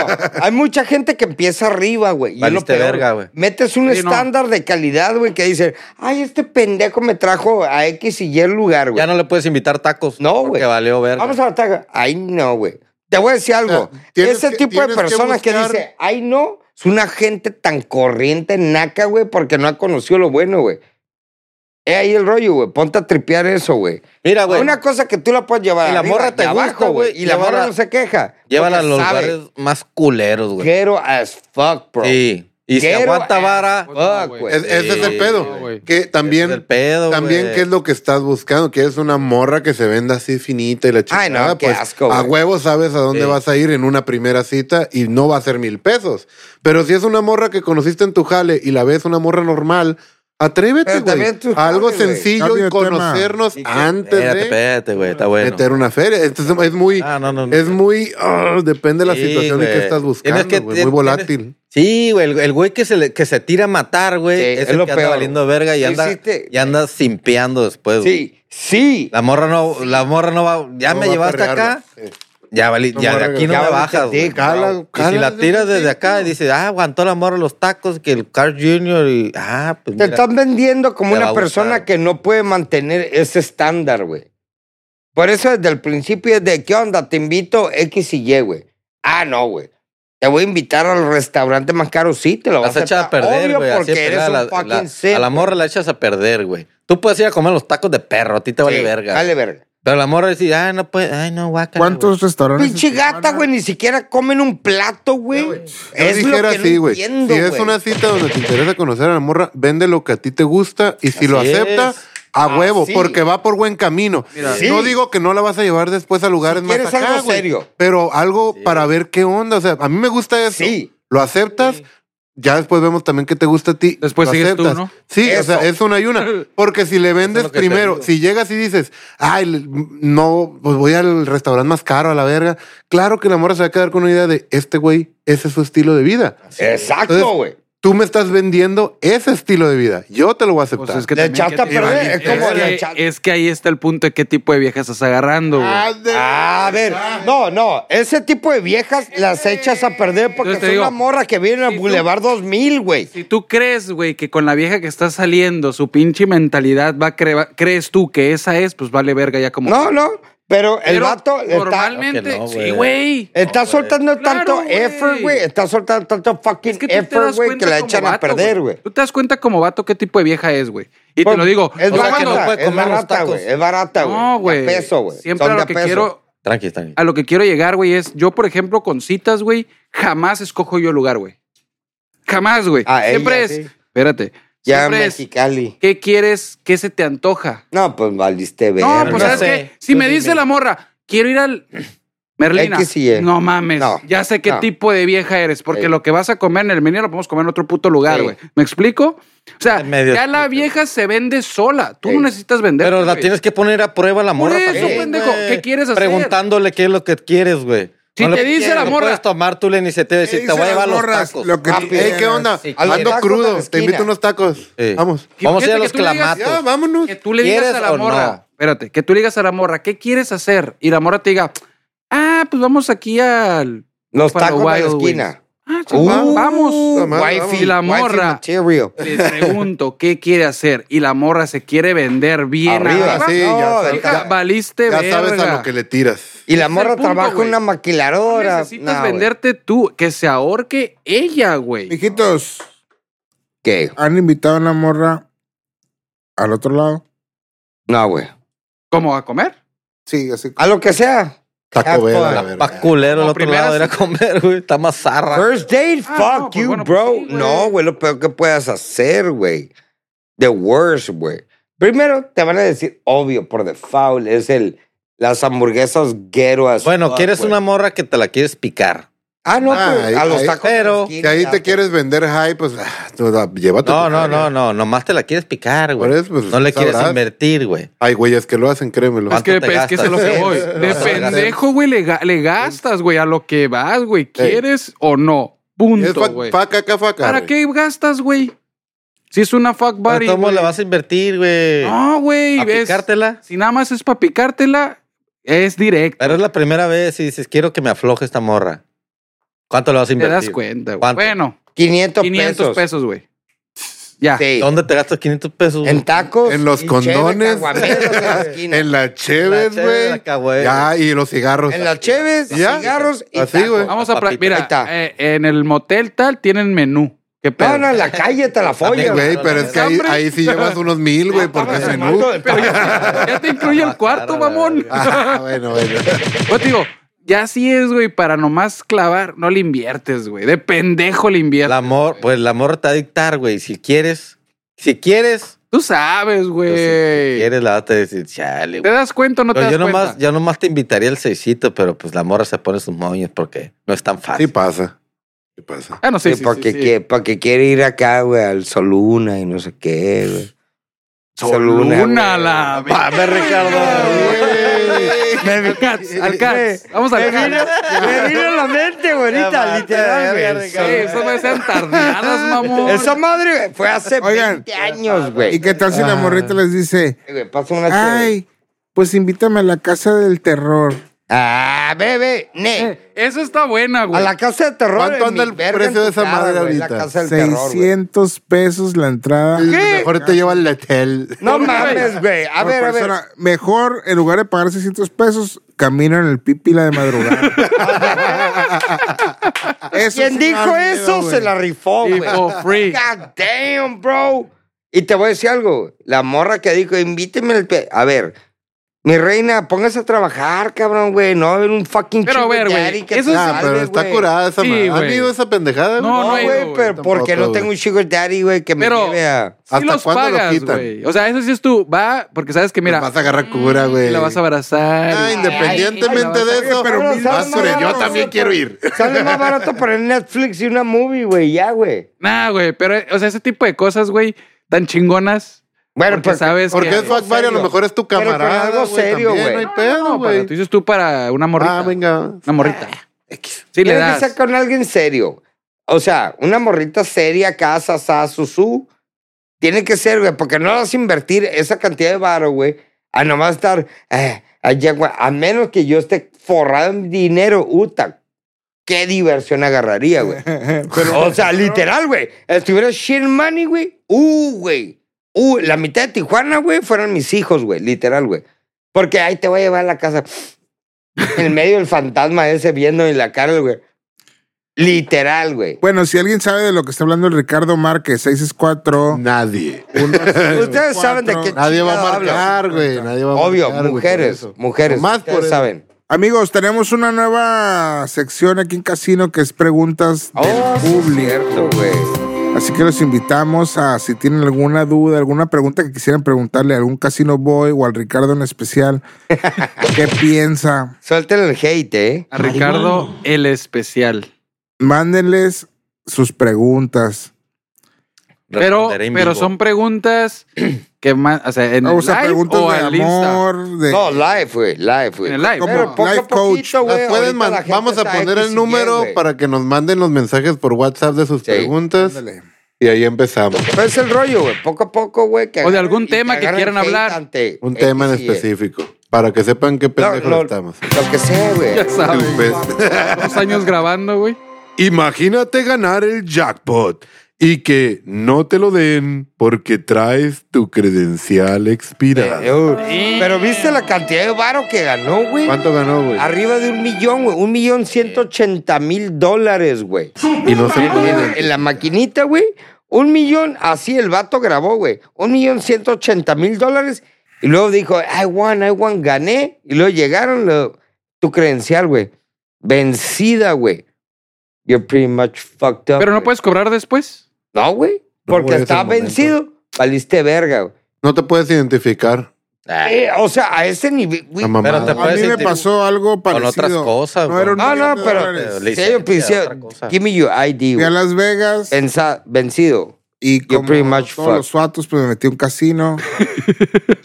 S4: Hay mucha gente que empieza arriba, güey. Y es lo
S3: Valiste
S4: peor.
S3: verga, güey.
S4: Metes un
S2: Sí, no.
S4: estándar de calidad, güey, que dice, ay, este pendejo me trajo a X y Y lugar, güey.
S3: Ya no le puedes invitar tacos.
S4: No, güey.
S3: Porque valió verga.
S4: Vamos a la taca. Ay, no, güey. Te voy a decir algo.
S1: sea, tienes
S4: Ese
S1: que-
S4: tipo de
S1: tienes que
S4: personas que,
S1: buscar-
S4: dice, ay, no, es una gente tan corriente, naca, güey, porque no ha conocido lo bueno, güey. Es ahí el rollo, güey. Ponte a tripear eso, güey.
S3: Mira, Ah, güey.
S4: Una cosa que tú la puedes llevar
S3: Y la
S4: arriba
S3: morra te
S4: y abajo,
S3: gusta, güey,
S4: Y la
S3: llévala-
S4: morra no se queja.
S3: Llévala a
S4: porque
S3: los
S4: sabe,
S3: lugares más culeros, güey.
S4: Quiero as fuck, bro. eh, pues,
S3: Sí. Y si
S4: Quiero
S3: aguanta
S4: as
S3: vara,
S4: fuck,
S2: Pues No, güey.
S4: güey.
S1: Es- ese es
S3: Sí,
S1: el pedo.
S2: no, güey.
S1: que también,
S3: Ese es el pedo,
S1: también
S3: güey.
S1: qué es lo que estás buscando. Que es una morra que se venda así finita y la chingada.
S4: Ay, no, qué
S1: pues,
S4: asco,
S1: A
S4: güey.
S1: huevo sabes a dónde
S3: Sí.
S1: vas a ir en una primera cita y no va a ser mil pesos. Pero si es una morra que conociste en tu jale y la ves una morra normal, atrévete,
S4: Pero
S1: güey.
S4: también tú
S1: a Algo
S4: sabes, güey.
S1: sencillo
S5: Cambia
S1: y
S5: de tema.
S1: conocernos antes
S3: espérate,
S1: de
S3: espérate, güey. Está bueno.
S1: meter una feria. Entonces es muy,
S3: Ah, no, no, no.
S1: es muy, ah, depende de la
S3: Sí,
S1: situación en
S3: güey.
S1: que estás buscando,
S3: Tienes que-
S1: güey,
S3: tienes-
S1: muy volátil.
S3: Sí, güey, el, el güey que se, le- que se tira a matar, güey,
S4: Sí,
S3: es,
S4: es
S3: el
S4: lo
S3: que
S4: peor,
S3: anda valiendo verga y
S4: Sí,
S3: anda,
S4: sí te-
S3: y anda simpeando después, güey.
S4: Sí, sí.
S3: La morra no, la morra no va, ya
S1: No
S3: me
S1: va a
S3: llevaste
S1: perrearlo.
S3: acá,
S1: Sí.
S3: ya, vali-
S1: No
S3: ya
S1: me
S3: de
S1: va a
S3: aquí no
S1: regresar.
S3: me
S4: Ya
S3: bajas,
S4: valiste,
S3: güey.
S4: dick.
S1: Cala-
S3: Y si
S1: cala
S3: la
S1: desde
S3: tiras
S1: un
S3: desde acá y
S1: principio.
S3: dices, ah, aguantó la morra los tacos, que el Carl Jr. y, ah, pues
S4: Te
S3: mira.
S4: estás vendiendo como
S3: Te va a
S4: una
S3: gustar.
S4: persona que no puede mantener ese estándar, güey. Por eso desde el principio es de, ¿qué onda? Te invito X y Y, güey. Ah, no, güey. Te voy a invitar al restaurante más caro, sí, te lo
S3: Las
S4: vas
S3: echas a
S4: aceptar.
S3: perder,
S4: Obvio,
S3: güey. así es,
S4: porque eres
S3: a
S4: un
S3: la-
S4: fucking
S3: la-
S4: set,
S3: A la
S4: güey.
S3: morra la echas a perder, güey. Tú puedes ir a comer los tacos de perro, a ti te vale
S4: Sí,
S3: verga.
S4: Vale verga.
S3: Pero la morra decía, ah, no puede, ay, no, guácala.
S5: ¿Cuántos restaurantes? en
S4: Pinche gata,
S5: Tijuana?
S4: güey, ni siquiera comen un plato, güey.
S1: Eh, Yo
S4: Es lo
S1: dijera
S4: que
S1: así,
S4: no
S1: güey.
S4: entiendo,
S1: si es
S4: güey.
S1: una cita donde te interesa conocer a la morra, vende lo que a ti te gusta y si lo
S3: Así
S1: acepta,
S3: es.
S1: a huevo,
S4: Así.
S1: porque va por buen camino.
S2: Mira,
S4: Sí.
S1: No digo que no la vas a llevar después a lugares
S4: Si
S1: más
S4: quieres
S1: acá,
S4: algo
S1: güey,
S4: serio.
S1: Pero algo para ver qué onda. O sea, a mí me gusta eso.
S4: Sí.
S1: Lo aceptas, ya después vemos también qué te gusta a ti.
S2: Después
S1: lo
S2: sigues tú,
S1: aceptas.
S2: ¿no?
S1: Sí, o
S4: Eso.
S1: sea, es una y una. Porque si le vendes
S3: lo que te
S1: primero,
S3: digo.
S1: si llegas y dices, ay, l- no, pues voy al restaurante más caro, a la verga. Claro que la morra se va a quedar con una idea de este güey, ese es su estilo de vida.
S4: Exacto,
S1: Entonces,
S4: güey.
S1: Tú me estás vendiendo ese estilo de vida. Yo te lo voy a aceptar.
S2: Pues es que
S4: Le
S2: también
S4: echaste
S2: que te
S4: a perder,
S2: valiste.
S4: es como
S2: Es
S4: le
S2: que-
S4: echaste.
S2: es que ahí está el punto de qué tipo de viejas estás agarrando, güey.
S4: Ah, A ver,
S3: Ah.
S4: no, no, ese tipo de viejas las
S3: Este.
S4: echas a perder porque
S2: Entonces te
S4: son
S2: digo,
S4: una morra que viene a
S2: si tú-
S4: Boulevard 2000, güey.
S2: Si tú crees, güey, que con la vieja que está saliendo, su pinche mentalidad va a cre- va- crees tú que esa es, pues vale verga ya como.
S4: No, no, pero el
S2: Pero
S4: vato está,
S2: Normalmente,
S3: Claro que no,
S2: sí,
S3: güey.
S2: güey.
S4: está soltando
S2: Claro,
S4: tanto
S2: güey.
S4: effort, güey. Está soltando tanto fucking
S2: Es que tú te
S4: effort,
S2: das
S4: güey, que
S2: cuenta
S4: la
S2: como
S4: echan a
S2: vato,
S4: perder, güey.
S2: Tú te das cuenta como vato qué tipo de vieja es, güey. Y
S4: Pues,
S2: te lo digo.
S4: Es
S2: yo
S3: sea,
S4: barata,
S3: que no puede
S4: es
S3: comer los
S4: barata,
S3: tacos.
S4: güey. Es barata, güey.
S2: No,
S4: De
S2: güey.
S4: a peso, güey.
S2: Siempre
S4: Son
S2: a
S4: de
S2: lo
S4: a
S2: que
S4: peso.
S2: quiero,
S3: Tranqui, tranqui.
S2: a lo que quiero llegar, güey, es yo, por ejemplo, con citas, güey, jamás escojo yo lugar, güey. Jamás, güey.
S4: Ah,
S2: Siempre
S4: ella,
S2: es.
S4: sí.
S2: Espérate.
S4: Ya
S2: siempre es.
S4: Mexicali.
S2: ¿Qué quieres? ¿Qué se te antoja?
S4: No, pues valiste ver.
S2: No, pues
S3: no
S2: sabes
S3: sé.
S2: qué? si
S3: Tú
S2: me
S3: dime.
S2: dice la morra, quiero ir al [clears throat] Merlina.
S4: X y Y.
S2: No mames,
S4: No,
S2: ya sé qué
S4: no.
S2: tipo de vieja eres, porque
S4: Sí.
S2: lo que vas a comer en el Merlina lo podemos comer en otro puto lugar,
S4: Sí.
S2: güey. ¿Me explico? O sea,
S3: En medio
S2: ya la
S3: explico.
S2: vieja se vende sola. Tú
S4: Sí.
S2: no necesitas vender.
S3: Pero la tienes que poner a prueba la morra
S2: eso,
S3: también,
S2: pendejo,
S3: güey.
S2: ¿qué quieres hacer?
S3: Preguntándole qué es lo que quieres, güey.
S2: Si te
S3: le-
S2: dice la
S3: no
S2: morra-
S3: puedes tomar tú la iniciativa y
S5: ¿Qué
S3: decir, te
S5: dicen
S3: voy a llevar
S5: las
S3: los
S5: morras?
S3: tacos.
S5: Lo que
S4: Ah,
S5: tú
S1: Ey,
S4: Ey,
S5: quieras.
S1: pues, ¿eh? ¿qué onda?
S3: Sí, claro.
S1: Ando
S4: Tacos de la
S1: crudo. Te
S4: esquina.
S1: invito unos tacos.
S3: Sí.
S1: Vamos.
S3: Vamos a ir a
S2: Imagínate
S3: los
S2: que tú le digas,
S3: clamatos.
S1: Ya, vámonos.
S2: Que tú le digas
S3: ¿Quieres
S2: a la
S3: o
S2: morra.
S3: no?
S2: Espérate, que tú le digas a la morra, ¿qué quieres hacer? Y la morra te diga, ah, pues vamos aquí al.
S4: Los
S2: para
S4: tacos de la
S2: Wild Wings".
S4: esquina.
S2: Ah, chingón,
S1: Uh,
S2: vamos.
S1: Vamos.
S4: Wifey,
S2: Y la
S4: wifey
S2: morra.
S4: material.
S2: Le pregunto qué quiere hacer y la morra se quiere vender bien
S4: Arriba,
S2: arriba.
S1: sí, ya
S4: No,
S1: sabes.
S2: Hija,
S1: Ya-
S2: valiste
S1: ya
S2: verga.
S1: sabes a lo que le tiras.
S4: Y la
S2: Es el
S4: morra
S2: punto,
S4: trabaja en
S2: güey.
S4: una
S2: No
S4: maquiladora.
S2: necesitas
S4: No, güey.
S2: venderte tú, que se ahorque ella, güey.
S5: Mijitos,
S4: ¿Qué?
S5: ¿han invitado a una morra al otro lado?
S4: No, güey.
S2: ¿Cómo a comer?
S5: Sí, así.
S4: A lo que sea. Ah,
S1: Taco Bell,
S4: joder.
S1: a la
S3: Pa'
S1: verga.
S3: culero al
S2: Como
S3: otro
S2: primera
S3: lado era
S2: cita.
S3: comer, güey. Está más zarra.
S4: First date,
S2: Ah, no,
S4: fuck
S2: pues
S4: you,
S2: bueno, pues
S4: bro.
S2: sí, güey.
S4: no, güey, lo peor que puedas hacer, güey. The worst, güey. Primero, te van a decir, obvio, por default, es el las hamburguesas guero as
S3: Bueno,
S4: fuck,
S3: quieres
S4: güey.
S3: una morra que te la quieres picar.
S4: Ah, no,
S1: Ah,
S4: pues,
S1: ahí-
S4: a los
S1: ahí-
S4: tacos. de
S3: pero-
S4: la
S1: Si
S4: esquina,
S1: ahí
S4: ya,
S1: te quieres vender high, pues ah, tú, ah, llévate.
S3: No,
S1: tu
S3: no,
S1: feria.
S3: no, no. Nomás te la quieres picar, güey.
S1: Por eso, pues,
S3: no le quieres
S1: sabrás.
S3: invertir, güey.
S1: Hay güeyes que lo hacen, créemelo.
S2: Es que,
S3: ¿Cuánto te
S2: es que es a lo
S3: gastas?
S2: que voy.
S4: Sí,
S2: De
S1: no, no, no.
S2: pendejo, güey, le, ga- le gastas, güey, a lo que vas, güey. ¿Quieres o no?
S1: Es
S2: Punto,
S1: fa-
S2: güey.
S1: faca, acá, faca.
S2: ¿Para
S1: güey.
S2: qué gastas, güey? Si es una fuck buddy.
S3: Ah, ¿Cómo
S2: güey.
S3: le vas a invertir, güey?
S2: No, Ah, güey.
S3: ¿A
S2: es-
S3: picártela?
S2: Si nada más es para picártela, es directo.
S3: Pero es la primera vez y dices, quiero que me afloje esta morra. ¿Cuánto le vas a
S2: Te
S3: invertir?
S2: das cuenta, güey.
S3: ¿Cuánto?
S2: Bueno,
S4: 500,
S2: 500
S4: pesos.
S2: pesos, güey. Ya.
S4: Sí.
S3: ¿Dónde te gastas 500 pesos? güey?
S4: En tacos.
S1: En los
S4: y cheve,
S1: condones.
S4: caguameros en
S1: [laughs]
S4: la esquina.
S1: En las
S3: La
S1: cheves,
S3: cheve, la
S1: güey.
S3: cagué.
S2: Ah,
S1: Ya, y los cigarros.
S4: En las cheves,
S1: Ya.
S4: cigarros y
S1: Así, güey.
S4: tacos.
S2: Vamos a. pra-
S3: Papita.
S2: Mira,
S4: Ah, Ahí está.
S2: eh, en el motel tal tienen menú. ¿Qué pedo? [laughs]
S4: No, no, en la calle te la
S1: Ay,
S4: follas.
S1: güey,
S3: no,
S1: pero
S3: no,
S1: es que ahí,
S2: hambre.
S1: ahí sí llevas unos mil, güey, porque
S4: Estamos
S1: es menú.
S4: hablando de
S2: Pero ya, ya te incluye el cuarto, mamón.
S1: [laughs] Ah, bueno, bueno.
S2: [laughs] Pues te digo, ya sí es, güey, para nomás clavar, no le inviertes, güey. De pendejo le inviertes.
S3: [laughs] La mor- pues la morra te va a dictar, güey. Si quieres, si quieres,
S2: Tú sabes, güey.
S3: pues, si quieres, la vas a decir, chale,
S2: ¿Te
S3: güey.
S2: das cuenta o no te
S3: Yo,
S2: das
S3: yo
S2: cuenta?
S3: nomás, yo nomás te invitaría el seisito, pero pues la morra se pone sus moños porque no es tan
S1: Sí
S3: fácil.
S1: pasa. Sí pasa.
S2: Ah, no sé.
S4: Sí, porque, Quiere, porque quiere ir acá, güey, al Soluna y no sé qué, güey.
S2: Soluna, la
S4: güey. Va, ve,
S3: [laughs]
S2: Ricardo.
S4: Me
S2: Al Cats. Vamos al
S4: Me vino,
S2: Cats.
S4: me vino a la mente, güey, ahorita, literal, güey.
S2: Sí, eso me sean tardeadas, mamón.
S4: Esa madre güey, fue hace
S5: Oigan.
S4: 20 años,
S5: ¿Y
S4: güey.
S5: qué tal si
S3: Ah.
S5: la morrita les dice,
S4: Güey, Pasó una chévere.
S5: ay, pues invítame a la casa del terror?
S4: Ah, bebé, ne.
S2: Eh, Eso está buena,
S4: A
S2: güey.
S4: la casa del terror.
S1: ¿Cuánto
S4: en
S1: anda
S4: mi
S1: el
S4: verga,
S1: precio
S4: en
S1: de
S4: tu
S1: esa madre
S4: güey,
S1: ahorita?
S4: La casa del terror, güey.
S5: 600 pesos la entrada.
S1: Mejor te lleva el letel.
S4: No mames, güey. A
S5: por
S4: ver, a ver.
S5: persona. Mejor, en lugar de pagar 600 pesos, camina en el pipila
S4: [laughs]
S5: de madrugada. Eso
S4: Quien
S5: sí me da
S4: dijo
S5: miedo,
S4: eso
S5: güey.
S4: se la rifó,
S2: Y
S4: güey.
S2: for free.
S4: God damn, bro. Y te voy a decir algo. La morra que dijo, invíteme al pe... A ver, Mi reina, póngase a trabajar, cabrón, güey. No va a haber un fucking
S2: Pero a
S4: sugar
S2: ver, güey,
S4: daddy que
S2: eso
S4: te
S2: es-
S1: Ah,
S4: salve,
S1: pero está
S4: güey.
S1: curada esa
S2: Sí,
S1: madre. ¿Han
S2: güey.
S1: ido a esa pendejada? güey?
S2: No,
S4: No,
S2: no he
S4: güey,
S2: ido,
S4: pero
S2: güey,
S1: tampoco,
S4: porque no
S1: güey.
S4: tengo un sugar daddy, güey, que me
S2: Pero-
S4: lleve a...
S2: Sí
S1: ¿Hasta
S2: los
S1: cuándo lo
S2: pagas,
S1: quitan?
S2: güey. O sea, eso sí es tú. Va, porque sabes que mira.
S1: Vas a agarrar cura, güey.
S2: La vas a abrazar.
S1: Ah,
S2: y-
S1: independientemente
S2: Ay,
S1: de
S5: oye,
S1: eso,
S5: pero
S1: ah,
S5: mil dólares,
S1: sobre- yo
S5: barato,
S1: también
S5: sí,
S1: quiero ir.
S4: Sale más barato poner Netflix y una movie, güey, ya, güey.
S2: Nah, güey, pero, o sea, ese tipo de cosas, güey, tan chingonas.
S4: Bueno,
S2: porque
S4: pues...
S2: sabes
S1: Porque
S2: que.
S1: es fuck buddy, a lo
S4: serio.
S1: mejor es tu
S4: Pero con
S1: camarada.
S4: algo serio,
S1: también,
S4: güey.
S1: No hay
S2: No,
S1: pedo,
S2: no, para-
S1: güey.
S2: tú dices tú para una morrita.
S1: Ah, venga.
S2: Una morrita. Sí, le
S4: Tienes que
S2: das.
S4: estar con alguien serio. O sea, una morrita seria, casa, sa, susú. Tiene que ser, güey, porque no vas a invertir esa cantidad de varo, güey, a nomás estar eh, allá, güey. A menos que yo esté forrado en dinero, uta. Qué diversión agarraría, güey. o sea, literal, güey. Estuviera shit money, güey. Uh, güey. Uh, la mitad de Tijuana, güey, fueron mis hijos, güey. Literal, güey. Porque ahí te voy a llevar a la casa. [laughs] En medio del fantasma ese viendo en la cara, güey. Literal, güey.
S5: [laughs] Bueno, si alguien sabe de lo que está hablando el Ricardo Márquez, 664.
S1: Nadie.
S4: [laughs] Ustedes saben de qué
S1: Nadie va a
S4: Chingado
S1: marcar, güey. Nadie va a
S4: Obvio,
S1: marcar, güey,
S4: mujeres,
S1: por eso.
S4: mujeres.
S1: Nomás
S4: ustedes
S1: por eso.
S4: saben.
S5: Amigos, tenemos una nueva sección aquí en Casino que es preguntas del
S4: Oh, sí,
S5: público.
S4: cierto, güey.
S5: Así que los invitamos a si tienen alguna duda, alguna pregunta que quisieran preguntarle a algún Casino Boy o al Ricardo en especial, ¿qué piensa?
S4: Suelten el hate, ¿eh?
S2: A Ricardo, el especial.
S5: Mándenles sus preguntas.
S2: Pero,
S3: Responderé en
S2: pero
S3: vivo.
S2: son
S3: [clears throat]
S2: preguntas que más. O sea, en
S5: O sea,
S2: el live
S5: preguntas
S2: o
S5: de
S2: al Insta.
S5: amor, de
S4: No, live, güey, live, güey.
S2: En el live.
S5: Como-
S4: Pero
S2: Pero, pues,
S4: poco a
S5: life
S4: poquito,
S5: coach.
S1: Las
S4: güey.
S1: pueden
S4: ahorita
S1: man-
S4: la gente
S1: Vamos a
S4: está
S1: poner
S4: XY,
S1: el número
S4: güey.
S1: para que nos manden los mensajes por WhatsApp de sus
S4: Sí.
S1: preguntas.
S5: Ándale.
S1: Y ahí empezamos.
S4: Pero es el rollo, güey. Poco a poco, güey. que
S2: O de
S4: agarren
S2: algún
S4: y
S2: tema que
S4: agarren
S2: quieran
S4: hate
S2: hablar.
S4: ante
S1: Un tema en
S4: XY.
S1: específico. Para que sepan qué
S4: Eh, No,
S1: pendejo
S4: no, [laughs]
S1: estamos. [laughs]
S4: Lo que sea, güey.
S2: ya sabes,
S1: Pues,
S2: dos años grabando, güey.
S1: Imagínate ganar el jackpot y que no te lo den porque traes tu credencial expirada.
S4: Eh, uh, Pero viste la cantidad de varo que ganó, güey.
S1: ¿Cuánto ganó, güey?
S4: Arriba de un millón, güey. Un millón ciento ochenta mil dólares, güey.
S1: Y no se
S4: En,
S1: pudo
S2: Ah.
S4: en- en la maquinita, güey. Un millón, así el vato grabó, güey. Un millón ciento ochenta mil dólares. Y luego dijo, I won, I won, gané. Y luego llegaron lo- tu credencial, güey. Vencida, güey. You're pretty much fucked up.
S2: Pero no
S4: güey.
S2: puedes cobrar después.
S4: No, güey.
S1: No,
S4: Porque
S1: güey, es el
S4: estaba
S1: momento.
S4: vencido. Valiste verga, güey.
S1: No te puedes identificar.
S3: Ay,
S4: Eh, o sea, a ese nivel. güey.
S1: La mamada.
S3: Ah, te
S5: A mí
S3: puedes
S5: me
S3: sentir-
S5: pasó algo
S3: Con
S5: parecido.
S3: otras cosas,
S5: No
S3: güey. Ah,
S5: era un
S4: No,
S5: millón
S4: no,
S5: de
S4: pero-
S5: dólares.
S3: Le
S4: Si hay un
S3: hice
S4: pincel,
S3: otra cosa.
S4: give me your ID,
S5: Fui a
S4: güey.
S5: Las Vegas
S4: Venza- vencido.
S5: y
S4: You're
S5: como
S4: pretty much
S5: todos los suatos, pues me metí a un casino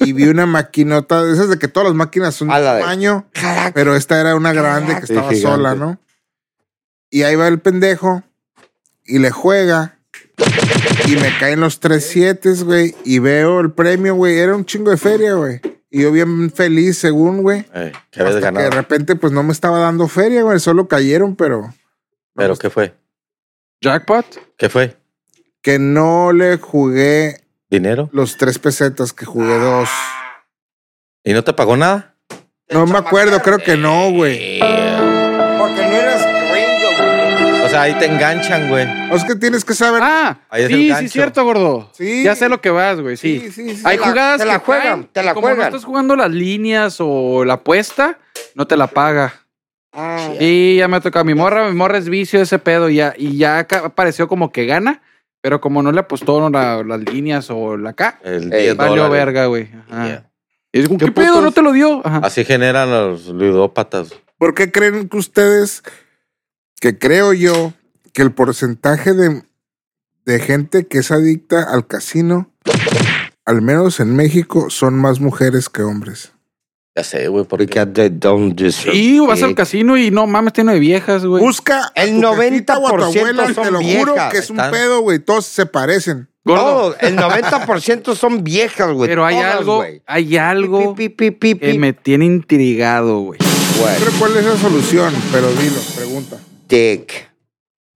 S5: y vi una maquinota de esas de que todas las máquinas son de
S4: A la de-
S5: tamaño,
S4: Caraca.
S5: pero esta era una grande que
S1: Sí,
S5: estaba
S1: gigante.
S5: sola, ¿no? Y ahí va el pendejo y le juega y me caen los tres siete, güey, y veo el premio, güey, era un chingo de feria, güey. Y yo bien feliz, según, güey.
S3: Ey, Eh, que habías
S5: hasta que
S3: ganado.
S5: de repente, pues no me estaba dando feria, güey. Solo cayeron, pero
S3: Pero ¿qué fue?
S2: Jackpot.
S3: ¿Qué fue?
S5: que no le jugué
S3: ¿Dinero?
S5: los tres pesetas que jugué dos.
S3: ¿Y no te pagó nada?
S5: No me acuerdo, creo que no, güey.
S4: Porque no eras gringo, güey.
S3: O sea, ahí te enganchan, güey.
S5: O es que tienes que saber.
S2: Ah,
S3: Ahí es el
S2: sí,
S3: gancho.
S2: sí, cierto, gordo.
S5: Sí.
S2: Ya sé lo que vas, güey. Sí.
S5: Sí, sí, sí.
S2: Hay
S4: Te la-
S2: jugadas
S4: te la
S2: que
S4: juegan,
S2: caen,
S4: te la
S2: y como
S4: juegan.
S2: no estás jugando las líneas o la apuesta, no te la paga.
S4: Ah,
S2: Sí, ya me ha tocado. Mi morra, mi morra es vicio ese pedo ya. Y ya ca- pareció como que gana, pero como no le apostó la- las líneas o la K,
S3: El
S4: Ey,
S3: 10
S2: valió
S3: dólares.
S2: verga, Ah. güey. Ajá.
S3: Yeah.
S2: Y es como,
S1: ¿Qué
S2: ¿qué, pedo?
S1: putos?
S2: ¿No te lo dio? Ajá.
S4: Ah,
S3: Así generan los ludópatas.
S5: ¿Por qué creen que ustedes, que creo yo, que el porcentaje de, de gente que es adicta al casino, al menos en México, son más mujeres que hombres?
S3: Ya sé, güey, porque
S4: Because they don't deserve
S2: Y vas al
S4: it.
S2: casino y no mames, tiene de viejas, güey.
S5: Busca a
S4: El
S5: tu jefita o a tu
S4: 90%
S5: abuela,
S4: son
S5: te lo juro
S4: viejas,
S5: que es un
S3: están.
S5: pedo, güey. Todos se parecen.
S2: Gordo,
S4: Todos, el 90% son viejas, güey.
S2: pero hay
S4: todas,
S2: algo,
S4: güey.
S2: hay algo
S4: Pi, pi, pi, pi, pi,
S2: que me tiene intrigado, güey.
S4: güey.
S5: No sé cuál es la solución, pero dilo, pregunta.
S4: Dick.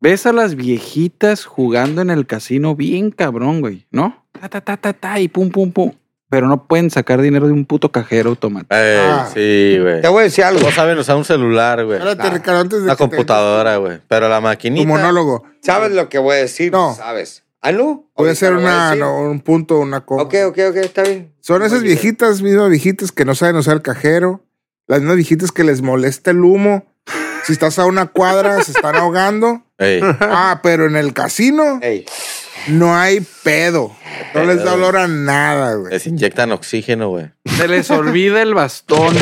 S2: Ves a las viejitas jugando en el casino bien cabrón, güey, ¿no? Ta, ta, ta, ta, ta, y pum, pum, pum. Pero no pueden sacar dinero de un puto cajero automático.
S3: Ey,
S5: Ah.
S3: sí, güey.
S4: Te voy a decir algo.
S3: No saben usar un celular, güey.
S5: Espérate, Ricardo, antes de
S3: Una
S5: que te-
S3: computadora, güey. Pero la
S5: tu
S3: maquinita.
S5: monólogo.
S4: ¿Sabes lo que voy a decir?
S5: No.
S4: Sabes. ¿Ah, no?
S5: Voy a
S4: Ahorita
S5: hacer
S4: lo a
S5: una,
S4: decir.
S5: no, un punto, una coma.
S4: Ok, ok, ok, está bien.
S5: Son esas
S4: Oye.
S5: viejitas, mismas viejitas que no saben usar el cajero. Las mismas viejitas que les molesta el humo. Si estás a una cuadra, se están ahogando. [laughs]
S3: Ey,
S5: Ah, pero en el casino
S4: Ey,
S5: no hay pedo. No les da olor a nada, güey.
S3: les inyectan oxígeno, güey.
S2: Se
S4: [laughs]
S2: les olvida el bastón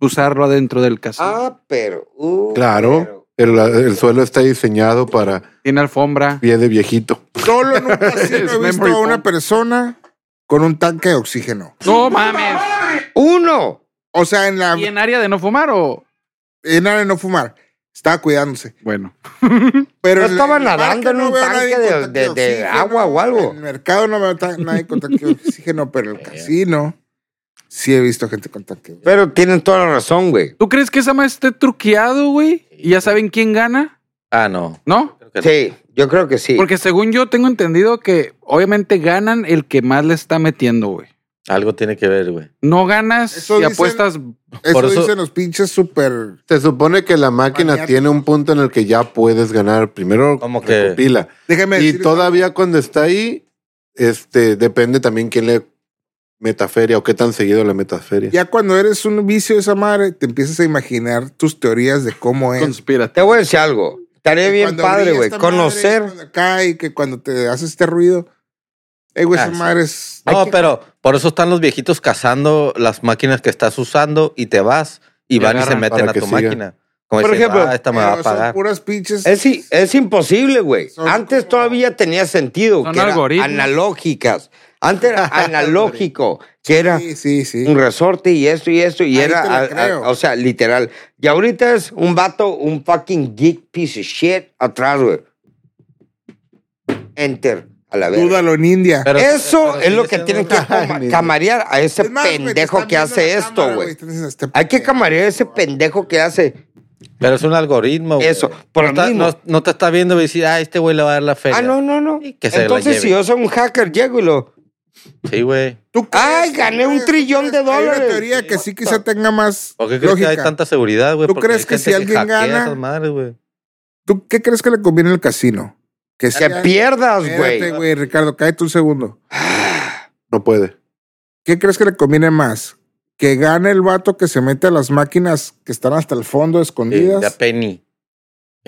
S2: usarlo adentro del casino.
S4: Ah, pero. uh,
S1: Claro, el, el suelo está diseñado
S4: Ah.
S1: para
S2: Tiene alfombra.
S1: pie de viejito.
S5: Solo en un casino
S2: Es
S5: he visto
S2: memory
S5: a una
S2: foam.
S5: persona con un tanque de oxígeno.
S2: No mames.
S4: pero- Uno.
S5: O sea, en la
S2: ¿Y en área de no fumar o?
S5: en área de no fumar. Estaba cuidándose.
S2: Bueno.
S5: Pero
S4: No
S5: en la-
S4: estaban
S5: el parque
S4: nadando en un
S5: veo a nadie
S4: tanque
S5: con
S4: de-
S5: tanque
S4: de- de
S5: oxígeno,
S4: agua o algo.
S5: En el mercado no veo ta- nadie
S4: [laughs]
S5: con tanque de oxígeno, pero
S3: Eh.
S5: en el casino sí he visto gente con tanque.
S4: Pero tienen toda la razón, güey.
S2: ¿Tú crees que esa madre esté truqueado, güey? ¿Y ya saben quién gana?
S3: Ah, no.
S2: ¿No?
S3: Creo que
S4: Sí, yo creo que sí.
S2: Porque según yo tengo entendido que obviamente ganan el que más le está metiendo, güey.
S3: Algo tiene que ver, güey.
S2: No ganas
S5: Eso
S2: y
S5: dicen-
S2: apuestas.
S5: Eso,
S3: Por eso-
S5: dicen los pinches súper.
S1: Se supone que la máquina
S5: Maniático.
S1: tiene un punto en el que ya puedes ganar. Primero
S3: Como que-
S1: recopila.
S5: Déjame
S1: Y
S5: decir.
S1: todavía cuando está ahí, este depende también quién le metaferia o qué tan seguido la metaferia.
S5: Ya cuando eres un vicio de esa madre, te empiezas a imaginar tus teorías de cómo es.
S2: Conspírate.
S4: Te voy a decir algo. Estaría
S5: Que
S4: bien
S5: cuando
S4: padre,
S5: brilla
S4: güey.
S5: esta madre,
S4: Conocer.
S5: cuando cae, que cuando te hace este ruido. Ey, güey,
S3: Ah,
S5: esa
S3: sí.
S5: madre es.
S3: No, pero por eso están los viejitos cazando las máquinas que estás usando y te vas y
S2: Y
S3: van y se
S2: agarran
S3: meten
S1: para
S3: a
S1: que
S3: tu
S1: siga.
S3: máquina. Como
S4: Por
S3: por
S4: ejemplo,
S3: ejemplo, esta me va
S5: Pero
S3: a
S5: son
S3: pagar.
S5: puras pinches.
S4: Es, i- es imposible, güey.
S5: Son
S4: Antes
S5: como-
S4: todavía tenía sentido.
S2: Son
S4: que era
S2: algoritmos.
S4: analógicas. Antes
S5: [laughs]
S4: era analógico, que era
S5: Sí, sí, sí.
S4: un resorte y esto y esto. Y
S5: Ahí
S4: era,
S5: te la
S4: a- a-
S5: creo.
S4: o sea, literal. Y ahorita es un vato, un fucking geek piece of shit atrás, güey. Enter. A la verga.
S5: Dúdalo en India.
S3: Pero-
S4: Eso
S3: pero
S4: es
S3: sigue
S4: lo que
S3: siendo
S4: tienen
S3: un-
S4: que cama- camarear a ese
S5: Es más, güey, te
S4: pendejo
S5: están
S4: que
S5: viendo
S4: hace
S5: la
S4: esto,
S5: cámara,
S4: güey.
S5: Están diciendo, este
S4: Hay que
S5: pendejo.
S4: camarear a ese pendejo que hace. Ah,
S3: Pero es un algoritmo, güey.
S4: Eso, por
S3: no,
S4: lo
S3: está-
S4: mismo.
S3: no- no te está viendo y decir, ah, este güey le va a dar la feria.
S4: Ah, no, no, no.
S3: que se la
S4: Entonces,
S3: lleve.
S4: si yo soy un hacker, llego y lo.
S3: Sí, güey.
S5: ¿Tú
S4: Ay,
S5: crees,
S4: gané un
S5: güey?
S4: trillón de
S5: Hay
S4: dólares.
S5: una teoría que sí quizá tenga más
S3: ¿Por qué crees que hay
S5: lógica.
S3: tanta seguridad, güey?
S5: ¿Tú
S3: Porque
S5: crees
S3: hay
S5: que si
S3: gente
S5: alguien
S3: hackea
S5: gana-
S3: esas madres, güey.
S5: ¿Tú qué crees que le conviene al casino? Que
S4: Que
S5: sea-
S4: pierdas,
S5: Espérate,
S4: güey.
S5: güey, Ricardo, cállate un segundo.
S1: No puede.
S5: ¿Qué crees que le conviene más? ¿Que gane el vato que se mete a las máquinas que están hasta el fondo
S3: Sí, de a
S5: escondidas?
S3: penny.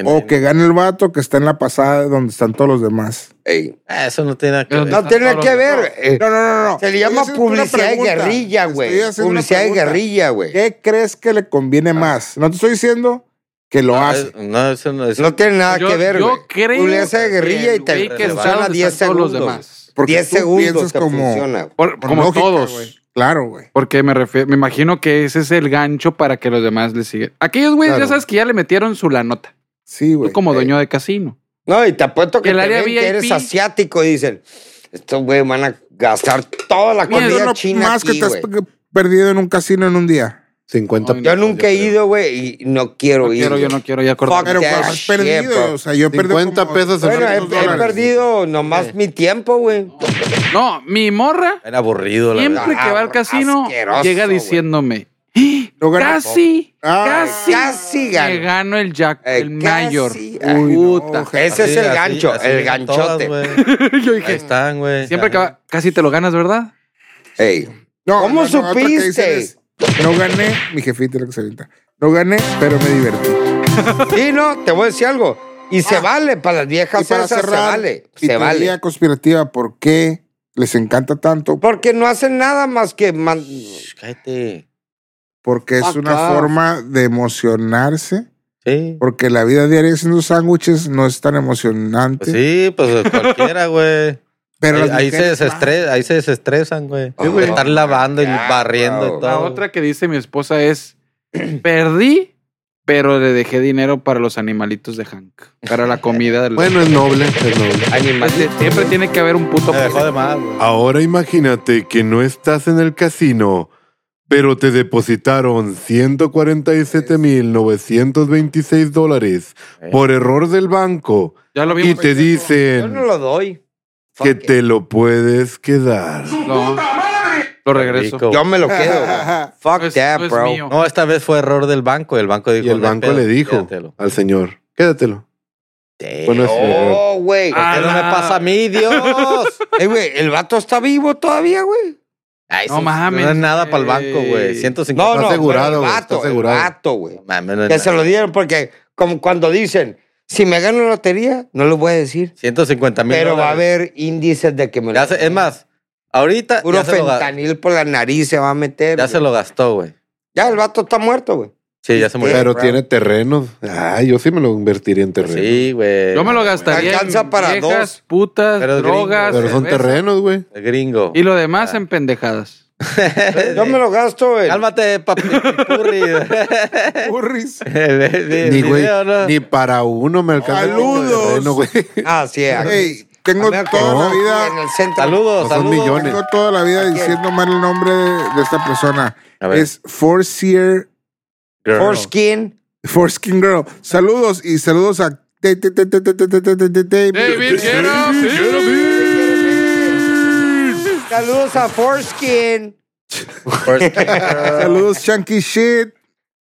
S5: ¿O que gane el vato que está en la pasada donde están todos los demás?
S4: Ey,
S3: Ah, Eso no tiene nada que
S2: Pero
S3: ver.
S4: No tiene nada que ver. eh,
S5: No, no, no, no.
S4: Se le
S5: Estoy
S4: llama
S5: haciendo una
S4: publicidad de
S5: pregunta.
S4: guerrilla,
S5: Estoy
S4: güey.
S5: haciendo una
S4: Publicidad de
S5: pregunta.
S4: guerrilla, güey.
S5: ¿Qué crees que le
S4: Ah.
S5: conviene más? No te estoy diciendo que lo
S3: No,
S5: hace.
S3: es- Ah, no, eso no es.
S4: No tiene nada
S2: Yo-
S4: que ver,
S2: yo
S4: güey.
S2: creo
S4: Publicidad de guerrilla y
S2: el
S4: te
S2: güey
S3: que está
S4: funciona
S2: donde
S4: 10
S2: están todos
S4: segundos.
S2: los demás.
S5: Porque
S4: 10
S5: tú
S4: segundos
S5: piensas
S4: te
S5: como-
S4: funciona. güey.
S2: Por-
S5: Por
S2: como
S5: lógica,
S2: todos.
S5: güey. Claro, güey.
S2: Porque me refiero, me imagino que ese es el gancho para que los demás le sigan. Aquellos güeyes
S5: Claro.
S2: ya sabes que ya le metieron su la nota.
S5: Sí,
S2: Tú
S5: güey. eh.
S2: como dueño de casino.
S4: No, y te apuesto que,
S2: El
S4: te
S2: área
S4: ven que
S2: VIP.
S4: eres asiático y dicen, estos güey van a gastar toda la
S5: ¿Cuánto es
S4: comida
S5: lo
S4: china
S5: más
S4: aquí,
S5: que te has
S4: güey.
S5: pe- perdido en un casino en un día?
S1: 50
S2: Ay,
S4: Yo nunca he
S1: creo.
S4: ido, güey, y no quiero
S2: No
S4: ir.
S2: quiero, yo no quiero ya acordar.
S4: Fuck.
S5: Pero
S4: Ya,
S5: ¿cuánto has
S4: ah, shit,
S5: perdido?
S4: bro.
S5: o sea, yo he perdido
S1: 50
S5: como-
S1: pesos en
S4: Bueno, he,
S1: unos
S4: he
S1: dólares.
S4: perdido
S2: Eh.
S4: nomás mi tiempo, güey.
S2: No, mi morra
S3: Era aburrido, la
S2: siempre
S3: verdad.
S2: que va al
S4: Ah,
S2: casino
S4: asqueroso,
S2: llega
S4: güey.
S2: diciéndome,
S5: No gané
S2: casi,
S5: Ah,
S2: casi,
S4: casi
S2: me
S4: gano.
S2: gano el jack,
S4: Eh,
S2: el mayor.
S4: casi.
S5: Uy, no,
S2: Puta.
S5: ojalá.
S4: Ese es
S3: Así-
S4: el
S3: así-
S4: gancho,
S3: así
S4: el
S3: llegan
S4: ganchote.
S3: todas, güey.
S2: Yo
S3: Ahí
S2: dije,
S3: están, güey.
S2: siempre que va, casi te lo ganas, ¿verdad?
S4: Ey,
S5: No,
S4: ¿Cómo
S5: no, no, otra que dicen
S4: supiste?
S5: es, No gané, mi jefita lo que se avienta. No gané, pero me divertí.
S4: Sí, no, te voy a decir algo. Y se vale, para las viejas
S5: Y para
S4: esas,
S5: cerrar,
S4: se vale.
S5: mi
S4: Se vale.
S5: teoría conspirativa, ¿por qué les encanta tanto?
S4: Porque no hacen nada más que... man-
S3: Shh, Cállate.
S5: Porque es
S4: Fuck
S5: una
S4: off.
S5: forma de emocionarse.
S3: Sí.
S5: Porque la vida diaria haciendo sándwiches no es tan emocionante.
S3: Pues sí, pues cualquiera, güey.
S5: pero
S3: Ahí,
S5: las
S3: ahí se
S5: mujeres más.
S3: desestre- ahí se desestresan, güey.
S4: Sí, güey.
S3: Estar lavando y
S4: Ya,
S3: barriendo
S4: bro.
S3: y todo.
S2: La otra que dice mi esposa es, [clears throat] perdí, pero le dejé dinero para los animalitos de Hank, para la comida del...
S1: Bueno, es noble, es noble.
S4: Animales.
S2: siempre tiene que haber un puto...
S3: Me dejó de más, güey.
S1: Ahora imagínate que no estás en el casino, pero te depositaron
S4: Pues.
S1: 147.926 dólares
S4: Eh.
S1: por error del banco
S2: Ya lo
S1: y
S2: vimos.
S1: te
S4: Yo no
S1: dicen
S4: lo doy. Fuck
S1: que
S4: it.
S1: te lo puedes quedar.
S2: No. Lo regreso.
S3: Rico.
S4: Yo me lo quedo. güey. Fuck
S2: No es-
S4: that,
S2: no es
S4: bro.
S2: Pues, mío.
S3: No, esta vez fue error del banco. El banco dijo.
S1: Y el
S3: "No hay
S1: banco
S3: pedo,
S1: le dijo
S3: quédatelo".
S1: al señor, quédatelo. Bueno, es-
S4: Oh, güey.
S3: ¿Por qué no me
S2: ala.
S3: pasa a mí, Dios?
S4: Eh, güey, el vato está vivo todavía, güey.
S3: Ay,
S2: No
S3: sí,
S2: mames, Eh,
S3: No es nada para el banco, güey.
S2: güey.
S3: 150.
S4: No,
S1: Está
S4: no,
S1: asegurado,
S4: pero
S1: güey,
S4: el
S1: está
S4: vato, el
S1: asegurado.
S4: vato, güey.
S3: mames, no es
S4: Que se
S3: nada.
S4: lo dieron porque como cuando dicen, si me gano la lotería, no lo voy a decir.
S3: 150 mil
S4: Pero va a
S3: dólares.
S4: haber índices de que me lo
S3: Ya se- es más, ahorita
S4: Puro
S3: ya se, lo, ga-
S4: fentanil por la nariz se va a meter.
S3: ya
S4: güey.
S3: se lo gastó, güey.
S4: Ya, el vato está muerto,
S3: [laughs]
S4: güey.
S3: Sí, ya se murió.
S1: Pero
S4: bro.
S1: tiene terrenos. Ah, yo sí me lo invertiría en terrenos.
S3: Pues Sí, güey.
S2: Yo me lo gastaría
S4: Alcanza
S2: en
S4: para
S2: viejas,
S4: dos.
S2: putas,
S3: Pero es gringo.
S2: drogas,
S1: Pero son
S2: cerveza,
S1: terrenos, güey.
S3: El gringo.
S2: Y lo demás en pendejadas.
S4: Yo me lo gasto, güey.
S3: Cálmate,
S2: [laughs]
S3: papi. pipurri. [laughs]
S5: Burris.
S1: Ni,
S3: ni,
S1: güey, ni para uno me alcanza. el
S5: Saludos.
S1: terreno, güey.
S3: Pues
S4: Ah, sí, aquí.
S5: Ey, tengo
S4: A ver,
S5: toda
S4: ¿cómo?
S5: la vida.
S4: En el centro.
S3: Saludos,
S1: No son
S3: saludos.
S1: millones.
S5: Tengo toda la vida
S4: ¿A quién?
S5: diciendo mal el nombre de, de esta persona.
S3: A ver.
S5: Es Forcier,
S3: Girl.
S4: Foreskin.
S5: Foreskin Girl. Saludos y saludos a te- te- te- te- te- te- te- te- te- te- te-
S2: David
S4: Saludos a Foreskin.
S3: First girl.
S5: Saludos Chunky Shit,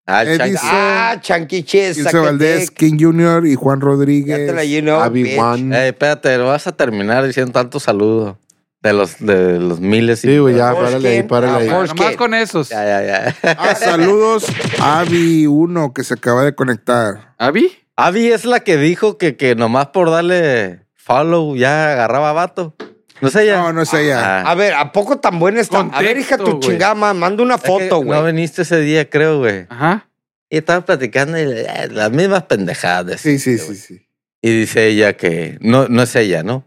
S3: Ah, el
S5: Eddie
S3: chango.
S5: Sa-
S4: Ah, Chanqui Chis.
S5: Ilse Valdés, King Jr. y Juan
S4: Ya te la
S5: Rodríguez.
S4: llenó.
S1: Abby
S4: bitch.
S1: Wan.
S3: Ey, espérate, no vas a terminar diciendo tantos saludos de los, de los miles. y-
S1: Sí, güey, ya,
S4: Foreskin.
S1: párale ahí, párale ahí.
S4: Ah, Foreskin.
S2: Nomás con esos.
S3: Ya, ya, ya. [laughs]
S5: Ah, saludos a Avi 1 que se acaba de conectar.
S2: ¿Abi?
S3: Abby es la que dijo que, que nomás por darle follow ya agarraba vato. No Ah, sé ya.
S5: No, no es ella.
S4: A ver, ¿a poco tan buena está? a ver, hija,
S2: Contexto,
S4: tu
S2: güey.
S4: chingada, ma- manda una foto, güey.
S3: No viniste ese día, creo, güey.
S2: Ajá.
S3: Y estaban platicando y, eh, las mismas pendejadas. de
S5: Sí, sí,
S3: siempre,
S5: sí,
S3: güey.
S5: sí.
S3: Y dice ella que no, no es ella, ¿no?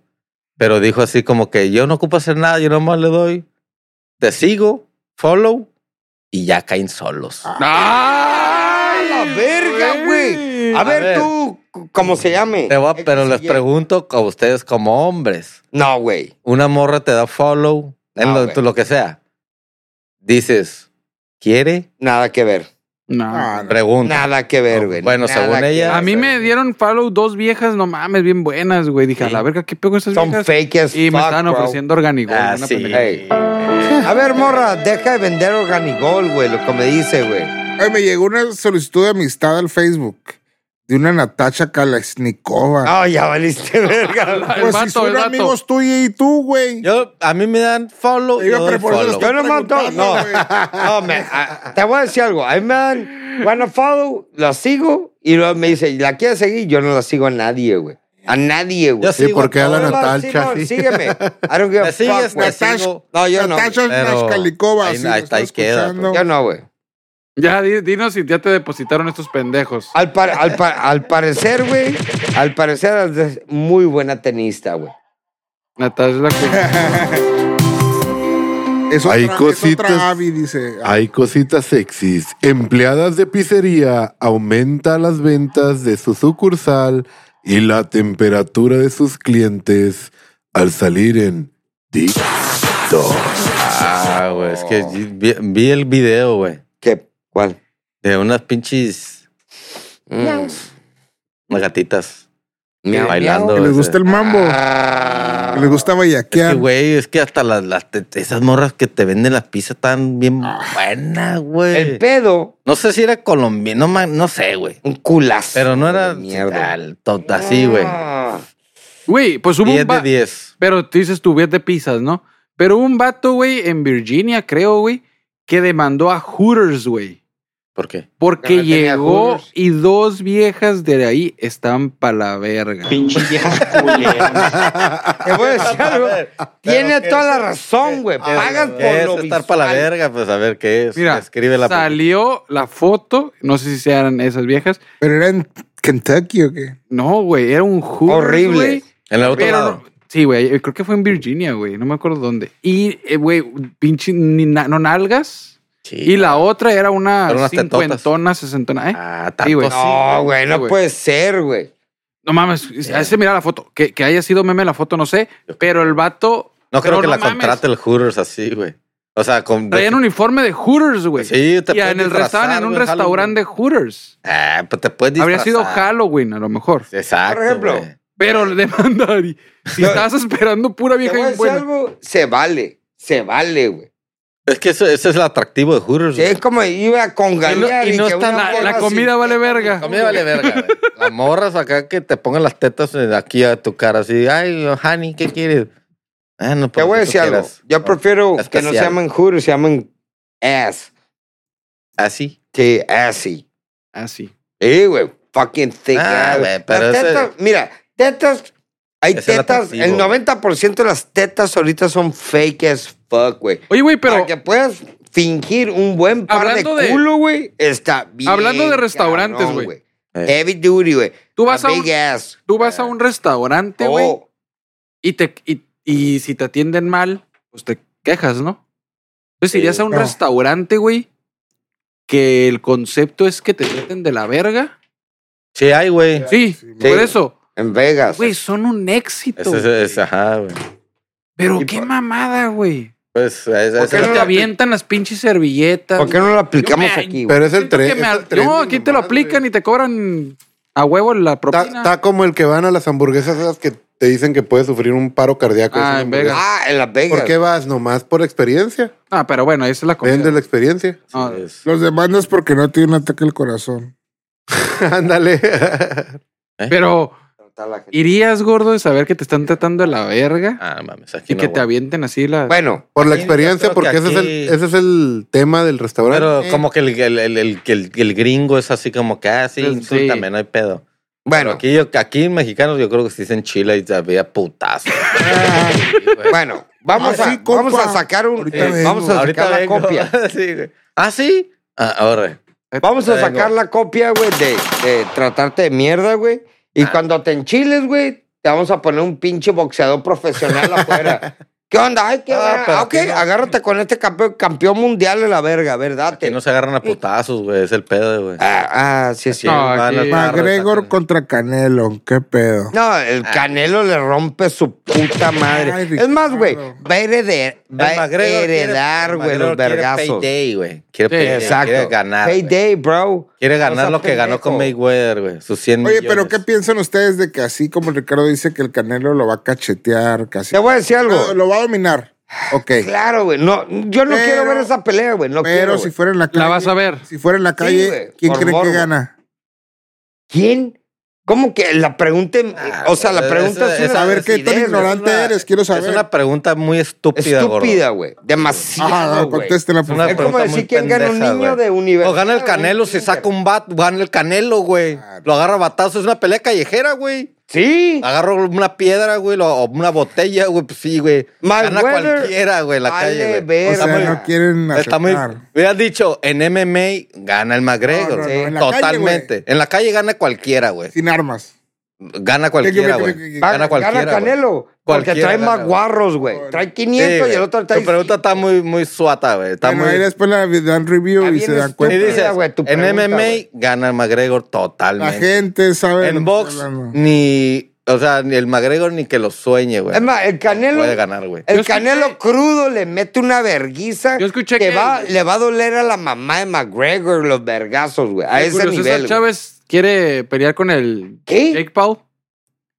S3: Pero dijo así como que yo no ocupo hacer nada, yo nomás le doy, te sigo, follow y ya caen solos.
S2: Ah,
S4: ¡A la verga, güey! A,
S3: A
S4: ver,
S3: ver.
S4: tú, c- ¿cómo se llame?
S3: Te voy a-
S4: X
S3: pero
S4: y
S3: les
S4: Y.
S3: pregunto a ustedes como hombres,
S4: No, güey.
S3: una morra te da follow en
S4: Ah,
S3: lo,
S4: güey.
S3: tú lo que sea. Dices, ¿quiere?
S4: Nada que ver.
S2: No.
S5: Ah, no.
S3: Pregunta.
S4: Nada que ver, güey.
S3: Bueno,
S4: Nada
S3: según
S4: que
S3: ella-
S4: ver.
S2: A mí me dieron follow dos viejas, no mames, bien buenas, güey. Dije, a la verga, ¿qué pego esas
S4: Son
S2: viejas?
S4: fake as
S2: Y me
S4: fuck,
S2: estaban
S4: bro.
S2: ofreciendo organigol.
S3: Ah,
S2: una
S3: sí.
S2: pendejada.
S4: Ey. A ver, morra, deja de vender organigol, güey, lo que me dice, güey.
S5: Ay, me llegó una solicitud de amistad al Facebook de una Natasha Kalashnikova.
S4: Ah, ya valiste [laughs] verga.
S2: El
S5: Pues
S2: vato,
S5: si
S2: el
S5: son
S2: vato.
S5: amigos tú y tú, güey.
S3: Yo, a mí me dan follow.
S5: Te iba
S3: yo
S5: a
S3: doy
S5: preparar
S3: follow.
S5: los-
S4: Yo no mato,
S5: preguntando,
S4: no.
S5: güey.
S4: No, me, a- te voy a decir algo. A mí me dan, bueno, follow, la sigo y luego me dice, ¿la quieres seguir? Yo no la sigo a nadie, güey. A nadie, güey.
S3: Yo
S1: Sí,
S3: sigo
S1: porque
S3: a
S1: a la
S3: todos.
S1: Natasha.
S4: Simón,
S1: sí.
S4: sígueme. I don't give a
S3: Me sigues,
S4: fuck, güey.
S3: me sigo.
S4: No, yo no.
S5: Natasha
S4: güey.
S3: pero
S5: Kalashnikova,
S3: ahí-
S5: si lo
S3: ahí está,
S5: está
S3: ahí queda,
S5: escuchando.
S4: Yo no, güey.
S2: Ya, di- dinos si ya te depositaron estos pendejos.
S4: Al, par- al, par- al parecer, güey, al parecer es muy buena tenista, güey.
S2: Natasha es la
S4: [laughs]
S2: que-
S5: Es
S1: Hay
S5: otra,
S1: cositas.
S5: Es otra Abby, dice.
S1: Hay cositas sexys. Empleadas de pizzería aumenta las ventas de su sucursal y la temperatura de sus clientes al salir en TikTok.
S3: Ah, güey, es que vi, vi el video, güey,
S4: ¿Qué? ¿Cuál?
S3: de unas pinches
S4: Mm.
S3: gatitas
S4: Miau,
S3: bailando.
S5: Que les
S3: ese.
S5: gusta el mambo.
S4: Ah.
S5: Que les gusta
S3: Es que,
S5: vallaquear.
S3: güey, es que hasta las, las te- esas morras que te venden las pizzas están bien buenas,
S4: El
S3: güey.
S4: pedo,
S3: No sé si era colombiano, ma- no sé, güey.
S4: un culazo.
S3: Pero no era
S4: de mierda.
S3: al- to- así, güey.
S4: Ah.
S2: Güey, pues hubo
S3: 10
S2: un
S3: de
S2: va-
S3: 10.
S2: Pero tú dices tu vez de pizzas, ¿no? Pero hubo un vato, güey, en Virginia, creo, güey, que demandó a Hooters, güey.
S3: ¿Por qué?
S2: Porque
S4: No, no Ah, tenía
S2: llegó
S4: Hooters.
S2: y dos viejas de ahí estaban pa' la verga.
S4: Te voy
S3: [laughs]
S4: a decir algo. Tiene toda la razón, güey.
S3: ¿Qué-
S4: Pagas
S3: qué
S4: Ah, por
S3: es
S4: lo
S3: estar
S4: visual.
S3: para la verga? Pues a ver qué es. pues.
S2: Mira,
S3: Escribe la
S2: salió la foto, no sé si sean esas viejas.
S5: Pero era en Kentucky o qué.
S2: No, güey, era un Hooters,
S4: Horrible.
S2: güey.
S3: En el otro
S2: Pero
S3: lado.
S2: no- sí, güey, eh, creo que fue en Virginia, güey, no me acuerdo dónde. Y, eh, güey, pinche, ni na- no nalgas.
S3: Sí.
S2: Y la otra era una
S3: Pero unas tetotas.
S2: cincuentona, sesentona, ¿eh?
S3: Ah,
S2: Sí,
S3: tanto
S2: güey.
S4: No, güey, no
S2: Sí, güey.
S4: puede ser, güey.
S2: No mames, a ese mira la foto. Que, que haya sido meme la foto, no sé. Pero el vato.
S3: No creo
S2: pero
S3: que la
S2: mames,
S3: contrate el Hooters así, güey. O sea, con.
S2: Traían uniforme de Hooters, güey.
S3: Sí, te
S2: Y
S3: puedes
S2: en el
S3: disfrazar,
S2: restaurante, en un
S3: güey,
S2: restaurante de Hooters.
S3: Ah, pues te puedes disfrazar.
S2: Habría sido Halloween, a lo mejor.
S3: Exacto.
S4: Por ejemplo.
S3: güey.
S2: Pero le demanda y Si estás esperando pura
S4: Te
S2: vieja
S4: voy a
S2: y
S4: decir
S2: buena.
S4: algo. Se vale. Se vale, güey.
S3: Es que eso, eso es el atractivo de Hooters.
S4: Sí,
S3: güey.
S4: es como iba a conganear
S3: Y no- y no
S4: que
S3: está
S4: una
S3: na-
S4: morra
S2: la comida
S4: así-
S2: vale verga.
S3: A mí me vale verga, güey. Las morras acá que te pongan las tetas en- aquí a tu cara, así, ay, honey, ¿qué quieres? Ah, no,
S4: Te
S3: pues,
S4: voy a
S3: lo que
S4: decir algo.
S3: quieras.
S4: Yo
S3: No,
S4: prefiero
S3: es
S4: que no se
S3: especial.
S4: llamen hooters, se llamen ass.
S3: Así.
S4: Sí, assy.
S2: Así.
S4: Sí, güey. Fucking thick
S3: Ah,
S4: ass.
S3: güey,
S4: Las
S3: pero ese-
S4: tetas, mira, tetas. Hay
S3: Ese es el
S4: tetas. El
S3: atractivo.
S4: 90% de las tetas ahorita son fake as fuck, güey.
S2: Oye, güey, pero
S4: Para que puedas fingir un buen par
S2: Hablando
S4: de
S2: de-
S4: culo, güey, está bien.
S2: Hablando de
S4: cabrón,
S2: restaurantes, güey.
S3: Eh.
S4: Heavy duty, güey.
S2: Tú vas a
S4: big
S2: un-
S4: ass.
S2: tú vas a un restaurante, güey,
S4: Oh,
S2: y, te, y, y si te atienden mal, pues te quejas, ¿no? Entonces irías a un
S5: No.
S2: restaurante, güey, que el concepto es que te traten de la verga.
S3: Sí, ay, güey.
S2: Sí,
S5: Sí,
S2: por
S4: güey.
S2: eso.
S4: en Vegas.
S2: Güey, son un éxito.
S3: Ese es, es- ajá, güey.
S2: Pero
S4: Y
S2: qué
S4: por-
S2: mamada, güey.
S3: Pues, es,
S4: ¿Por
S3: es-
S4: qué
S2: Que
S4: no
S2: te
S4: la-
S2: avientan las pinches servilletas.
S4: ¿Por qué no lo aplicamos
S2: Yo me-
S4: aquí, güey?
S1: Pero es el
S2: Siento que
S1: tren.
S2: me
S1: es
S2: al-
S1: el tren
S2: no,
S1: de
S2: aquí te lo
S1: nomás, güey.
S2: aplican y te cobran a huevo la propina.
S1: Está, está como el que van a las hamburguesas esas que te dicen que puedes sufrir pues, un paro cardíaco.
S2: Ah,
S1: Es una
S2: en Vegas.
S1: hamburguesa.
S4: Ah, en Las Vegas.
S1: ¿Por qué vas? Nomás por experiencia.
S2: Ah, pero bueno, esa es la comida.
S1: Vende la experiencia. [laughs]
S2: Ah,
S3: es-
S5: Los demandas porque no tiene un ataque al corazón.
S1: Ándale. [laughs]
S2: Pero
S4: Está la gente.
S2: irías, gordo, de saber que te están tratando de la verga
S3: Ah, mames, aquí
S2: y
S3: no,
S2: que te
S3: güey.
S2: avienten así la.
S4: Bueno,
S1: por la
S3: Aquí yo
S1: experiencia,
S3: creo
S1: porque
S3: que
S1: ese, es el,
S3: aquí-
S1: ese es el tema del restaurante.
S3: Pero
S1: Eh,
S3: como que el, el, el, el, que el- que el gringo es así como que, ah, sí,
S2: Pues,
S3: insúltame,
S2: sí.
S3: no hay pedo. Pero
S4: bueno,
S3: aquí, yo, aquí mexicanos yo creo que sí dicen chila y había putazo.
S4: bueno. Vamos,
S5: Ah,
S4: a,
S5: sí, compa.
S4: vamos a sacar un.
S5: Ahorita
S4: eh, [laughs] vamos
S5: vengo.
S4: a sacar la
S3: vengo.
S4: copia.
S3: [laughs] sí, güey. ¿Ah, sí? Ah, ahora.
S2: Eh,
S4: Vamos a
S3: Vengo.
S4: sacar la copia, güey, de, de tratarte de mierda, güey. Y
S3: Ah.
S4: cuando te enchiles, güey, te vamos a poner un pinche boxeador profesional
S3: [laughs]
S4: afuera. ¿Qué onda? Ay, qué
S3: Ah,
S4: verga.
S3: pero
S4: Ah, ok,
S3: aquí no.
S4: agárrate con este campeón, campeón mundial de la verga, ¿verdad?
S3: Que no se agarran a putazos, güey. Es el pedo, güey.
S4: Eh, Ah, ah, sí, sí.
S2: No,
S3: van
S2: aquí-
S3: al barro,
S5: McGregor
S3: sacan-
S5: contra Canelo, qué pedo.
S4: No, el
S3: Ah.
S4: Canelo le rompe su puta madre.
S5: Ay,
S4: es más, güey,
S5: Ricardo.
S4: va a hereder- va
S3: El
S4: a
S3: McGregor quiere-
S4: heredar,
S3: el
S4: güey, los
S3: McGregor quiere
S4: vergazos.
S3: Payday, güey. Quiere,
S2: Sí,
S3: payday,
S4: Exacto.
S3: quiere ganar. güey.
S4: Payday, bro.
S3: Quiere ganar
S4: No
S3: lo que
S4: seas
S3: ganó con
S4: pendejo.
S3: Mayweather, güey. Sus 100
S5: Oye,
S3: millones.
S5: pero ¿qué piensan ustedes de que así como Ricardo dice que el Canelo lo va a cachetear, casi?
S4: Te voy a decir algo.
S5: Lo, lo va a dominar. Ok.
S4: Claro, güey. No, yo no
S5: Pero-
S4: quiero ver esa pelea, güey. No
S5: pero
S4: quiero.
S5: si
S4: güey.
S5: fuera en la calle.
S2: la vas a ver.
S5: Si fuera en la calle,
S4: güey,
S5: ¿quién
S4: por
S5: cree
S4: morbo.
S5: que gana?
S4: ¿Quién? ¿Cómo que la pregunta? eh,
S3: Ah,
S4: o sea, la
S3: eso-
S4: pregunta es,
S3: eso-
S4: una
S5: A ver qué tan
S4: estupidez,
S5: ignorante
S4: es una-
S5: eres, quiero saber.
S3: Es una pregunta muy estúpida, gordo. Ah,
S4: Estúpida, güey.
S5: Ajá,
S4: Demasiado, güey.
S5: contéstela,
S3: Es
S5: por
S3: una
S5: favor.
S4: Es como
S3: pregunta
S4: decir
S3: muy
S4: quién gana un
S3: pendeja,
S4: niño
S3: güey.
S4: de universidad.
S3: O gana el Canelo,
S4: se
S3: se saca un bat, gana el Canelo, güey.
S5: Claro.
S3: Lo agarra a batazo, es una pelea callejera, güey.
S4: Sí.
S3: Agarro una piedra, güey, lo- o una botella, güey, pues sí, güey. Gana
S4: Mayweather,
S3: cualquiera, güey, la
S4: vale
S3: calle, güey.
S5: O
S4: verga.
S5: sea, no quieren
S3: Está muy.
S5: aceptar.
S3: Me han dicho, en MMA gana el McGregor.
S5: No, no,
S4: no, en
S5: la calle,
S3: Totalmente.
S5: güey.
S3: en la calle gana cualquiera, güey.
S5: Sin armas.
S3: Gana cualquiera,
S5: que-
S3: güey.
S5: que- que-
S4: Va-
S3: Gana cualquiera.
S4: Gana Canelo. Porque
S3: Cualquiera
S4: trae
S3: gana,
S4: más
S3: güey.
S4: guarros, güey.
S5: Bueno.
S4: Trae
S3: güey.
S4: 500
S3: Sí,
S4: y el
S3: güey.
S4: otro trae.
S3: Tu pregunta está muy, muy suata, güey. Está
S5: Bueno,
S3: muy.
S5: ahí después le dan review
S4: Está
S5: y
S4: bien
S5: se dan
S4: estúpido.
S5: cuenta.
S3: Y dices,
S4: güey, tu
S3: en
S4: pregunta,
S3: MMA
S4: güey.
S3: gana el McGregor
S5: La
S3: totalmente.
S5: gente sabe. de lo
S3: en
S5: que
S3: box,
S5: está hablando.
S3: ni. O sea, ni el McGregor ni que lo sueñe, güey.
S4: Es más, el Canelo-
S3: Puede ganar, güey.
S4: El
S2: Yo escuché-
S4: Canelo crudo le mete una verguiza
S2: Yo escuché
S4: que,
S2: que-
S4: va, le va a doler a la mamá de McGregor los vergazos, güey. A
S2: El
S4: ese
S2: Julio César
S4: nivel. güey.
S2: Chávez quiere pelear con el
S4: ¿Qué?
S2: Jake Paul Ah,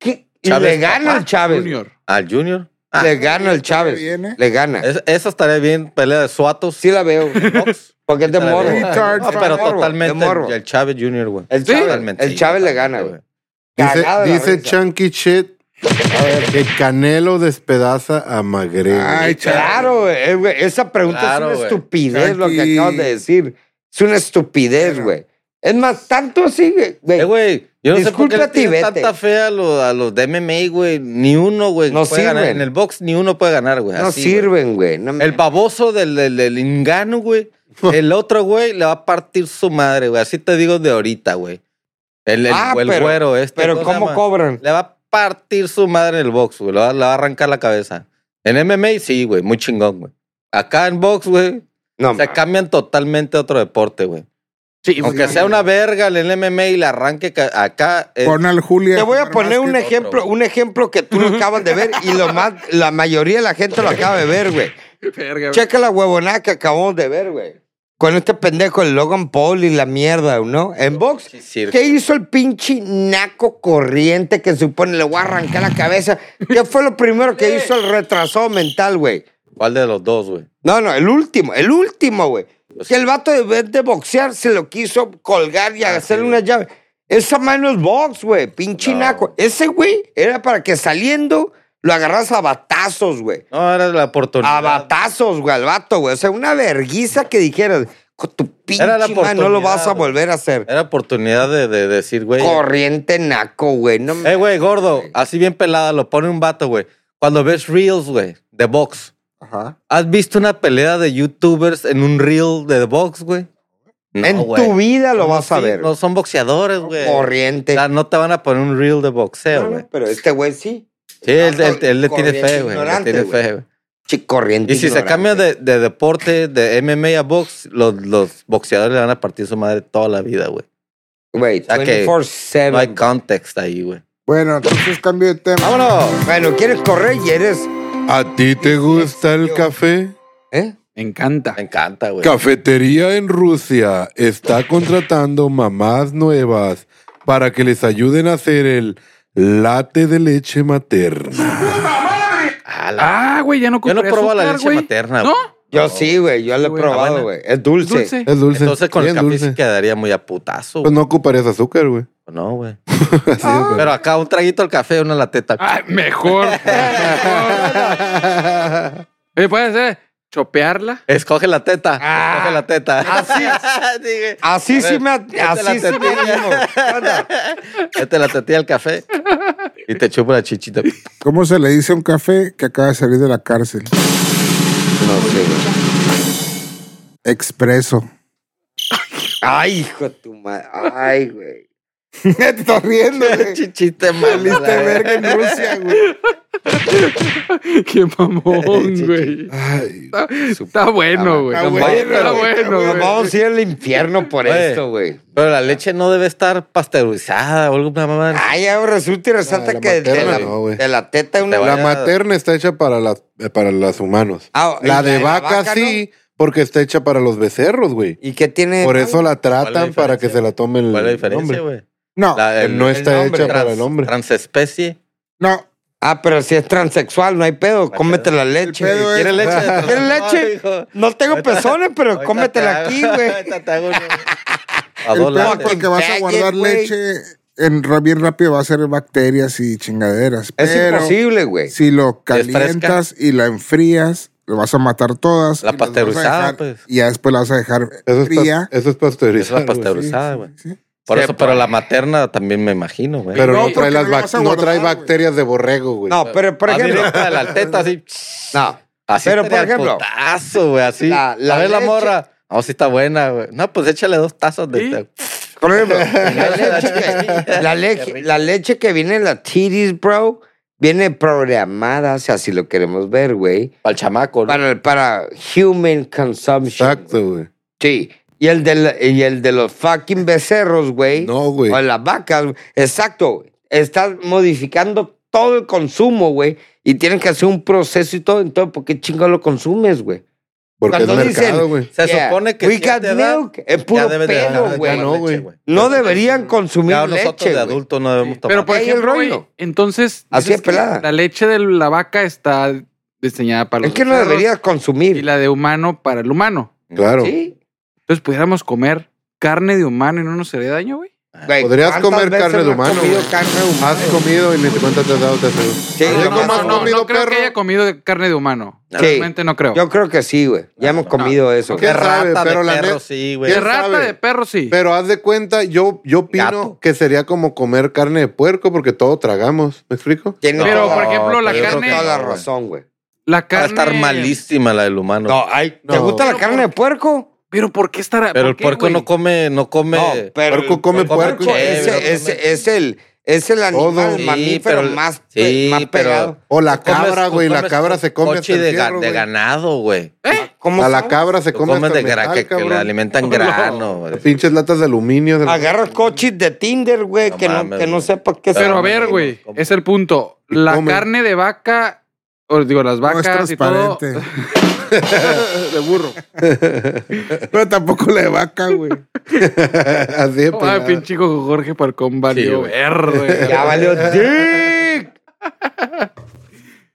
S4: ¿Qué? Y
S3: Chávez,
S4: le gana
S3: papá,
S4: el Chávez. güey.
S2: Jr.
S3: ¿Al Junior? Ah,
S4: le gana el Chávez.
S5: bien, ¿eh?
S4: Le gana.
S3: es- esa estaría bien, pelea de suatos.
S4: Sí la
S3: [laughs]
S4: veo.
S3: box.
S4: Porque es de
S3: Estaría
S4: morro.
S3: bien.
S5: Retard,
S3: No, pero
S4: De morbo, de
S3: totalmente
S4: morbo.
S3: el, el Chávez Junior, güey.
S4: El
S2: Sí.
S4: Chávez,
S3: Totalmente,
S4: el
S3: sí,
S4: Chávez le
S3: totalmente,
S4: gana, güey.
S1: Dice,
S4: Cagado de la
S1: dice
S4: risa.
S1: Chunky Shit que Canelo despedaza a Magre.
S5: Ay, chaval.
S4: Claro, eh, güey, esa pregunta
S3: Claro,
S4: es una
S3: güey.
S4: estupidez lo que
S5: Aquí.
S4: acabas de decir. Es una estupidez, güey. Es más, tanto así,
S3: Eh,
S4: güey.
S3: güey, yo no sé por qué le
S4: Discúlpate y
S3: tienen
S4: vete.
S3: tanta fe a los, a los de MMA, güey. Ni uno, güey,
S4: No
S3: puede ganar.
S4: sirven.
S3: En el box ni uno puede ganar, güey.
S4: No
S3: así, güey.
S4: sirven, güey. No me-
S3: El baboso del, del, del ingano,
S4: [laughs]
S3: güey. El otro, güey, le va a partir su madre, güey. Así te digo de ahorita, güey. El, el,
S4: Ah,
S3: el
S4: pero-
S3: güero este.
S4: Pero
S3: se
S4: ¿cómo
S3: llama?
S4: cobran?
S3: Le va a partir su madre en el box, güey. Le va, le va a arrancar la cabeza. En MMA, sí, güey. Muy chingón, güey. Acá en box, güey,
S4: No,
S3: se cambian totalmente a otro deporte, güey.
S2: Sí,
S3: Aunque sea una verga en el MMA y le arranque ca- acá... es-
S5: Pon al Julia.
S4: Te voy a
S5: jugar
S4: poner un
S5: básquet.
S3: otro,
S4: ejemplo,
S3: güey.
S4: un ejemplo que tú lo acabas de ver y lo más, la mayoría de la gente lo acaba de ver, güey.
S2: verga.
S4: Checa la huevonada que acabamos de ver, güey. Con este pendejo, el Logan Paul y la mierda, ¿no? En box.
S3: Sí, sí.
S4: ¿Qué hizo el pinche naco corriente que supone le voy a arrancar la cabeza? ¿Qué fue lo primero que hizo el retrasado mental, güey?
S3: ¿Cuál de los dos, güey?
S4: No, no, el último, el
S3: Ah,
S4: último, güey. Que el vato de vez de boxear se lo quiso colgar y hacerle una llave. Esa mano es box, güey. Pinche naco. Ese, güey, era para que saliendo lo agarras a batazos, güey.
S3: No, ahora la oportunidad.
S4: A batazos, güey, al vato, güey. O sea, una verguiza que dijeras, con tu pinche
S3: Era la
S4: mano no lo vas a
S3: oportunidad, güey.
S4: volver a hacer.
S3: Era oportunidad de, de decir, güey.
S4: Corriente naco, güey. No
S3: Eh, güey, gordo, así bien pelada, lo pone un vato, güey. Cuando ves reels, güey, de box.
S5: Ajá.
S3: ¿Has visto una pelea de youtubers en un reel de box, güey? No,
S4: en
S3: güey.
S4: tu vida lo
S3: No,
S4: vas a
S3: sí,
S4: ver.
S3: No son boxeadores, güey.
S4: Corriente.
S3: O sea, no te van a poner un reel de
S4: No,
S3: boxeo,
S4: no,
S3: güey.
S4: pero este güey sí.
S3: Sí, él, él- él le tiene
S4: Corriente
S3: fe, güey. Le
S4: ignorante,
S3: tiene
S4: güey.
S3: fe, güey.
S4: Che, corriente.
S3: Y si se
S4: ignorante.
S3: cambia de, de deporte, de MMA a box, los, los boxeadores le van a partir su madre toda la vida, güey.
S4: Güey,
S3: sea que
S4: 24-7.
S3: No hay context ahí, güey.
S5: Bueno, entonces cambio de tema.
S3: ¡Vámonos!
S4: bueno, quieres correr y eres.
S1: ¿A ti te gusta el café?
S4: ¿Eh?
S2: Me encanta.
S3: Me encanta, güey.
S1: Cafetería en Rusia está contratando mamás nuevas para que les ayuden a hacer el latte de leche materna.
S3: A la-
S2: Ah, güey, ya no
S3: Yo no
S2: compré
S3: probo la
S2: azúcar,
S3: leche
S2: güey.
S3: materna,
S2: ¿No?
S3: güey.
S4: Yo sí, güey. Yo lo he
S2: Güey,
S3: buena.
S4: probado, güey. Es dulce.
S2: Dulce.
S1: Es dulce.
S3: Entonces con
S1: Sí, es
S3: el café
S1: dulce.
S3: sí quedaría muy a putazo,
S1: Pues
S3: güey.
S1: no ocuparías azúcar, güey.
S3: No,
S4: [laughs]
S3: güey.
S1: Así es, güey.
S3: Pero acá un traguito al café, una la
S4: Ah.
S3: teta.
S2: Ay,
S4: [laughs]
S2: mejor. Oye, puedes eh, chopearla.
S3: Escoge la teta.
S4: Ah.
S3: Escoge la teta. [laughs]
S4: Así
S3: Dije,
S4: Así
S3: A
S4: sí
S3: ver,
S4: me.
S3: vete a
S4: Así
S3: la
S4: sí me.
S3: tetilla. Vete la tetilla al café y te chupo la
S4: [laughs]
S3: chichita.
S5: ¿Cómo se le dice a un café que acaba de salir de la cárcel?
S4: No sé, güey.
S5: Expreso.
S4: Ay, hijo de tu madre. Ay, güey. [laughs]
S5: Te estás
S3: [laughs]
S5: riendo, güey.
S3: Chichita
S5: Valiste
S3: malita.
S5: verga en Rusia, güey.
S2: [laughs] Qué [laughs] mamón, güey.
S1: Ay,
S2: Está, está bueno, güey. Está
S5: Está bueno,
S2: bueno, está
S5: güey,
S2: bueno,
S4: Nos
S2: güey.
S4: vamos a ir al infierno por
S3: Oye.
S4: esto, güey.
S3: Pero la leche no debe estar pasteurizada o alguna mamá.
S4: Ay, ahora resulta y resalta
S1: Ah, la
S4: que de- de,
S1: materna
S4: la,
S1: no, güey.
S4: de la teta una.
S3: Te va-
S1: La materna está hecha para las eh, para los humanos.
S4: Ah, y
S1: La de vaca sí, porque está hecha para los becerros, güey.
S4: ¿no? ¿Y qué tiene?
S1: Por eso la
S3: ¿Cuál es
S1: tratan
S3: la
S1: para que
S3: diferencia?
S1: se la tome el
S3: ¿Cuál es la
S1: el
S3: diferencia,
S1: hombre.
S3: güey?
S5: No,
S3: La-
S1: No está
S4: nombre.
S1: hecha para
S3: trans-
S1: el hombre.
S3: Transespecie.
S5: no.
S4: Ah, pero si es transexual, no hay pedo. Cómete la leche.
S5: El pedo es-
S3: ¿Quieres leche?
S4: ¿Quieres leche? No tengo pezones, pero cómetela aquí,
S3: [laughs]
S4: güey.
S3: A
S5: El
S3: dos
S5: pedo
S3: latas.
S5: es porque vas a
S4: Packet,
S5: guardar
S4: güey.
S5: leche en ra- bien rápido va a ser bacterias y chingaderas.
S4: Es
S5: pero
S4: imposible, güey.
S5: si lo
S3: Y es fresca.
S5: calientas y la enfrías, lo vas a matar todas.
S3: La
S5: y las vas a
S3: pasteurizada,
S5: dejar-
S3: pues.
S5: Y ya después la vas a dejar
S1: Eso es, pas-
S5: fría.
S1: eso es
S3: Es
S4: [laughs]
S1: pasteurizar.
S3: la
S1: güey.
S3: Pues, pasteurizada, güey.
S5: Sí, sí.
S3: Por
S4: Se
S3: eso, pero la materna también me imagino, güey.
S1: Pero
S5: No,
S1: no, trae,
S5: porque
S1: las
S5: no la vas a
S1: bac- no
S5: guardar,
S1: trae
S5: güey.
S1: bacterias de borrego, güey.
S4: No, pero por
S3: Va
S4: ejemplo.
S3: directa de la teta,
S4: [laughs]
S3: así.
S4: No.
S3: Así
S4: Pero, por
S3: estaría el
S4: ejemplo,
S3: putazo, güey, así.
S4: la-
S3: La,
S4: la
S3: a ver la
S4: leche-
S3: morra. No, sí está buena, güey. No, pues échale dos tazos de...
S2: ¿Sí?
S3: de-
S4: Por ejemplo,
S3: [laughs]
S4: [laughs] la leche, que- [laughs] la, leche, la leche que viene en la tiris, bro, viene programada, o sea, si lo queremos ver, güey,
S3: Para el chamaco, ¿no?
S4: para, para human consumption.
S1: Exacto, güey.
S4: Sí. Y el, de la- y el de los fucking becerros, güey.
S1: No, güey.
S4: O las vacas. güey. Exacto. güey. Estás modificando todo el consumo, güey. Y tienen que hacer un proceso y todo. Entonces, ¿por qué chingo lo consumes, güey?
S1: Porque es
S4: cuando dicen-
S1: mercado, güey.
S3: Se
S4: Yeah.
S3: supone que
S4: We
S3: cierta
S4: got
S3: edad
S4: milk. Es puro
S3: debe de
S4: pedo,
S3: dejar de
S4: güey.
S3: tomar
S1: No,
S3: leche,
S1: güey.
S4: No deberían consumir
S3: Ya
S4: leche,
S3: nosotros de
S4: güey. pues,
S3: adultos no debemos tomar.
S2: Pero por
S4: Ahí el
S2: ejemplo, güey,
S4: rollo.
S2: entonces.
S4: Así
S2: dices
S4: es pelada.
S2: que La leche de la vaca está diseñada para los
S4: Es que no
S2: becerros
S4: deberías
S2: Y
S4: consumir.
S2: la de humano para el humano.
S1: Claro.
S4: ¿Sí?
S2: Entonces pudiéramos comer carne de humano y no nos haría daño, güey.
S4: Güey,
S1: Podrías
S4: ¿cuántas
S1: comer
S4: veces
S1: carne
S4: no
S1: de
S4: has
S1: humano,
S4: comido
S1: güey?
S4: carne de humano?
S1: Has comido y ni te cuenta te has dado, te aseguro.
S4: Sí,
S1: Yo
S4: no,
S1: como
S4: no,
S1: has
S4: no,
S1: comido
S2: no creo
S1: perro.
S2: que haya comido de carne de humano.
S4: Sí.
S2: Realmente no creo.
S4: Yo creo que sí, güey. Ya hemos comido eso.
S1: ¿Qué
S3: De rata,
S1: sabe? Pero
S3: de
S1: la
S3: perro,
S1: neta-
S3: sí, güey.
S2: de
S1: ¿Quién
S2: rata,
S1: sabe?
S2: de perro, sí.
S1: Pero haz de cuenta, yo, yo opino
S3: Gato.
S1: que sería como comer carne de puerco porque todo tragamos. ¿Me explico?
S4: Tiene
S2: Pero,
S4: toda-
S2: por ejemplo, la
S4: yo creo que
S2: carne-
S4: toda la razón, güey.
S2: la
S3: Va a
S2: carne.
S3: estar malísima la del humano.
S4: No, ay, ¿te
S1: No.
S4: gusta la carne de puerco?
S2: Pero ¿por qué estará?
S3: pero
S2: ¿por
S3: el
S2: qué,
S3: puerco
S2: güey?
S3: no come, no come.
S4: pero
S1: Puerco come
S4: el
S1: puerco y
S4: es,
S3: cheve,
S4: es-
S3: no come-
S4: es el, es el animal
S1: Todo. Sí,
S4: mamífero
S3: pero-
S4: más,
S3: sí,
S4: pe- más
S3: pero-
S4: pegado.
S1: O la
S3: Tú comes-
S1: cabra,
S3: tú
S1: güey. La
S3: comes
S1: cabra
S3: un
S1: se come hasta
S3: coche
S1: el
S3: de, ga-
S1: fierro,
S3: de
S1: güey.
S3: ganado, güey.
S4: ¿Cómo
S1: A
S4: se
S1: la
S4: llama?
S1: cabra se
S3: Lo
S1: come
S3: comes
S1: hasta
S3: de
S1: el
S3: gra-
S1: metal,
S3: que, que le
S1: cabrón. [laughs]
S3: alimentan grano, güey.
S1: Pinches latas de aluminio. del-
S4: Agarra coches de Tinder, güey,
S3: No
S4: que, no,
S3: mames,
S4: que no
S3: güey.
S4: sepa qué
S2: Pero a
S4: son.
S2: ver,
S3: ¿Cómo?
S2: güey,
S3: ¿Cómo?
S2: es el punto. La
S1: come.
S2: carne de vaca, o digo, las
S5: No es
S2: vacas y todo.
S5: transparente. [laughs] de burro. Pero tampoco la de vaca, güey.
S1: [laughs] Así de
S2: No,
S1: pelada.
S2: Oh, Ay, pinche hijo Jorge Parcón valió
S3: güey.
S2: verde.
S3: [laughs]
S4: Ya valió dick.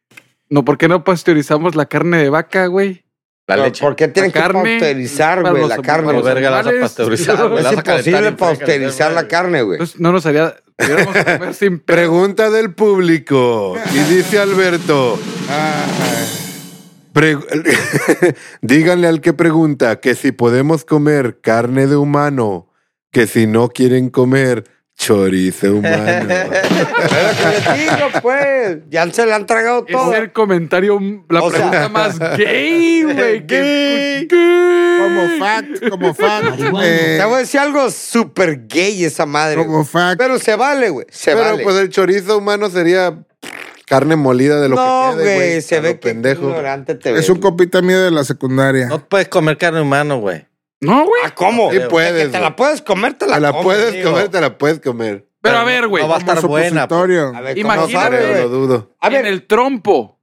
S2: [laughs] No, ¿por qué no pasteurizamos la carne de vaca, güey?
S3: La
S4: Pero,
S3: leche.
S4: ¿Por qué tienen que
S2: carne,
S4: pasteurizar,
S2: para
S4: güey,
S2: los-
S4: la
S2: para
S4: carne?
S3: Como
S2: los
S4: güey?
S3: verga la vas a
S2: animales? [laughs]
S3: pasteurizar, güey, Pues, la
S4: Es
S3: vas a calentar
S4: imposible
S3: y tiene que
S4: pasteurizar la
S3: calentar,
S4: carne, güey.
S2: Entonces, no nos había. Tuviéramos que comer sin pe-
S1: Pregunta del público. Y dice Alberto. pre- [laughs] Díganle al que pregunta que si podemos comer carne de humano, que si no quieren comer chorizo
S4: [laughs]
S1: humano.
S4: Es lo que les digo, pues. Ya se la han tragado
S2: Es
S4: [laughs] todo.
S2: el comentario, la
S4: O sea-
S2: pregunta
S4: [laughs]
S2: más gay, güey. gay.
S5: Como fact, como fact. eh,
S4: Te voy a decir algo súper gay esa madre. güey.
S5: como fact.
S4: Pero se vale, güey. Se
S1: Pero
S4: vale.
S1: pues el chorizo humano sería carne molida de lo
S4: no,
S1: que quede,
S4: güey. Se
S1: a lo
S4: ve que
S1: pendejo.
S4: ignorante te ves.
S5: Es un compita mío de la secundaria.
S3: No puedes comer carne humana, güey.
S2: No, güey.
S4: Ah, ¿cómo?
S1: Sí
S4: O sea,
S1: puedes,
S4: que te
S1: güey.
S4: la puedes comer, te la
S1: Te la
S4: comes,
S1: puedes
S4: digo.
S1: comer, te la puedes comer.
S2: Pero a ver, güey.
S3: no va a estar buena. pues.
S5: Supositorio.
S4: A ver, ¿cómo
S2: Imagínate.
S4: sabe,
S1: Pero lo
S4: güey?
S1: dudo.
S4: A
S2: En
S4: ver,
S2: el trompo.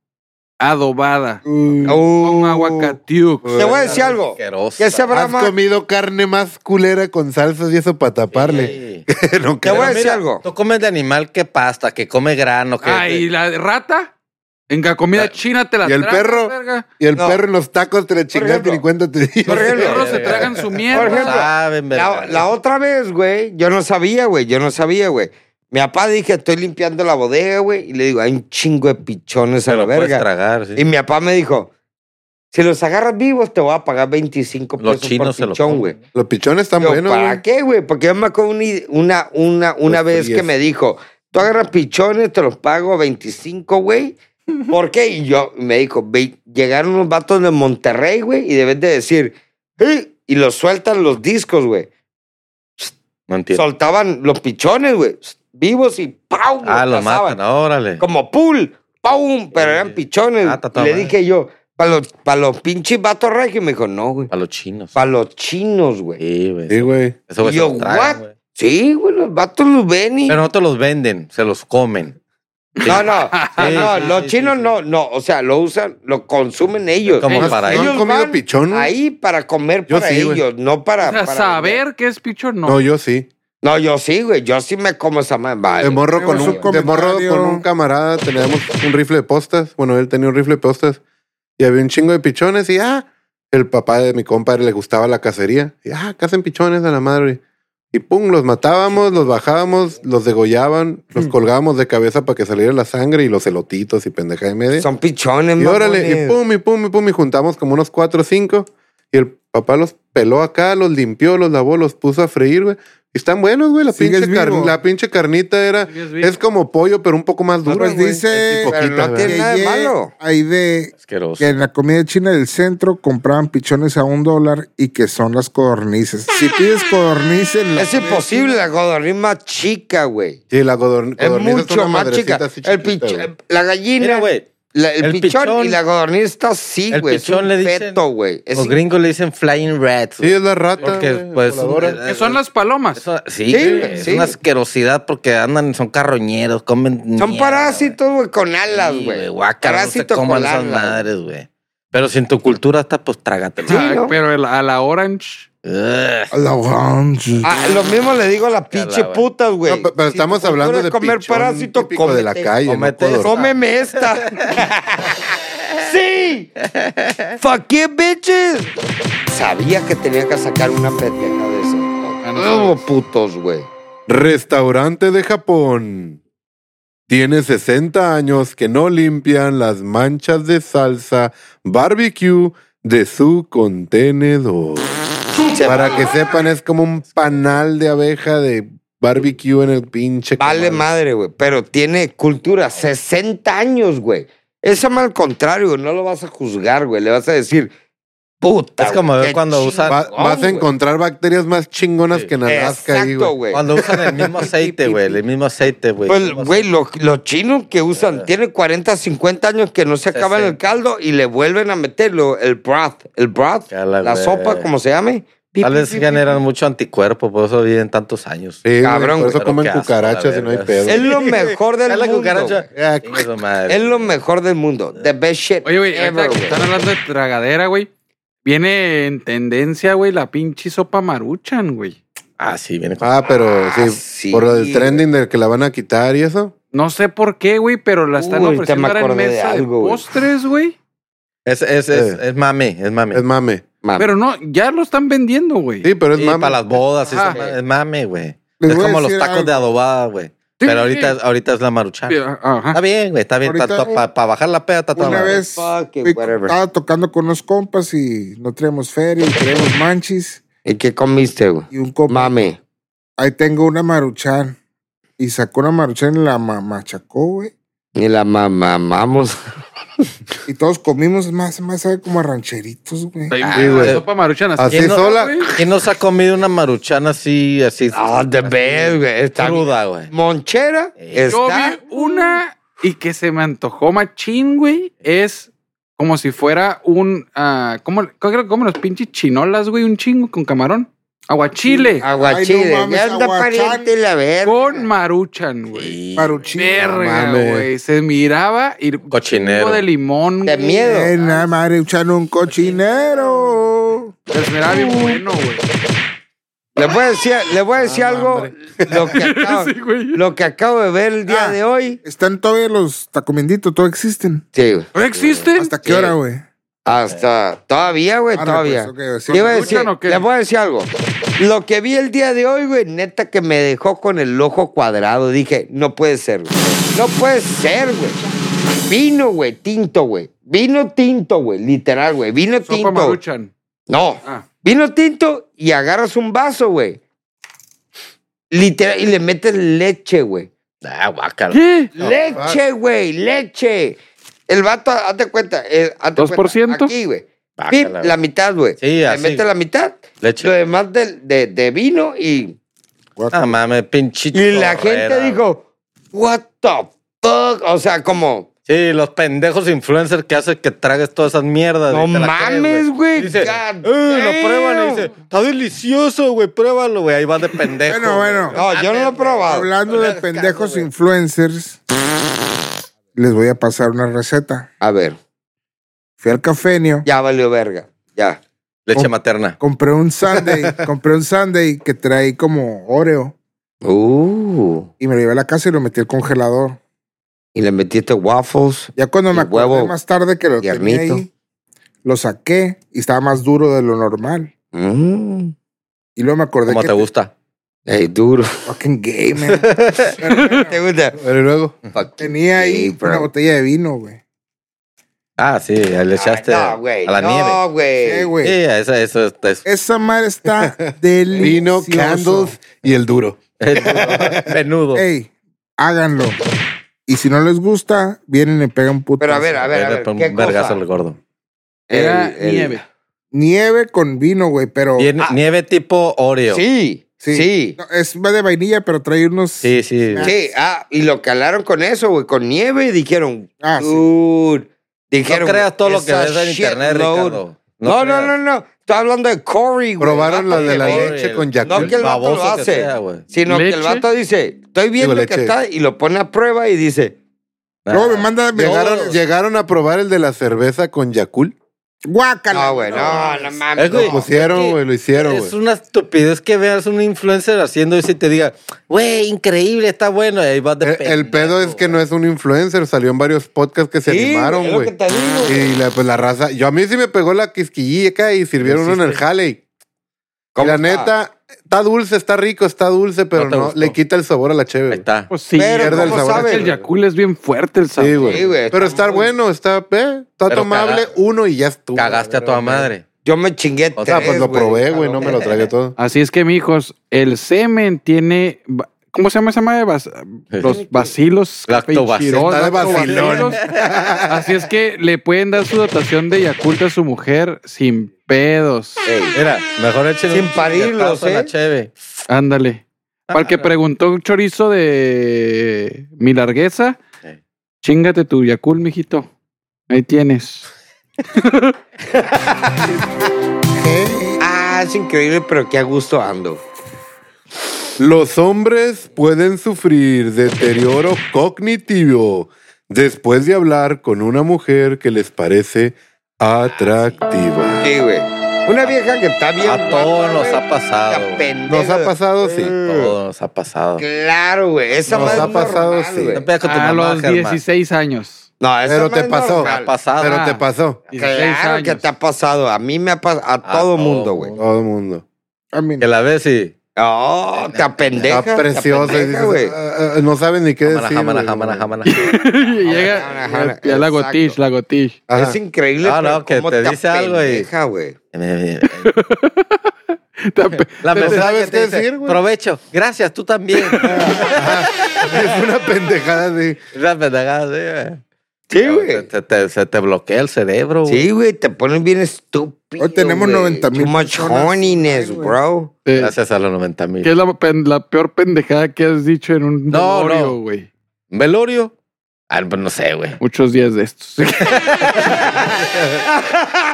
S2: Adobada. Con
S4: Uh,
S2: aguacatiux.
S4: te voy a decir algo.
S3: Asquerosa.
S4: ¿Qué se habrá
S1: Has
S4: más?
S1: comido carne más culera con salsas y eso para taparle.
S3: Sí.
S1: [laughs] no
S4: Te
S1: creo.
S3: Pero
S4: voy a decir
S3: mira,
S4: algo.
S3: Tú comes de animal que pasta, que come grano, que.
S2: Ah, y la rata. En la
S4: Ah,
S2: comida china te la
S1: ¿Y el
S2: tragas,
S1: perro?
S2: verga.
S1: Y el
S4: No.
S1: perro en los tacos te le chingaste
S4: ejemplo.
S1: ni cuenta te di.
S4: Por
S2: Los
S4: ejemplo.
S2: perros se tragan su mierda.
S4: Por ejemplo,
S3: Saben,
S4: La,
S3: verga.
S4: la otra vez, güey, yo no sabía, güey, yo no sabía, güey. Mi papá dije, estoy limpiando la bodega, güey, y le digo, hay un chingo de pichones a
S3: se
S4: la
S3: lo puedes
S4: verga.
S3: tragar, sí.
S4: Y mi papá me dijo, si los agarras vivos te voy a pagar 25
S3: Los
S4: pesos
S3: chinos se
S4: por
S3: lo
S4: pichón,
S3: comen.
S4: güey.
S1: Los pichones están
S4: Yo,
S1: buenos.
S4: ¿Para
S1: güey.
S4: qué, güey? Porque yo me acuerdo un- una, una, una
S1: Los
S4: vez que
S1: fríes.
S4: me dijo, tú agarras pichones, te los pago 25, güey. ¿Por qué? Y yo me dijo, "Ve- llegaron unos vatos de Monterrey, güey, y debes de decir, "Eh", y los sueltan los discos, güey.
S3: No entiendo.
S4: Soltaban los pichones, güey, vivos y ¡pau!
S3: Ah, lo
S4: pasaban.
S3: matan, órale.
S4: Como pool, ¡pum! Pero eran pichones.
S3: Ah, está toda
S4: Y le
S3: madre.
S4: dije yo, para los, pa' los pinches vatos regios, y me dijo, no, güey,
S3: A los chinos.
S4: para los chinos, güey.
S3: Sí, güey.
S1: Sí, güey.
S3: Eso, güey,
S4: Y
S3: se
S4: yo,
S3: los tragan,
S4: "What?"
S3: güey.
S4: Sí, güey, los vatos los ven y...
S3: Pero no te los venden, se los comen.
S4: No,
S3: [laughs]
S4: no, ah,
S3: Sí,
S4: no,
S3: sí,
S4: los
S3: sí,
S4: chinos
S3: sí, sí.
S4: no, no, o sea, lo usan, lo consumen ellos.
S3: Como
S4: ellos,
S3: para
S1: ellos. ¿No han comido
S4: van
S1: pichón, güey?
S4: Ahí para comer
S1: Yo
S4: para
S1: sí, güey.
S4: ellos, no para,
S2: O sea,
S4: para vender.
S2: saber qué es pichón, no.
S1: No, yo sí.
S4: No, yo sí, güey, yo sí me como esa madre. Vale.
S1: De morro, con
S5: Tenemos
S1: un,
S5: un
S1: de morro
S5: comentario.
S1: con un camarada teníamos un rifle de postas. Bueno, él tenía un rifle de postas y había un chingo de pichones y ah, el papá de mi compadre le gustaba la cacería. Y ah, cacen pichones a la madre. Y pum, los matábamos, los bajábamos, los degollaban,
S4: Hmm.
S1: los colgábamos de cabeza para que saliera la sangre y los elotitos y pendeja de media.
S4: Son pichones,
S1: ¿eh? Y órale, y
S4: mamones.
S1: pum, y pum, y pum, y juntamos como unos cuatro o cinco. Y el papá los peló acá, los limpió, los lavó, los puso a freír, güey. Y están buenos, güey. La,
S5: ¿Sigues
S1: pinche car-
S5: vivo?
S1: la pinche carnita era.
S2: Sigues vivo.
S1: Es como pollo, pero un poco
S4: Ah,
S1: más duro.
S5: pues
S1: güey.
S5: dice-
S1: Y poquita,
S4: Pero no
S1: ¿verdad?
S4: tiene- nada de
S5: Yeye
S4: malo.
S5: Aide,
S3: Asqueroso.
S5: que en la comida china del centro compraban pichones a un dólar y que son las codornices. Si pides codornices... en la
S4: Es
S5: comida
S4: imposible
S5: china-
S4: la codorniz más chica, güey.
S1: Sí, la codorn-
S4: Es
S1: codorniz es
S4: mucho
S1: una
S4: más
S1: madrecita
S4: chica.
S1: así
S4: El
S1: chiquita,
S4: pichón-
S1: güey.
S4: la gallina,
S3: Mira, güey.
S4: la- el,
S3: el
S4: pichón,
S3: pichón-
S4: y la codorniz está así,
S3: El
S4: güey. Es
S3: pichón
S4: un
S3: le dicen-
S4: feto, güey. Es
S3: Los gringos le dicen flying rats.
S1: Sí,
S3: güey.
S1: es la rata.
S3: Porque,
S1: güey,
S3: pues,
S1: voladora.
S3: eh,
S2: Que son las palomas.
S3: Eso- sí,
S4: Sí,
S3: güey,
S4: güey,
S3: es
S4: sí.
S3: una asquerosidad porque andan, son carroñeros, comen.
S4: Son
S3: mierda,
S4: parásitos, güey, con
S3: güey.
S4: alas,
S3: Sí,
S4: güey.
S3: guácala, no se
S4: Parásitos
S3: coman
S4: con
S3: esas
S4: alas.
S3: madres, güey. Pero si en tu cultura está, pues trágatelo.
S4: Sí,
S2: Ah,
S4: ¿no?
S2: Pero el- a la orange.
S3: Ugh.
S5: A la once.
S4: Ah, lo mismo le digo
S3: [laughs]
S4: a las pinche
S3: güey.
S4: putas, güey.
S1: No, pe- pero
S4: Si
S1: estamos
S4: tu
S1: hablando
S4: cultura
S1: de
S4: es comer
S1: pichón
S4: parásito,
S1: típico de la
S4: cómete-
S1: calle. no
S3: cómete
S1: codorniz.
S3: eso. [laughs]
S4: Cómeme esta. sí. Fuck you, bitches. Sabía que tenía que sacar una pendeja de eso. Huevo, putos, güey.
S1: Restaurante de Japón. Tiene 60 años que no limpian las manchas de salsa barbecue de su contenedor. Para que sepan, es como un panal de abeja de barbecue en el pinche.
S4: Vale
S1: comal.
S4: madre, güey. Pero tiene cultura. 60 años, güey. Esa mal al contrario, no lo vas a juzgar, güey. Le vas a decir, puta.
S3: Es como
S4: güey,
S3: ver
S4: qué
S3: cuando usan-
S1: Va-
S4: chingón,
S1: vas a
S4: güey.
S1: encontrar bacterias más chingonas que en Alaska ahí,
S4: Exacto,
S1: güey.
S4: güey.
S3: Cuando usan el mismo aceite, güey. El mismo aceite, güey.
S4: Pues,
S3: Mismo
S4: güey, lo- los chinos que
S3: Eh.
S4: usan tienen 40, 50 años que no se acaban el
S3: 60.
S4: caldo y le vuelven a meterlo, el broth, el broth,
S3: Ya la
S4: la,
S3: ve.
S4: sopa, como se llame.
S3: aceite. Tal vez generan mucho anticuerpo, por eso viven tantos años.
S1: Sí, güey,
S4: Cabrón,
S1: por eso
S3: pero
S1: comen
S3: qué asco,
S1: cucarachas
S3: la
S1: y no hay
S3: verga.
S1: pedo.
S4: Es lo mejor del
S3: Ya la
S4: mundo.
S3: cucaracha.
S4: güey.
S1: Ah,
S3: Chingue su madre.
S4: Es lo mejor del mundo. The best shit
S2: Oye, güey, ahorita
S4: ever,
S2: que
S4: güey.
S2: están hablando de tragadera, güey. Viene en tendencia, güey, la pinche sopa maruchan, güey.
S3: Ah, sí, viene con.
S1: Ah, pero
S4: Ah,
S1: sí,
S4: sí,
S1: por lo
S4: güey.
S1: del trending del que la van a quitar y eso.
S2: No sé por qué, güey, pero la están
S4: Uy, ahorita
S2: ofreciendo
S4: me
S2: ahora en
S4: acordé de
S2: mesa de
S4: algo, güey.
S2: postres, güey.
S3: Es, es, es,
S1: Eh.
S3: es mame, es mame.
S1: Es mame.
S4: Mame.
S2: Pero no, ya lo están vendiendo, güey.
S1: Sí, pero es
S3: Sí,
S1: mame.
S3: para las bodas,
S2: Ajá.
S3: es, es mame, güey.
S5: Les
S3: Es
S5: voy a
S3: como los
S5: decir
S3: tacos
S5: algo.
S3: de adobada, güey. pero ahorita, ahorita es la maruchana. Está
S2: Ajá.
S3: bien, güey, está bien.
S5: Ahorita-
S3: Para bajar la peda está toda
S5: Una
S3: madre.
S5: vez
S4: Fuck it,
S5: fui-
S4: whatever.
S5: estaba tocando con unos compas y no traíamos feria, y traíamos manchis
S4: ¿Y qué comiste, güey?
S5: y un compa.
S4: Mame.
S5: Ahí tengo una maruchan. Y sacó una maruchan y la ma- machacó, güey.
S4: Ni la
S3: [laughs]
S4: ma- mamamos.
S5: Y todos comimos más, más, sabe como a rancheritos, güey.
S2: Sí,
S3: güey.
S2: Sopa maruchana.
S1: Así
S2: ¿Quién
S1: sola.
S2: güey?
S3: ¿Quién nos ha comido una maruchana así, así?
S4: Ah, the best, güey. Está
S3: Cruda, güey.
S4: Monchera
S3: Eh,
S2: Yo
S4: está.
S2: vi una y que se me antojó machín, güey. Es como si fuera un. ah, ¿cómo, cómo- cómo los pinches chinolas, güey? Un chingo con camarón. Aguachile.
S4: ah,
S5: Ay,
S4: Aguachile.
S5: no mames,
S4: ya anda
S5: aguachán.
S4: pariente la verga.
S2: Con maruchan, güey.
S3: Sí.
S5: Maruchan.
S2: Verga,
S1: mames.
S2: güey. Se miraba y. un
S3: Cochinero.
S2: chingo de limón,
S4: De
S2: güey.
S4: miedo.
S5: En la maruchan un cochinero.
S2: Se miraba bien bueno, güey.
S4: Le voy a decir, le voy a decir algo.
S2: [laughs]
S4: Lo que, acabo,
S2: Sí, güey.
S4: lo que acabo de ver el día
S5: Ah.
S4: de hoy.
S5: Están todavía los tacomenditos, todos existen.
S4: Sí, güey.
S2: ¿No existen?
S5: ¿Hasta qué
S4: Sí.
S5: hora, güey?
S2: Eh.
S4: Hasta. Todavía, güey,
S5: Arre,
S4: todavía.
S5: pues, ok, sí.
S4: Te iba a
S2: ¿Maruchan
S4: decir,
S2: o qué?
S4: les voy a decir algo. Lo que vi el día de hoy, güey, neta que me dejó con el ojo cuadrado. Dije, no puede ser, güey. No puede ser, güey. Vino, güey, tinto, güey. Vino tinto, güey, literal, güey. Vino
S2: Sopa
S4: tinto.
S2: maruchan.
S4: No.
S2: Ah.
S4: Vino tinto y agarras un vaso, güey. Literal, y le metes leche, güey.
S3: Ah, guácala.
S2: ¿Qué?
S4: leche,
S1: ah.
S4: güey, leche. El vato, hazte cuenta. eh, hazte
S2: ¿Dos por
S4: cuenta,
S2: ciento?
S4: Aquí, güey.
S3: Bácala,
S4: Pip,
S3: güey.
S4: La mitad, güey.
S3: Sí,
S4: Le
S3: así.
S4: metes la mitad.
S3: Leche.
S4: Lo demás de, de- de vino y.
S3: Ah, mames, pinchito.
S4: Y la gente dijo, ¿What the fuck? O sea, como.
S3: Sí, los pendejos influencers que hacen que tragues todas esas mierdas.
S4: No
S3: y te la crees,
S4: mames, güey.
S3: Dice,
S4: [laughs] God
S3: "Eh, lo prueban y
S4: damn."
S3: dice, está delicioso, güey, pruébalo, güey. Ahí va de pendejo.
S5: Bueno,
S3: güey.
S5: bueno.
S4: No, yo no lo he probado.
S5: Hablando de pendejos influencers, les voy a pasar una receta.
S4: A ver,
S5: Fui al cafenio,
S4: ya valió verga. Ya.
S3: Leche
S5: Oh.
S3: materna.
S5: compré un sundae, compré un sundae que trae como Oreo
S4: Uh.
S5: y me lo llevé a la casa y lo metí al congelador.
S4: Y le metiste waffles.
S5: Ya cuando
S4: Y
S5: me acordé
S4: huevo
S5: más tarde que lo tenía
S4: tiernito.
S5: ahí, lo saqué y estaba más duro de lo normal.
S4: Mm.
S5: Y luego me acordé
S3: Como
S5: que
S3: te gusta.
S4: Ey,
S1: [laughs]
S4: duro.
S5: fucking gay, man.
S4: ¿Te gusta?
S1: Pero y luego.
S5: Tenía ahí
S4: Sí, bro.
S5: una botella de vino, güey.
S3: Ah, sí, le echaste
S4: Ah, no, güey.
S3: a la
S4: no,
S3: nieve.
S5: Sí,
S4: güey.
S5: Eh, güey.
S3: Sí, eso, eso, eso
S4: [laughs]
S3: es
S5: Esa madre está deliciosa.
S1: Vino, candles y el duro.
S3: menudo.
S5: Ey, háganlo. Y si no les gusta, vienen y pegan putas.
S4: Pero a ver, a ver, a
S3: Vete
S4: ver.
S3: por un
S4: ¿Qué
S3: vergazo
S4: cosa?
S3: al gordo.
S2: Era
S4: El- el-
S2: nieve.
S5: Nieve con vino, güey, pero.
S3: Bien, Nieve tipo Oreo.
S4: Ah. Sí, sí. Sí,
S5: No, es de vainilla, pero trae unos.
S3: sí. sí.
S4: ah, y lo calaron con eso, güey, con nieve y dijeron,
S5: Ah, sí.
S4: dude. Dijeron,
S3: No creas todo lo
S4: "It's
S3: que
S4: a
S3: ves en internet,
S4: shitload".
S3: Ricardo.
S4: No, no,
S3: creas.
S4: no, no. Estoy hablando de Corey, güey.
S1: Probaron
S4: la
S1: las de la
S3: Oreo,
S1: leche con
S4: No
S1: Yakult.
S4: que el vato lo
S3: baboso que
S4: hace,
S3: sea, güey.
S4: sino que el
S2: Leche.
S4: vato dice, estoy viendo
S1: Digo,
S4: que
S1: leche.
S4: está, y lo pone a prueba y dice,
S5: Luego
S3: Ah.
S5: me manda. me-
S1: Llegaron, llegaron a probar el de la cerveza con Yakult.
S5: Guácala.
S4: no, güey, no, no mames.
S3: Es que-
S1: Lo
S4: no.
S1: pusieron, güey, lo hicieron,
S3: Es
S1: güey.
S3: una estupidez que veas un influencer haciendo eso y te diga, güey, increíble, está bueno. Y ahí vas de
S1: El, Eh, el pedo es que no es un influencer, salió en varios podcasts que se
S4: Sí,
S1: animaron,
S4: es lo que
S1: güey.
S4: te digo, güey.
S1: Y la, pues la raza, yo a mí sí me pegó la quisquillica y sirvieron uno en el jale. y- Y
S4: ¿Cómo
S1: la
S4: está?
S1: neta, está dulce, está rico, está dulce, pero no,
S3: No te gustó.
S1: le quita el sabor a la cheve.
S3: Ahí
S1: güey.
S3: está.
S2: Pues sí,
S4: Pero,
S1: Pierde el
S4: ¿cómo
S1: sabor.
S4: sabes?
S2: el Yakul es bien fuerte el sabor.
S1: Sí, güey.
S4: Sí, güey,
S1: pero
S4: está
S1: está
S4: muy-
S1: bueno, está, eh, está
S3: Pero
S1: tomable
S3: caga-
S1: uno y ya estuvo.
S3: Cagaste a
S1: toda
S3: toda madre.
S4: Yo me chingué
S3: O
S1: O sea,
S4: tres,
S1: pues lo
S4: güey.
S1: probé, güey, no me lo tragué
S2: [laughs]
S1: todo.
S2: Así es que, mijos, el semen tiene. ba- ¿Cómo se llama esa madre? Bas- los bacilos. capenchirón,
S3: Lactobacilos.
S1: Está de vacilón.
S2: lactobacilos. Así es que le pueden dar su dotación de Yakult a su mujer sin pedos.
S3: Mira, mejor échenle
S4: Sin
S3: un
S4: parirlos,
S3: chingadazo a
S4: ¿eh?
S3: la cheve.
S2: Ándale. Para el que preguntó un chorizo de mi largueza,
S3: Eh.
S2: chingate tu Yakult, mijito. Ahí tienes.
S4: Ah, es increíble, pero qué a gusto ando.
S1: Los hombres pueden sufrir deterioro cognitivo después de hablar con una mujer que les parece atractiva.
S4: Sí, güey. Una vieja que está bien.
S3: A todos
S4: guapa,
S3: nos
S4: güey,
S3: ha pasado.
S4: está
S3: güey.
S4: pendeja,
S1: ¿Nos ha
S4: güey.
S1: pasado? Sí.
S3: Todo nos ha pasado.
S4: Claro, güey. Esa
S1: Nos
S4: madre
S1: ha
S4: es
S1: pasado,
S4: normal,
S1: sí.
S4: güey.
S3: No pegas con tu
S2: A
S3: mamá,
S2: los
S3: Germán.
S2: 16 años.
S4: No, eso
S1: Pero
S4: no
S1: te
S4: es
S1: pasó.
S4: normal.
S3: Pasada.
S1: Pero te pasó.
S2: 16
S4: Claro que
S2: años.
S4: te ha pasado. A mí me ha pasado. A todo
S3: todo
S4: mundo, güey.
S1: Todo el mundo.
S5: A mí no.
S3: Que la ves y.
S4: Oh, te apendeja.
S1: Está
S4: te
S1: preciosa. y
S4: apendeja,
S1: dices,
S4: güey.
S1: ah, ah, no saben ni qué
S3: Jamana,
S1: decir.
S3: jamana,
S1: güey. [laughs]
S3: jamana, jamana.
S2: Y
S4: Ajá,
S2: llega
S4: ajá, ajá,
S2: ya la
S4: exacto.
S2: gotish, la gotish.
S1: Ajá.
S4: Es increíble.
S3: Ah, No, no,
S4: pero
S3: que
S4: cómo
S3: te dice algo y-
S4: apendeja, güey.
S2: [laughs]
S3: La persona
S1: sabes
S3: que te
S1: qué
S3: dice,
S1: decir, güey.
S3: Provecho. Gracias, tú
S1: [laughs]
S3: también.
S1: [laughs] Es una pendejada de.
S3: Una pendejada así, güey.
S4: Sí, güey.
S3: Se te, se te bloquea el cerebro, güey.
S4: Sí, güey, te ponen bien estúpido.
S5: Hoy tenemos
S4: güey.
S5: 90,000
S4: Too much
S5: personas.
S4: horniness,
S5: Ay, güey.
S4: bro.
S2: Eh,
S3: Gracias a los 90
S2: ¿Qué
S3: mil.
S2: es la, pen- la peor pendejada que has dicho en un
S3: No,
S2: velorio,
S3: no.
S2: güey?
S3: ¿Velorio? Ah, pues no sé, güey.
S2: Muchos días de estos.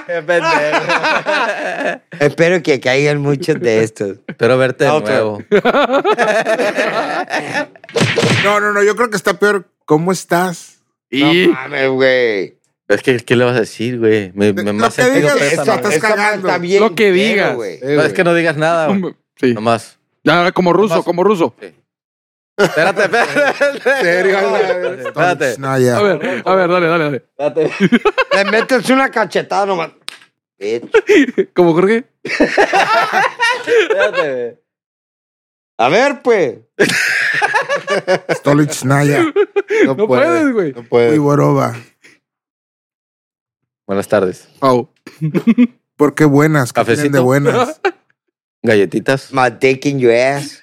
S3: Qué pendejo.
S4: Espero que caigan muchos de estos.
S3: Espero verte de
S4: Otra.
S3: nuevo.
S5: no, no, no, yo creo que está peor. ¿Cómo estás?
S2: [laughs] y
S4: No mames, güey.
S3: Es que, ¿qué le vas a decir, güey? Me, me
S5: Lo
S3: más
S5: que
S3: sentido
S5: digas,
S3: pésame.
S5: eso estás
S4: Esa madre
S5: cagando.
S4: está bien
S2: Lo que
S4: entero,
S2: digas.
S4: güey.
S1: eh,
S3: No, es que no digas nada, güey.
S2: sí.
S3: Nomás.
S2: Ya, como ruso,
S3: Nomás-
S2: como ruso.
S3: Espérate, espérate.
S1: serio, güey.
S3: Espérate.
S5: No, ya.
S2: A ver, a ver, dale, dale, dale.
S3: espérate.
S4: Le metes una cachetada nomás. Bitch.
S2: ¿Como Jorge?
S3: Espérate, güey.
S4: A ver, pues.
S5: Stolich Naya.
S1: No,
S2: No
S1: puede,
S2: puedes, güey.
S1: No puede.
S5: Uy, Boroba.
S3: Buenas tardes.
S2: Au.
S5: ¿Por qué buenas? ¿Qué
S3: Cafecito.
S5: tienen de
S4: [laughs]
S5: buenas?
S3: Galletitas.
S4: My dick in your ass.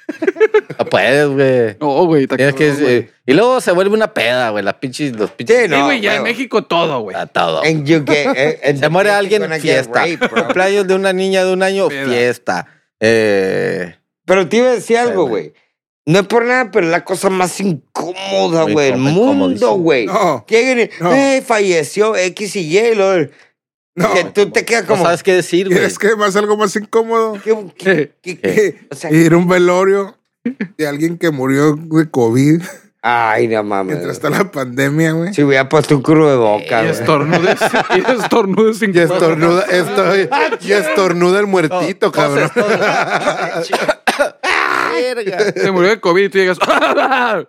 S3: No puedes, güey.
S2: No, güey. está
S3: Tienes que,
S2: cabrón, güey.
S3: eh, y luego se vuelve una peda, güey. Las pinches, los pinches.
S4: Sí, no,
S2: Sí, güey, ya en
S4: güey.
S2: México todo, güey.
S3: A todo.
S4: And you get- and- and
S3: Se muere
S4: you're
S3: alguien,
S4: gonna get
S3: fiesta.
S4: raped, bro.
S3: Cumpleaños de una niña de un año,
S2: Peda.
S3: fiesta. Eh,
S4: Pero te iba a decir algo,
S3: Sí, güey.
S4: güey. No es por nada, pero es la cosa más incómoda,
S3: Muy
S4: güey. El
S3: incómodo,
S4: mundo,
S3: incomodísimo.
S4: güey.
S5: No,
S4: Llegan y,
S5: No.
S4: "Eh, falleció X y Y, lol".
S5: no.
S4: que tú te quedas
S3: no
S4: como,
S3: sabes qué decir, güey.
S5: ¿Quieres que más algo más incómodo?
S4: ¿qué-
S3: [laughs]
S4: qué- qué- qué?
S5: Que
S4: O sea,
S5: ir a
S4: [laughs]
S5: un velorio de alguien que murió de COVID
S4: ay, no mames.
S5: mientras ¿eh? está la pandemia, güey.
S4: Si hubiera puesto un culo de boca,
S2: Y
S4: güey.
S2: estornudes. y estornudes
S1: [laughs]
S2: sin
S1: Y estornuda, estoy, y estornuda el muertito, cabrón.
S3: [laughs]
S2: Se murió de COVID y tú llegas. "Ah,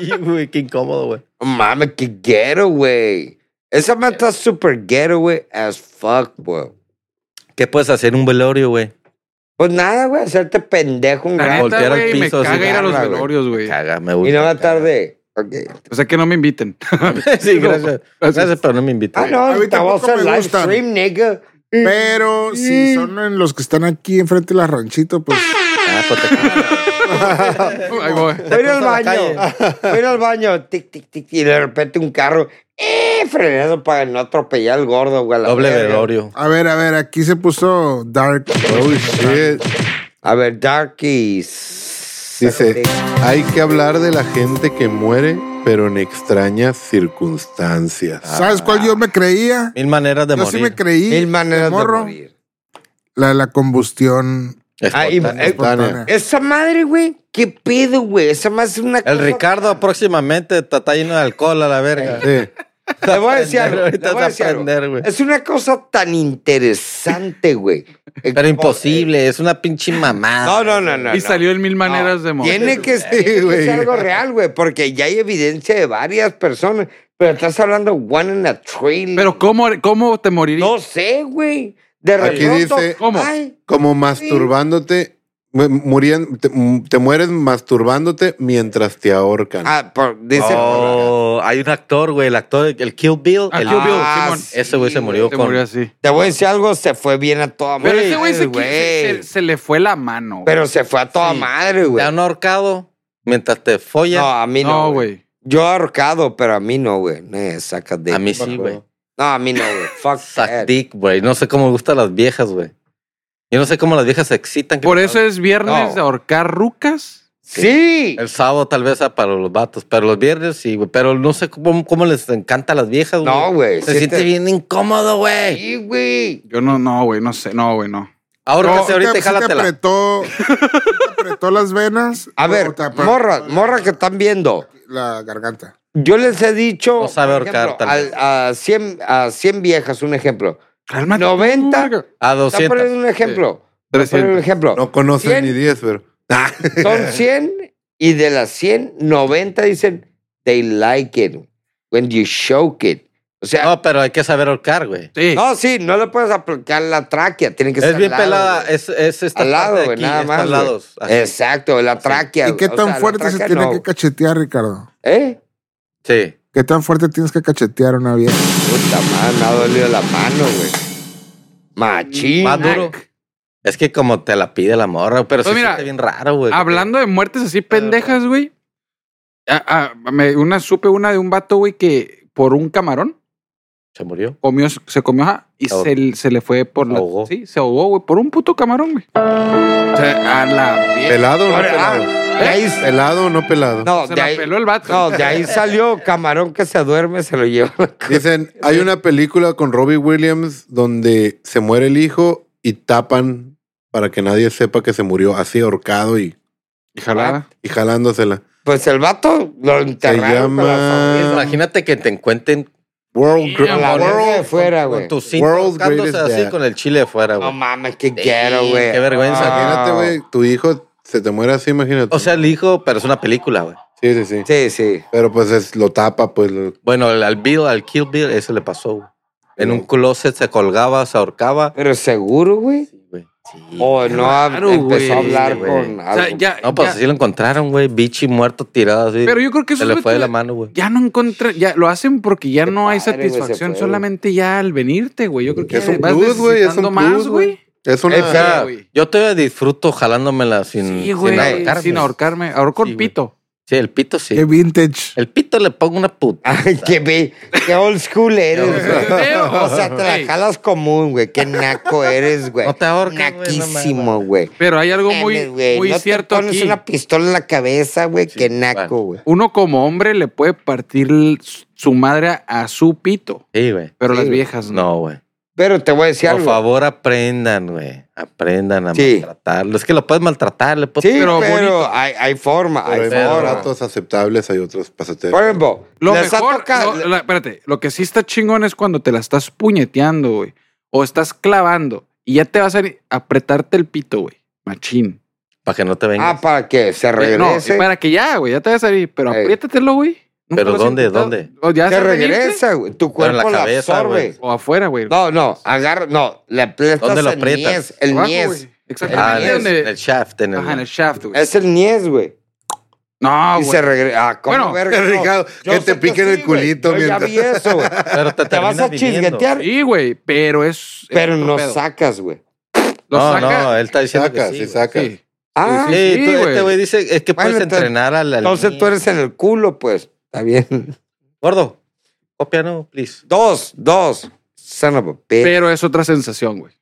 S3: Sí, güey, qué incómodo, güey.
S4: No mames, qué ghetto, güey. Esa man
S2: Eh.
S4: está super ghetto, güey, as fuck, güey.
S3: ¿Qué puedes hacer en un velorio, güey?
S4: Pues nada, güey, hacerte pendejo un
S2: La
S4: rato.
S2: neta,
S3: Voltear al
S2: güey, me
S3: piso,
S2: caga
S3: sí,
S2: ir a los
S4: nada, güey.
S2: velorios, güey.
S3: Caga, me
S4: Y no
S3: gusta.
S4: la tarde. Ok.
S2: O sea, que no me inviten. [laughs]
S3: [laughs] sí, gracias. Gracias, pero no me
S4: Ah,
S3: invitas.
S4: no,
S5: A mí
S4: te voy a
S5: tampoco
S4: hacer
S5: me
S4: live
S5: gustan.
S4: stream,
S5: [laughs]
S4: nigga.
S5: Pero si son en los que están aquí enfrente de la ranchito, pues
S3: Ah, pues te-
S2: Ahí voy.
S4: Voy a ir
S3: Te puso
S4: al
S3: a
S4: baño.
S3: la
S4: [laughs] Voy a ir al baño. Tic, tic, tic. Y de repente un carro. ¡Eh! Frenado para no atropellar al gordo, güey. a la
S3: Doble
S4: verga.
S3: velorio.
S5: a ver, a ver, aquí se puso Dark.
S1: Oh, shit.
S4: A ver, Darkies.
S1: Dice, hay que hablar de la gente que muere, pero en extrañas circunstancias.
S4: Ah.
S5: ¿Sabes cuál yo me creía?
S3: Mil maneras de
S5: Yo sí
S3: morir.
S5: me creí.
S4: Mil maneras de
S5: morro.
S4: morir.
S5: La de la combustión.
S3: Este,
S4: Ah, y-
S3: Espontáneo.
S4: eh,
S5: espontánea.
S4: Esa madre, güey. ¿Qué pedo, güey? Esa más es una
S3: El
S4: cosa-
S3: Ricardo próximamente está está lleno de alcohol a la verga.
S1: Sí.
S4: Te voy a decir algo,
S3: Ahorita
S4: te voy
S3: vas
S4: a
S3: a
S4: decir algo.
S3: aprender, güey.
S4: Es una cosa tan interesante, güey. Eh,
S3: Pero imposible, es una pinche mamada.
S4: No, no, no, no.
S2: Y
S4: no.
S2: salió en mil maneras de morir.
S4: Tiene que, tiene que
S1: güey.
S4: ser algo real, güey, porque ya hay evidencia de varias personas, pero estás hablando one in a trillion.
S2: Pero ¿cómo, cómo te morirías?
S4: Mm. no sé, güey. De
S1: Aquí
S4: repente.
S1: dice-
S2: ¿Cómo?
S4: Ay,
S1: Como masturbándote, mu- murien- te, te mueres masturbándote mientras te ahorcan.
S4: ah, por- dice.
S3: Oh, hay un actor, güey, el actor, el Kill Bill.
S2: Ah,
S3: el-
S2: Kill Bill,
S4: Ah,
S2: Simón.
S4: sí,
S3: Ese güey se murió
S2: Se
S3: con.
S2: murió así.
S4: Te voy a decir algo, se fue bien a toda madre.
S2: Pero ese güey se, qui- se- se-
S4: güey.
S2: se le fue la mano. güey.
S4: Pero se fue a toda
S3: Sí.
S4: madre,
S3: Te
S4: güey.
S3: han ahorcado mientras te follan.
S4: No, a mí no.
S2: no, güey.
S4: Yo ahorcado, pero a mí no, güey. Me sacas de.
S3: a mí sí, güey.
S4: No, a mí no,
S3: [laughs]
S4: eh. güey. Fuck that.
S3: Sac dick, güey. No sé cómo me gustan las viejas, güey. Yo no sé cómo las viejas se excitan.
S2: Por eso es viernes
S4: No.
S2: de ahorcar rucas.
S4: Sí.
S3: El sábado tal vez sea para los vatos, pero los viernes sí, güey. Pero no sé cómo, cómo les encanta a las viejas, güey.
S4: No, güey.
S3: Se
S4: sí
S3: siente
S4: te-
S3: bien incómodo, güey.
S4: Sí, güey.
S2: Yo no, no, güey, no sé. No, güey, no.
S3: Ahora
S5: ¿Sí te-
S3: ahorita y
S5: sí te
S3: jálatela.
S5: apretó, sí te apretó las venas.
S4: A
S5: o
S4: ver,
S5: te apretó
S4: morra, morra que están viendo.
S5: La garganta.
S4: Yo les he dicho.
S3: No sabe
S4: por ejemplo,
S3: ahorcar, tal vez.
S4: a, a, 100, a 100 viejas, un ejemplo.
S2: Cálmate.
S4: 90.
S2: verga.
S3: A
S4: Está
S3: 200.
S4: poniendo un ejemplo. Está poniendo un
S2: 300.
S4: ejemplo.
S1: No conocen
S4: Cien.
S1: ni 10, pero. Ah, [laughs]
S4: Son 100 y de las 100, 90 dicen they like it. Güey, When you choke it. O sea,
S3: No, pero hay que saber ahorcar, güey.
S2: Sí.
S4: no, sí, no le puedes aplicar la tráquea, tiene que ser
S3: Es bien
S4: al lado,
S3: pelada,
S4: güey.
S3: es, es esta
S4: al lado,
S3: parte de
S4: güey,
S3: aquí,
S4: nada
S3: estos
S4: más. güey. Eh,
S3: lados. así.
S4: Exacto, la tráquea.
S5: ¿Y qué
S4: o
S5: tan
S4: sea, la
S5: fuerte se
S4: tráquea
S5: tiene
S4: no,
S5: que cachetear, Ricardo?
S4: ¿Eh?
S3: Sí.
S5: ¿Qué tan fuerte tienes que cachetear una vieja?
S4: Puta madre, me ha dolido la mano, güey. Machín.
S3: Más
S2: Mac.
S3: duro. Es que como te la pide la morra, pero
S2: Pues
S3: sí
S2: mira,
S3: siente bien raro, güey.
S2: Hablando de muertes así pendejas, güey. ah, ah, me- una, supe una de un vato, güey, que por un camarón
S3: Se murió.
S2: comió, se comió ajá, y
S3: Se ahogó.
S2: se, se le fue por la.
S3: Ahogó.
S2: Sí, se ahogó, güey, por un puto camarón, güey. O sea, a la vie-
S1: ¿Pelado o no
S4: Ahora, ah,
S1: pelado?
S4: de ahí-
S1: ¿Pelado o no pelado?
S4: No,
S2: Se
S4: de
S2: la
S4: ahí,
S2: peló el vato.
S4: no, de ahí salió camarón que se duerme, se lo lleva.
S1: Dicen, hay una película con Robbie Williams donde se muere el hijo y tapan para que nadie sepa que se murió así ahorcado y,
S2: Y jalada.
S1: y jalándosela.
S4: Pues el vato lo enterraron.
S1: llama-
S4: con la sonrisa.
S3: Imagínate que te encuentren
S1: World,
S2: Sí,
S1: Gr-
S4: la
S1: World-
S4: verga de fuera, güey.
S3: con tus cintos
S1: World's
S3: ahorcándose
S1: greatest
S3: así
S1: dad.
S3: con el chile afuera,
S4: No
S3: güey.
S4: mames, qué
S3: Sí,
S4: quiero, güey.
S3: qué vergüenza.
S5: Ah.
S1: Imagínate, güey, tu hijo se te muere así, imagínate.
S3: O sea, el hijo, pero es una película, güey.
S1: sí, sí, sí.
S4: Sí, sí.
S1: Pero pues es- lo tapa, pues. lo-
S3: Bueno, al- al Bill, al Kill Bill, eso le pasó, güey. En un closet se colgaba, se ahorcaba.
S4: Pero seguro, güey. Oh,
S3: Sí, güey. Sí.
S4: O no ha-
S2: raro,
S4: empezó
S2: güey.
S4: a hablar
S3: Sí, güey.
S4: con
S2: O
S4: algo.
S2: sea, ya,
S3: No, pues
S2: ya-
S3: así lo encontraron, güey. Bichi muerto, tirado así.
S2: Pero yo creo que
S3: Se
S2: esos
S3: le fue de
S2: vatos
S3: la mano, güey.
S2: Ya no encontré, ya lo hacen porque ya
S4: Qué
S2: no hay
S4: padre, güey, se
S2: satisfacción,
S4: fue,
S2: solamente ya al venirte, güey. Yo creo que
S1: Es
S2: ya
S1: un
S2: vas
S1: plus, güey. Es
S2: necesitando
S1: un
S2: más,
S1: plus,
S2: güey.
S1: güey. Es una...
S3: Eh, o sea,
S2: güey.
S3: yo todavía disfruto jalándomela sin,
S2: Sí, güey.
S3: sin
S2: Sin,
S3: ahorcarme.
S2: ahorcarme. Ahorcó
S3: Sí,
S2: el
S3: güey.
S2: pito.
S3: Sí, el pito sí.
S5: Qué vintage.
S3: El pito le pongo una puta.
S4: Ay, qué, ve- qué old school eres, güey. O sea, te la
S2: Ey,
S4: jalas común, güey. Qué naco eres, güey.
S3: No te ahorques, güey, no
S4: Naquísimo, güey.
S2: Pero hay algo muy,
S4: Mames, güey,
S2: muy
S4: no
S2: cierto
S4: te pones
S2: aquí.
S4: una pistola en la cabeza, güey.
S3: Sí,
S4: qué naco,
S3: bueno.
S4: güey.
S2: Uno como hombre le puede partir l- su madre a- a su pito,
S3: Sí, güey.
S2: pero
S4: Sí,
S2: las
S4: güey.
S2: viejas Pues no.
S3: No, güey.
S4: Pero te voy a decir
S3: Por
S4: algo.
S3: favor, aprendan, güey. Aprendan a
S4: Sí.
S3: maltratarlo. Es que lo puedes maltratar, le puedes...
S4: Sí, pero,
S2: Pero bonito.
S4: hay, hay forma,
S1: Pero hay
S4: hay forma.
S1: ratos aceptables, hay otros
S4: Por
S1: pasateros.
S4: ejemplo,
S2: Lo
S4: les ha
S2: mejor,
S4: tocado-
S2: no, la- espérate, lo que sí está chingón es cuando te la estás puñeteando, güey. O estás clavando y ya te vas a ni- apretarte el pito, güey. Machín.
S3: Para que no te vengas.
S4: Ah, para que se
S2: Eh, No,
S4: regrese.
S2: para que ya, güey, ya te vas a salir, pero
S4: Ey.
S2: apriétatelo, güey. ¿Nunca
S3: Pero
S2: lo has
S3: ¿dónde,
S2: intentado?
S3: dónde?
S2: O ya
S4: se
S2: se regresa.
S4: regresa, güey. Tu
S3: Pero en la
S4: cuerpo la,
S3: cabeza,
S4: absorbe.
S3: güey.
S2: O afuera, güey.
S4: No, no, agarra, no, le aprietas
S3: ¿Dónde lo
S4: el
S3: aprietas?
S4: niés, el
S2: Abajo,
S4: niés.
S2: güey. Exacto.
S3: Ah,
S2: Ahí
S3: en, el,
S2: donde-
S3: en el shaft, en el...
S2: Ajá, en el shaft, güey.
S4: Es el niés, güey.
S2: No,
S4: y
S2: güey.
S4: se regresa. Ah, ¿cómo
S2: Bueno,
S4: verga? No,
S1: Ricardo,
S4: [laughs] yo
S1: que
S4: sé
S1: te piquen el
S4: sí, güey.
S1: culito
S4: Yo
S1: mientras-
S4: Ya vi eso, güey.
S3: Pero te,
S4: Te vas a chisguetear,
S2: Sí, güey, pero es. es
S4: pero
S2: otro
S4: no
S2: pedo.
S4: sacas, güey.
S2: Lo
S3: no,
S2: saca.
S3: no, eh, él está diciendo
S1: Saca,
S3: que sí,
S1: sí,
S3: güey.
S1: saca.
S2: Sí.
S4: Ah,
S2: sí,
S3: Sí, tú-
S2: güey.
S3: este güey dice es que
S4: Bueno,
S3: puedes
S4: entonces-
S3: entrenar al... al
S4: entonces
S3: niño.
S4: tú eres en el culo, pues. Está bien.
S3: Gordo, copia no, please.
S4: Dos, dos. Son of a bitch.
S2: Pero es otra sensación, güey.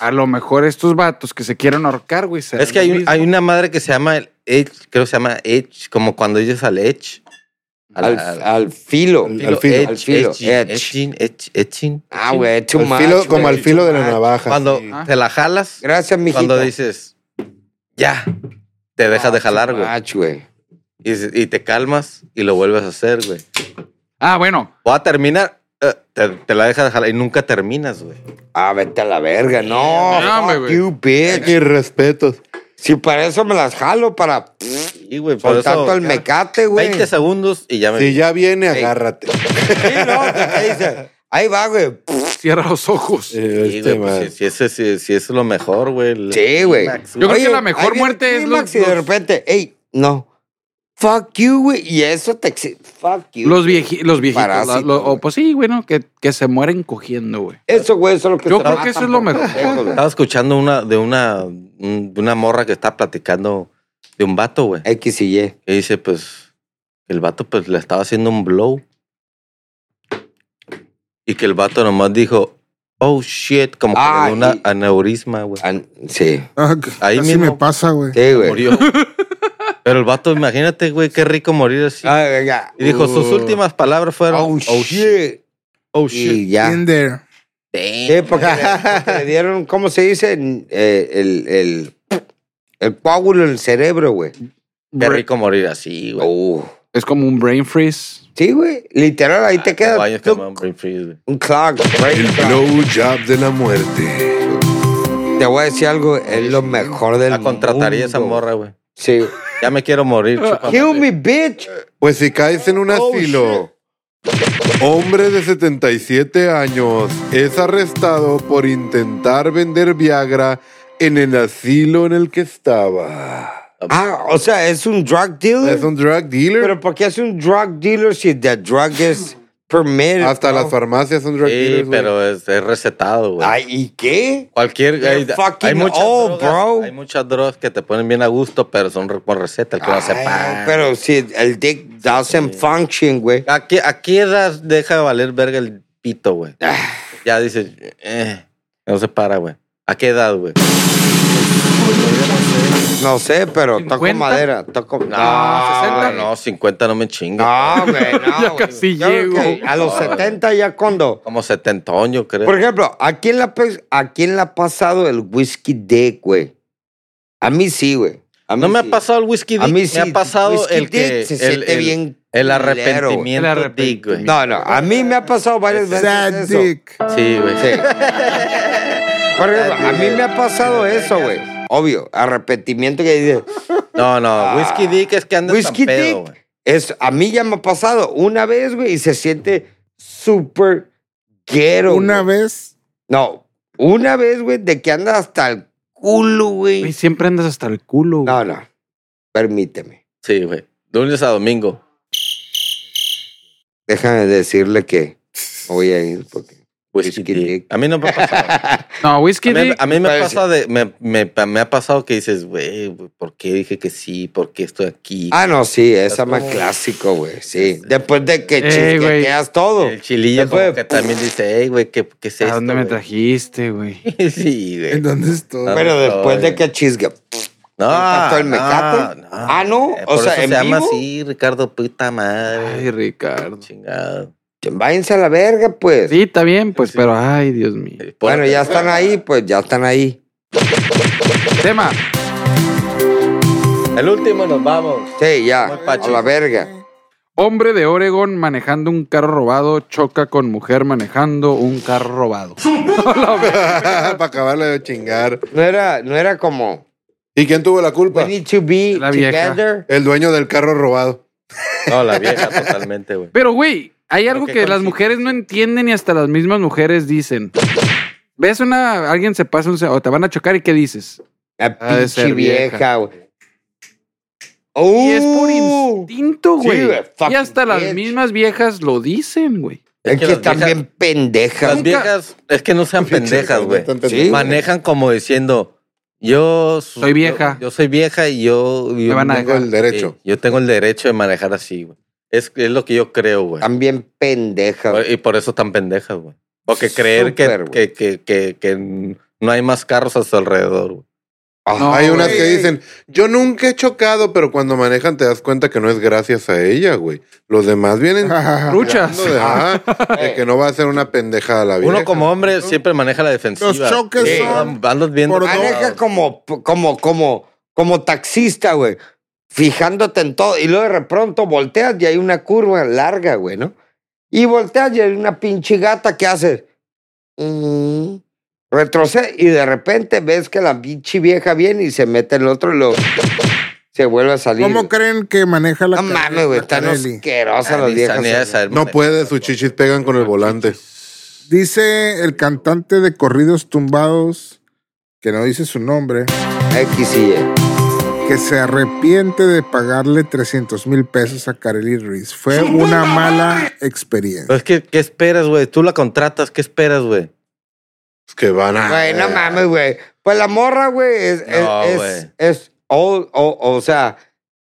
S2: A lo mejor estos vatos que se quieren ahorcar, güey. serán
S3: Es que hay,
S2: lo
S3: un-
S2: mismo.
S3: hay una madre que se llama el Edge, creo que se llama Edge, como cuando dices al Edge. Al,
S4: al,
S3: al-
S4: al filo.
S1: al
S3: filo,
S1: filo.
S3: edge,
S4: Al filo,
S3: edging,
S4: edge.
S3: edging, edge, edging.
S4: Ah, güey, too
S1: Al
S4: much,
S1: filo-
S4: güey,
S1: como al
S4: too
S1: filo de la
S4: much.
S1: navaja.
S3: Cuando
S1: sí.
S3: te la jalas,
S4: Gracias, mijito.
S3: cuando dices, ya, te dejas de jalar, güey.
S4: Match, güey.
S3: Y, y te calmas y lo vuelves a hacer, güey.
S2: Ah, bueno.
S3: Voy a terminar, eh, te, te la dejas de jalar y nunca terminas, güey.
S4: Ah, vete a la verga. No,
S2: No,
S4: fuck
S2: güey.
S4: you, bitch.
S1: Y respetos.
S4: Si para eso me las jalo, para
S3: Sí, güey, por
S4: soltar
S3: eso.
S4: todo el mecate, güey.
S3: 20 segundos y ya me.
S1: Si ya viene, agárrate.
S4: Sí, no, ¿qué dice? Ahí va, güey.
S2: Cierra los ojos.
S1: Eh,
S3: Sí,
S1: este
S3: güey, pues,
S1: man.
S3: si, si ese, si, si eso es lo mejor, güey. el
S4: Sí, güey.
S3: clímax,
S2: Yo creo que
S4: Oye,
S2: la mejor
S4: ahí viene
S2: muerte
S4: el
S2: es
S4: clímax
S2: los-
S4: Y de
S2: los-
S4: repente, ey, no. Fuck you, güey. Y eso te... exi- Fuck you.
S2: Los, vieji- los viejitos. la-
S4: Parásito,
S2: lo-
S4: güey.
S2: o pues sí, bueno, que, que se mueren cogiendo, güey.
S4: Eso, güey, eso es lo que
S2: Yo
S4: te
S2: creo
S4: matan
S2: que eso es lo
S4: por
S2: mejor.
S4: pendejos, güey.
S3: Estaba escuchando una de una un- de una morra que está platicando de un vato, güey.
S4: X y Y.
S3: Que dice, pues, que el vato pues le estaba haciendo un blow. Y que el vato nomás dijo, oh shit, como que le
S4: Ah,
S3: dio una
S4: y-
S3: aneurisma, güey.
S4: An- Sí.
S5: Ah, que-
S3: Ahí
S5: así
S3: mismo.
S5: me pasa, güey.
S4: Sí, güey.
S3: Murió. Pero el vato, imagínate, güey, qué rico morir así.
S4: Ah, venga.
S3: y dijo, sus
S1: Uh.
S3: últimas palabras fueron,
S4: Oh, shit.
S3: oh
S4: Y
S3: shit.
S4: ya.
S5: In there.
S4: Sí, porque [laughs] le, porque le dieron, ¿cómo se dice? Eh, el, el, el coágulo en el cerebro, güey.
S3: Qué rico morir así, güey.
S4: Uh.
S2: Es como un brain freeze.
S4: Sí, güey. Literal,
S3: Ah,
S4: ahí te queda
S3: Vaya que me han brain freeze, güey.
S4: un clog. brain
S1: El
S4: clog.
S1: blowjob de la muerte.
S4: Te voy a decir algo, es lo mejor del
S3: La contrataría esa
S4: mundo.
S3: morra, Ah, güey.
S4: Sí. [laughs]
S3: Ya me quiero morir, chúpame.
S4: Kill me, bitch.
S1: Pues si caes en un
S4: Oh,
S1: asilo Hombre de 77 años es arrestado por intentar vender Viagra en el asilo en el que estaba.
S4: Ah, o sea, es un drug dealer.
S1: Es un drug dealer.
S4: Pero ¿por qué es un drug dealer si the drug is permitted?
S1: Hasta
S4: bro?
S1: las farmacias son drug
S3: Sí,
S1: dealers. güey. [laughs]
S3: pero es, es recetado, güey.
S4: Ay, Ah, ¿y qué?
S3: Cualquier.
S4: They're
S3: Hay,
S4: fucking
S3: hay muchas
S4: old,
S3: drogas,
S4: bro.
S3: Hay muchas drogas que te ponen bien a gusto, pero son re- por receta, el que no
S4: Ay,
S3: sepa.
S4: Ah, pero si el dick doesn't function, güey.
S3: ¿A qué, a qué edad deja de valer verga el pito, güey?
S4: Ah,
S3: ya dices, eh, no se para, güey. ¿A qué edad, güey?
S4: No sé, pero toco
S2: 50?
S4: madera. Toco... No,
S2: Ah, 60.
S3: No, no, 50 no me chingo.
S4: No, güey,
S2: [laughs]
S4: no.
S2: Ya
S4: güey.
S2: casi
S4: Yo creo
S2: llego.
S4: que A los
S3: No, güey.
S4: 70 ya cuando.
S3: Como 70 años, creo.
S4: Por ejemplo, ¿a quién, le ha, pe- ¿a quién le ha pasado el whisky dick, güey? A mí sí, güey. A mí
S3: no me
S4: sí.
S3: ha pasado el whisky dick.
S4: A mí sí.
S3: me ha pasado
S4: whisky
S3: el que
S4: dick se
S3: el,
S4: siente
S3: el-
S4: bien
S3: el
S4: culero, güey.
S3: arrepentimiento
S2: El
S3: dick, güey.
S4: No, no. A mí me ha pasado varias veces
S5: Sad
S4: Pues eso.
S5: dick.
S3: Sí, güey.
S4: Sí. Por ejemplo, a mí me ha pasado eso, güey. Obvio, arrepentimiento que dices.
S3: No, no, whisky dick es que andas
S4: Ah. Whisky
S3: tan pedo,
S4: dick.
S3: güey.
S4: Es, a mí ya me ha pasado una vez, güey, y se siente súper guero.
S5: Una
S4: güey.
S5: vez
S4: No, una vez, güey, de que andas hasta el culo,
S2: Güey,
S4: güey.
S2: siempre andas hasta el culo, güey.
S4: No, no. Permíteme.
S3: Sí, güey. Lunes a domingo.
S4: Déjame decirle que me voy a ir porque.
S3: Whisky,
S4: Whisky
S3: dick.
S4: dick.
S3: A mí no me ha pasado.
S2: No, whisky
S3: A mí,
S2: dick.
S3: a mí me,
S4: Parece-
S3: pasa de, me, me- me ha pasado que dices, güey, güey, ¿por qué dije que sí? ¿Por qué estoy aquí?
S4: Ah, no, sí, esa
S3: Estás
S4: más
S3: como-
S4: clásico, güey. Sí. Después de que
S2: Eh,
S4: chisqueteas todo.
S3: el chilillo
S4: Después-
S3: como que también dice, hey, güey, ¿qué, ¿qué es
S2: ¿A
S3: esto,
S2: dónde me
S3: güey?"
S2: trajiste, güey?
S3: [laughs] sí, güey.
S5: ¿En dónde estoy?
S4: Pero
S3: Ay,
S4: después de
S3: ay.
S4: que chisque.
S3: No,
S4: ¿Tanto el mecato? Ah, ¿no?
S3: Eh,
S4: O
S3: por
S4: sea,
S3: eso
S4: ¿en
S3: se llama
S4: vivo?
S3: así, Ricardo, puta madre.
S2: Ay, Ricardo.
S3: Chingado.
S4: Váyanse a la verga, pues.
S2: Sí, está bien, pues,
S3: Sí.
S2: pero ay, Dios mío.
S3: Eh, por-
S4: Bueno, ya están ahí, pues ya están ahí.
S2: Tema.
S3: El último nos vamos.
S4: Sí, ya.
S3: Muy
S4: A
S3: pacho.
S4: la verga.
S2: Hombre de Oregon manejando un carro robado choca con mujer manejando un carro robado.
S1: Para acabarla de chingar.
S4: No era, no era como.
S1: ¿Y quién tuvo la
S4: We
S1: culpa?
S4: need to be
S2: La vieja.
S4: together.
S1: El dueño del carro robado.
S3: No, la vieja totalmente, güey.
S2: Pero, güey, hay algo
S3: qué
S2: que las
S3: consiste?
S2: mujeres no entienden y hasta las mismas mujeres dicen. Ves una, alguien se pasa un se- o te van a chocar y qué dices.
S4: La
S2: Ha de
S4: pinche
S2: ser vieja.
S4: vieja, güey.
S2: Y es por
S4: Uh,
S2: instinto,
S4: Sí,
S2: güey.
S4: güey, fucking
S2: y hasta las
S4: bitch.
S2: mismas viejas lo dicen, güey.
S4: Es que
S3: las
S4: están
S3: viejas- Pues,
S4: bien pendejas.
S3: Las viejas, es que no sean pendejas, güey.
S4: Sí.
S3: Manejan como diciendo, yo su-
S2: Soy vieja.
S3: Yo, yo soy vieja y yo, yo
S2: Me van a
S1: Tengo el derecho.
S3: Ah, Sí, yo tengo el derecho de manejar así, güey. Es, es lo que yo creo, güey.
S4: Están bien pendejas. güey.
S3: Y por eso tan pendejas, güey. Porque creer
S4: Súper,
S3: que,
S4: güey.
S3: que, que, que, que no hay más carros a su alrededor, güey.
S2: No,
S1: Ah, Hay
S2: güey.
S1: unas que dicen, yo nunca he chocado, pero cuando manejan te das cuenta que no es gracias a ella, güey. Los demás [laughs] vienen
S4: Ah,
S2: Truchas.
S1: tirando de, ajá,
S4: Eh,
S1: de que no va a ser una pendejada la vida.
S3: Uno como hombre siempre maneja la defensiva.
S5: Los choques
S3: Sí,
S5: son
S3: andas viendo.
S5: por
S3: todos
S4: Maneja
S3: lados.
S4: como, como, como, como taxista, güey. Fijándote en todo. Y luego de pronto volteas y hay una curva larga, güey, ¿no? Y volteas y hay una pinche gata que hace. mm, retrocede. Y de repente ves que la pinche vieja viene y se mete el otro y lo. Se vuelve a salir.
S5: ¿Cómo creen que maneja la
S4: No mames, güey.
S5: la
S4: Están
S5: Carelli?
S4: asquerosas
S3: Ah,
S4: las
S3: ni
S4: viejas. eh.
S3: sanidad de saber
S1: No
S3: manejar.
S1: puede, sus chichis pegan con el volante.
S5: Dice el cantante de corridos tumbados, que no dice su nombre,
S4: X y Y.
S5: que se arrepiente de pagarle 300 mil pesos a Kareli Ruiz. Fue una mala experiencia.
S3: Pero es que, ¿qué esperas, güey? Tú la contratas, ¿qué esperas, güey?
S1: Es que van a.
S4: Güey, no mames, güey. Pues la morra, güey, es.
S3: Ah, eh. No,
S4: es, es,
S3: güey.
S4: es all- o- o sea.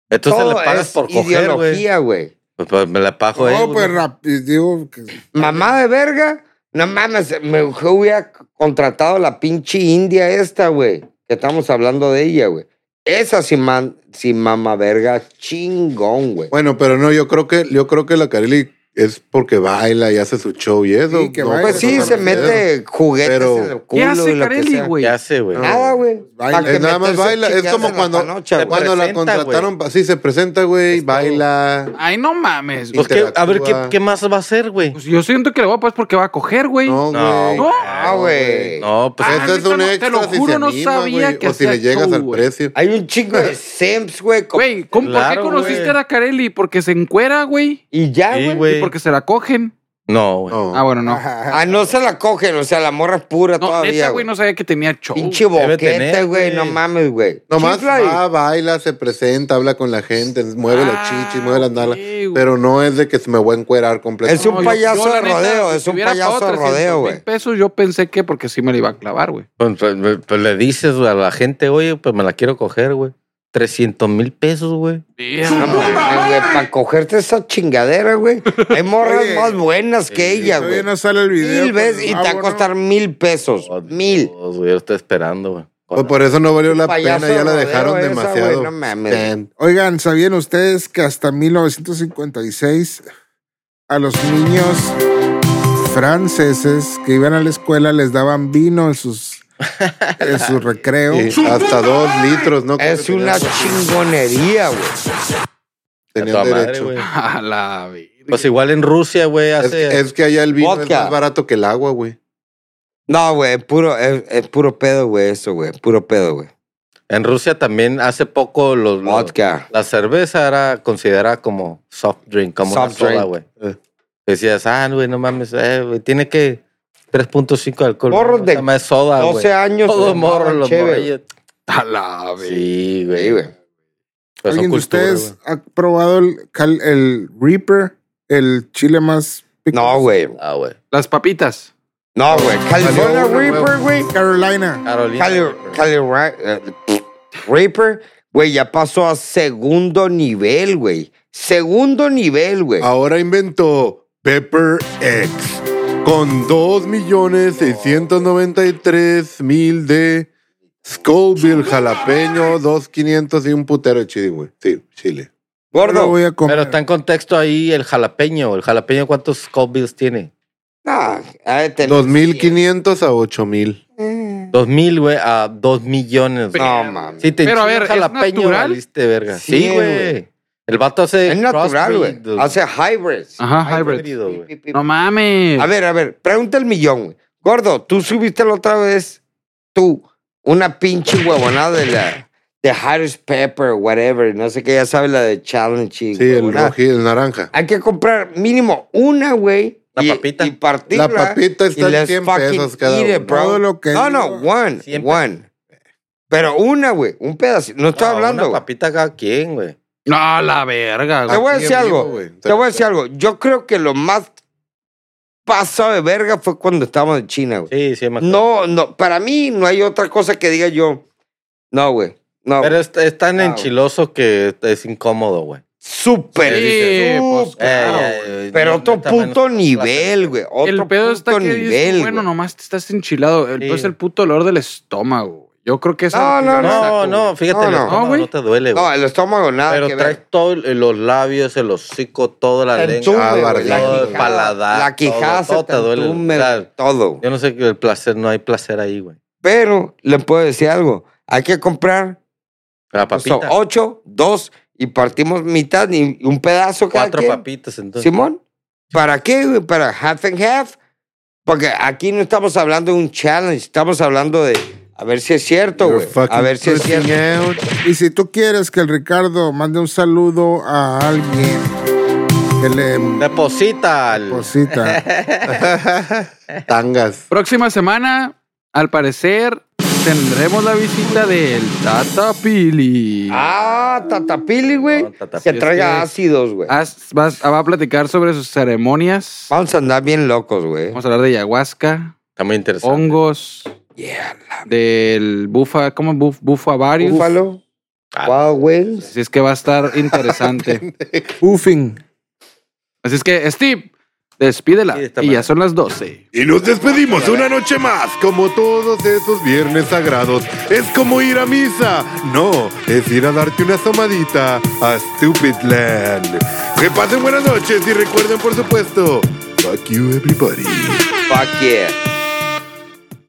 S3: Entonces le
S4: Todo
S3: pagas
S4: es
S3: por coger, güey.
S4: ideología, güey.
S3: Pues, pues, me la pago ahí.
S5: No,
S3: güey.
S5: pues rápido, digo que
S4: Mamá de verga. No mames, me hubiera contratado la pinche India esta, güey. Que estamos hablando de ella, güey. Esa sí, man, sí mamá verga chingón, güey.
S1: Bueno, pero no, yo creo que, yo creo que la Carelli es porque baila y hace su show y eso.
S5: Sí, que
S1: No,
S5: baila.
S4: Pues sí,
S1: no,
S4: se
S1: no,
S4: mete juguetes
S1: Pero-
S4: en el culo
S2: ¿Qué hace
S4: y lo que
S2: Carelli,
S4: sea.
S2: güey?
S3: Ya sé, güey.
S1: Ah,
S4: Nada, güey.
S5: Baila.
S4: Pa' que
S1: Es nada más
S4: metas
S1: baila. Es
S4: chingadas
S1: como
S4: en la
S1: cuando-
S4: panocha,
S3: te
S4: güey.
S1: Cuando la
S3: presenta,
S1: contrataron, sí, se presenta, güey, baila.
S2: Ay, no mames, güey.
S3: Pues, ¿qué- a ver, ¿qué,
S1: Interactúa.
S3: qué más va a hacer, güey?
S2: Pues yo siento que le voy a pasar porque va a coger, güey.
S1: No, güey.
S3: No,
S2: No.
S4: Ah, güey.
S3: No, pues
S2: Ah,
S1: Esto es
S2: neta,
S1: un
S2: no, te
S1: extra.
S2: lo
S1: si
S2: juro,
S1: se
S2: no
S1: anima,
S2: sabía
S1: güey,
S2: que
S1: O si le
S2: hacía
S1: llegas
S2: show,
S1: al
S2: güey.
S1: precio.
S4: Hay un
S2: [laughs]
S4: chingo de Sims, güey. con-
S2: Güey, ¿cómo- ¿por qué
S3: Claro,
S2: conociste
S3: güey.
S2: a la Carelli? Porque se encuera, güey.
S4: Y ya,
S3: Sí,
S4: güey.
S3: güey.
S2: porque se la cogen.
S3: No, güey.
S1: No.
S2: Ah, bueno, no.
S4: Ah, no se la cogen, o sea, la morra es pura
S2: No,
S4: todavía.
S2: neta, güey,
S4: güey.
S2: no sabía que tenía show.
S4: Pinche
S3: debe
S4: boquete,
S3: tener,
S4: güey,
S3: güey.
S4: no mames, güey.
S1: Nomás
S4: Chifla y-
S1: va, baila, se presenta, habla con la gente, mueve los chichis, mueve las nalgas.
S2: ok, Ah, güey.
S1: Pero no es de que me voy a encuerar
S4: Es
S1: completamente.
S4: un payaso de rodeo, es un payaso de rodeo, güey.
S2: pesos yo pensé que porque sí me la iba a clavar, güey.
S3: Pues, pues, pues, pues le dices güey, a la gente, oye, pues me la quiero coger, güey. 300 mil pesos, güey.
S4: No mames, güey, para cogerte esa chingadera, güey. Hay morras
S5: Oye,
S4: más buenas que ella, Ah, güey.
S5: Todavía no sale el video. ah,
S4: Mil
S5: con
S4: veces
S5: el
S4: y te va a
S5: babo,
S4: costar
S5: ¿no?
S4: mil pesos.
S3: Oh,
S4: Mil.
S3: Dios, güey, yo estoy esperando, güey.
S1: Pues por eso no valió la pena,
S4: Payaso
S1: ya la
S4: rodeo
S1: dejaron
S4: esa,
S1: demasiado.
S4: güey, no mames.
S1: Damn.
S5: Oigan, ¿sabían ustedes que hasta 1956 a los niños franceses que iban a la escuela les daban vino en sus, en su recreo?
S1: Y hasta dos litros, ¿no? Creo
S4: Es
S1: que
S4: una
S1: tenían-
S4: chingonería, güey.
S1: tenían
S3: A toda madre,
S1: derecho.
S3: güey.
S2: [laughs] A la virgen.
S3: Pues igual en Rusia, güey,
S1: es,
S3: hace...
S1: es que allá el vino es
S4: Vodka.
S1: más barato que el agua, güey.
S4: No, güey, es puro, es, es puro pedo, güey, eso, güey. Puro pedo, güey.
S3: En Rusia también hace poco los... los-
S4: Vodka.
S3: la cerveza era considerada como soft drink, como
S4: Soft
S3: una soda,
S4: drink. Eh.
S3: güey. Decías, ah, güey, no mames, eh, güey, tiene que 3.5 de alcohol.
S4: Morros
S3: güey,
S4: de
S3: llama es soda, Ah, güey.
S4: 12 años.
S3: Todos
S4: güey,
S3: morros,
S4: no,
S3: los
S4: chévere.
S3: morrillos.
S2: A la virgen.
S3: Sí, güey.
S4: Sí, güey.
S3: Pues son
S5: ¿Alguien de
S3: cultura,
S5: ustedes
S3: güey.
S5: ha probado el, cal- el Reaper, el chile más
S4: No, güey.
S3: Ah, güey.
S2: Las papitas.
S4: No, güey. California
S1: Valió una,
S4: Reaper, güey.
S5: Carolina?
S3: Carolina.
S4: Cali, Cali Ra- eh, Reaper, güey, ya pasó a segundo nivel, güey. Segundo nivel, güey.
S5: Ah,
S1: Ahora inventó Pepper X con 2.693.000 de Scoville jalapeño, 2.500 y un putero de chile, güey. Sí, chile.
S5: Lo
S4: Gordo.
S5: voy a comer.
S3: Pero está en contexto ahí el jalapeño. ¿El jalapeño cuántos Scovilles tiene?
S4: Ah, ha de tener
S1: 2.500 a 8.000.
S3: Dos mil, güey, a dos millones. güey.
S4: No, mames.
S3: Si te
S2: Pero a ver,
S3: enchilas
S2: ¿es
S3: jalapeño,
S2: natural?
S3: valiste verga.
S4: Sí,
S3: Sí,
S4: güey.
S3: güey. El vato hace
S4: Es natural,
S3: crossbreed,
S4: güey. Hace hybrids.
S2: Ajá, Ah, hybrid.
S3: híbrido,
S4: Pi,
S3: güey.
S4: pi, pi.
S2: No mames.
S4: A ver, a ver, pregunta el millón, güey. Gordo, tú subiste la otra vez, tú, una pinche huevonada de la de Harris Pepper, whatever, no sé qué, ya sabes la de Challenge. y
S1: Sí, el
S4: huevonada.
S1: rojí, el naranja.
S4: Hay que comprar mínimo una, güey.
S3: La
S4: y-
S3: papita.
S4: Y partirla.
S1: La papita está
S4: y
S1: en
S4: let's
S1: 100
S4: fucking
S1: pesos cada
S4: eat it,
S1: uno.
S4: bro.
S5: Todo lo que
S4: no, no,
S5: digo-
S4: one,
S3: 100 pesos.
S4: one. Pero una, güey, un pedacito. No estoy
S3: No,
S4: hablando,
S3: Una
S4: güey.
S3: papita cada quien, güey.
S2: No, a la verga,
S4: Te
S2: güey.
S4: voy a
S1: Aquí
S4: decir
S1: en vivo,
S4: algo.
S1: güey.
S4: Te voy a decir algo. Yo creo que lo más pasado de verga fue cuando estábamos en China, güey.
S3: Sí, sí, me acuerdo.
S4: No, no, para mí no hay otra cosa que diga yo. No, güey. No.
S3: Pero es, es tan
S4: Ah,
S3: enchiloso que es incómodo, güey.
S4: súper.
S3: Sí,
S4: dices,
S2: pues,
S4: súper.
S2: Claro,
S3: Eh, eh, eh,
S4: pero
S3: no,
S4: otro
S3: neta, menos
S4: puto
S3: con
S4: nivel, güey. Otro
S2: El pedo está
S4: puto
S2: que dices,
S4: nivel,
S2: bueno,
S4: güey.
S2: nomás te estás enchilado. El
S3: Sí.
S2: pedo es el puto olor del estómago. Yo creo que es...
S4: No,
S2: algo que yo
S4: no,
S2: le saco,
S3: No,
S2: güey.
S3: no, fíjate,
S4: No,
S3: el
S4: no.
S2: No,
S3: estómago no,
S2: güey.
S3: te duele, güey.
S4: No, el estómago nada
S3: pero
S4: que ver.
S3: traes todo, el- los labios, el hocico, toda la
S4: El
S3: lengua,
S4: tume,
S1: ah,
S4: güey,
S1: la
S3: todo el
S1: quijada,
S3: paladar.
S4: La quijada
S3: todo, todo te duele. O sea,
S4: todo.
S3: yo no sé que el placer, no hay placer ahí, güey.
S4: Pero le puedo decir algo. Hay que comprar
S3: La papita,
S4: son ocho, dos y partimos mitad y un pedazo cada
S3: cuatro
S4: quien.
S3: papitas, entonces.
S4: Simón, ¿para qué? güey? Para half and half. Porque aquí no estamos hablando de un challenge, estamos hablando de a ver si es cierto,
S1: You're
S4: güey. A
S1: fucking
S4: ver si es
S1: pussy
S4: cierto.
S1: out.
S5: Y si tú quieres que el Ricardo mande un saludo a alguien
S4: [laughs]
S5: que le
S3: Deposita el-
S4: pues,
S5: cosita.
S1: Tangas.
S2: Próxima semana, al parecer, tendremos la visita del Tata Pili.
S4: Ah, tatapili, güey.
S3: No, tatapili,
S4: que
S3: es Ah.
S4: traiga
S2: que-
S4: ácidos, güey.
S2: Haz- vas- ah, va a platicar sobre sus ceremonias.
S4: Vamos a andar bien locos, güey.
S2: Vamos a hablar de ayahuasca,
S3: Está muy interesante.
S2: hongos,
S4: Yeah.
S2: del bufa, ¿cómo? Buf, bufavarius.
S4: Búfalo. Wow, güey.
S2: Así es que va a
S4: [laughs]
S2: estar interesante.
S5: Ufing.
S2: Así es que, Steve, despídela.
S3: Sí, de esta
S2: y ya
S3: manera.
S2: son las 12.
S1: Y nos despedimos una noche más, como todos esos viernes sagrados. Es como ir a misa. No, es ir a darte una asomadita a Stupid Land. Que pasen buenas noches y recuerden, por supuesto, fuck you everybody.
S4: Fuck yeah.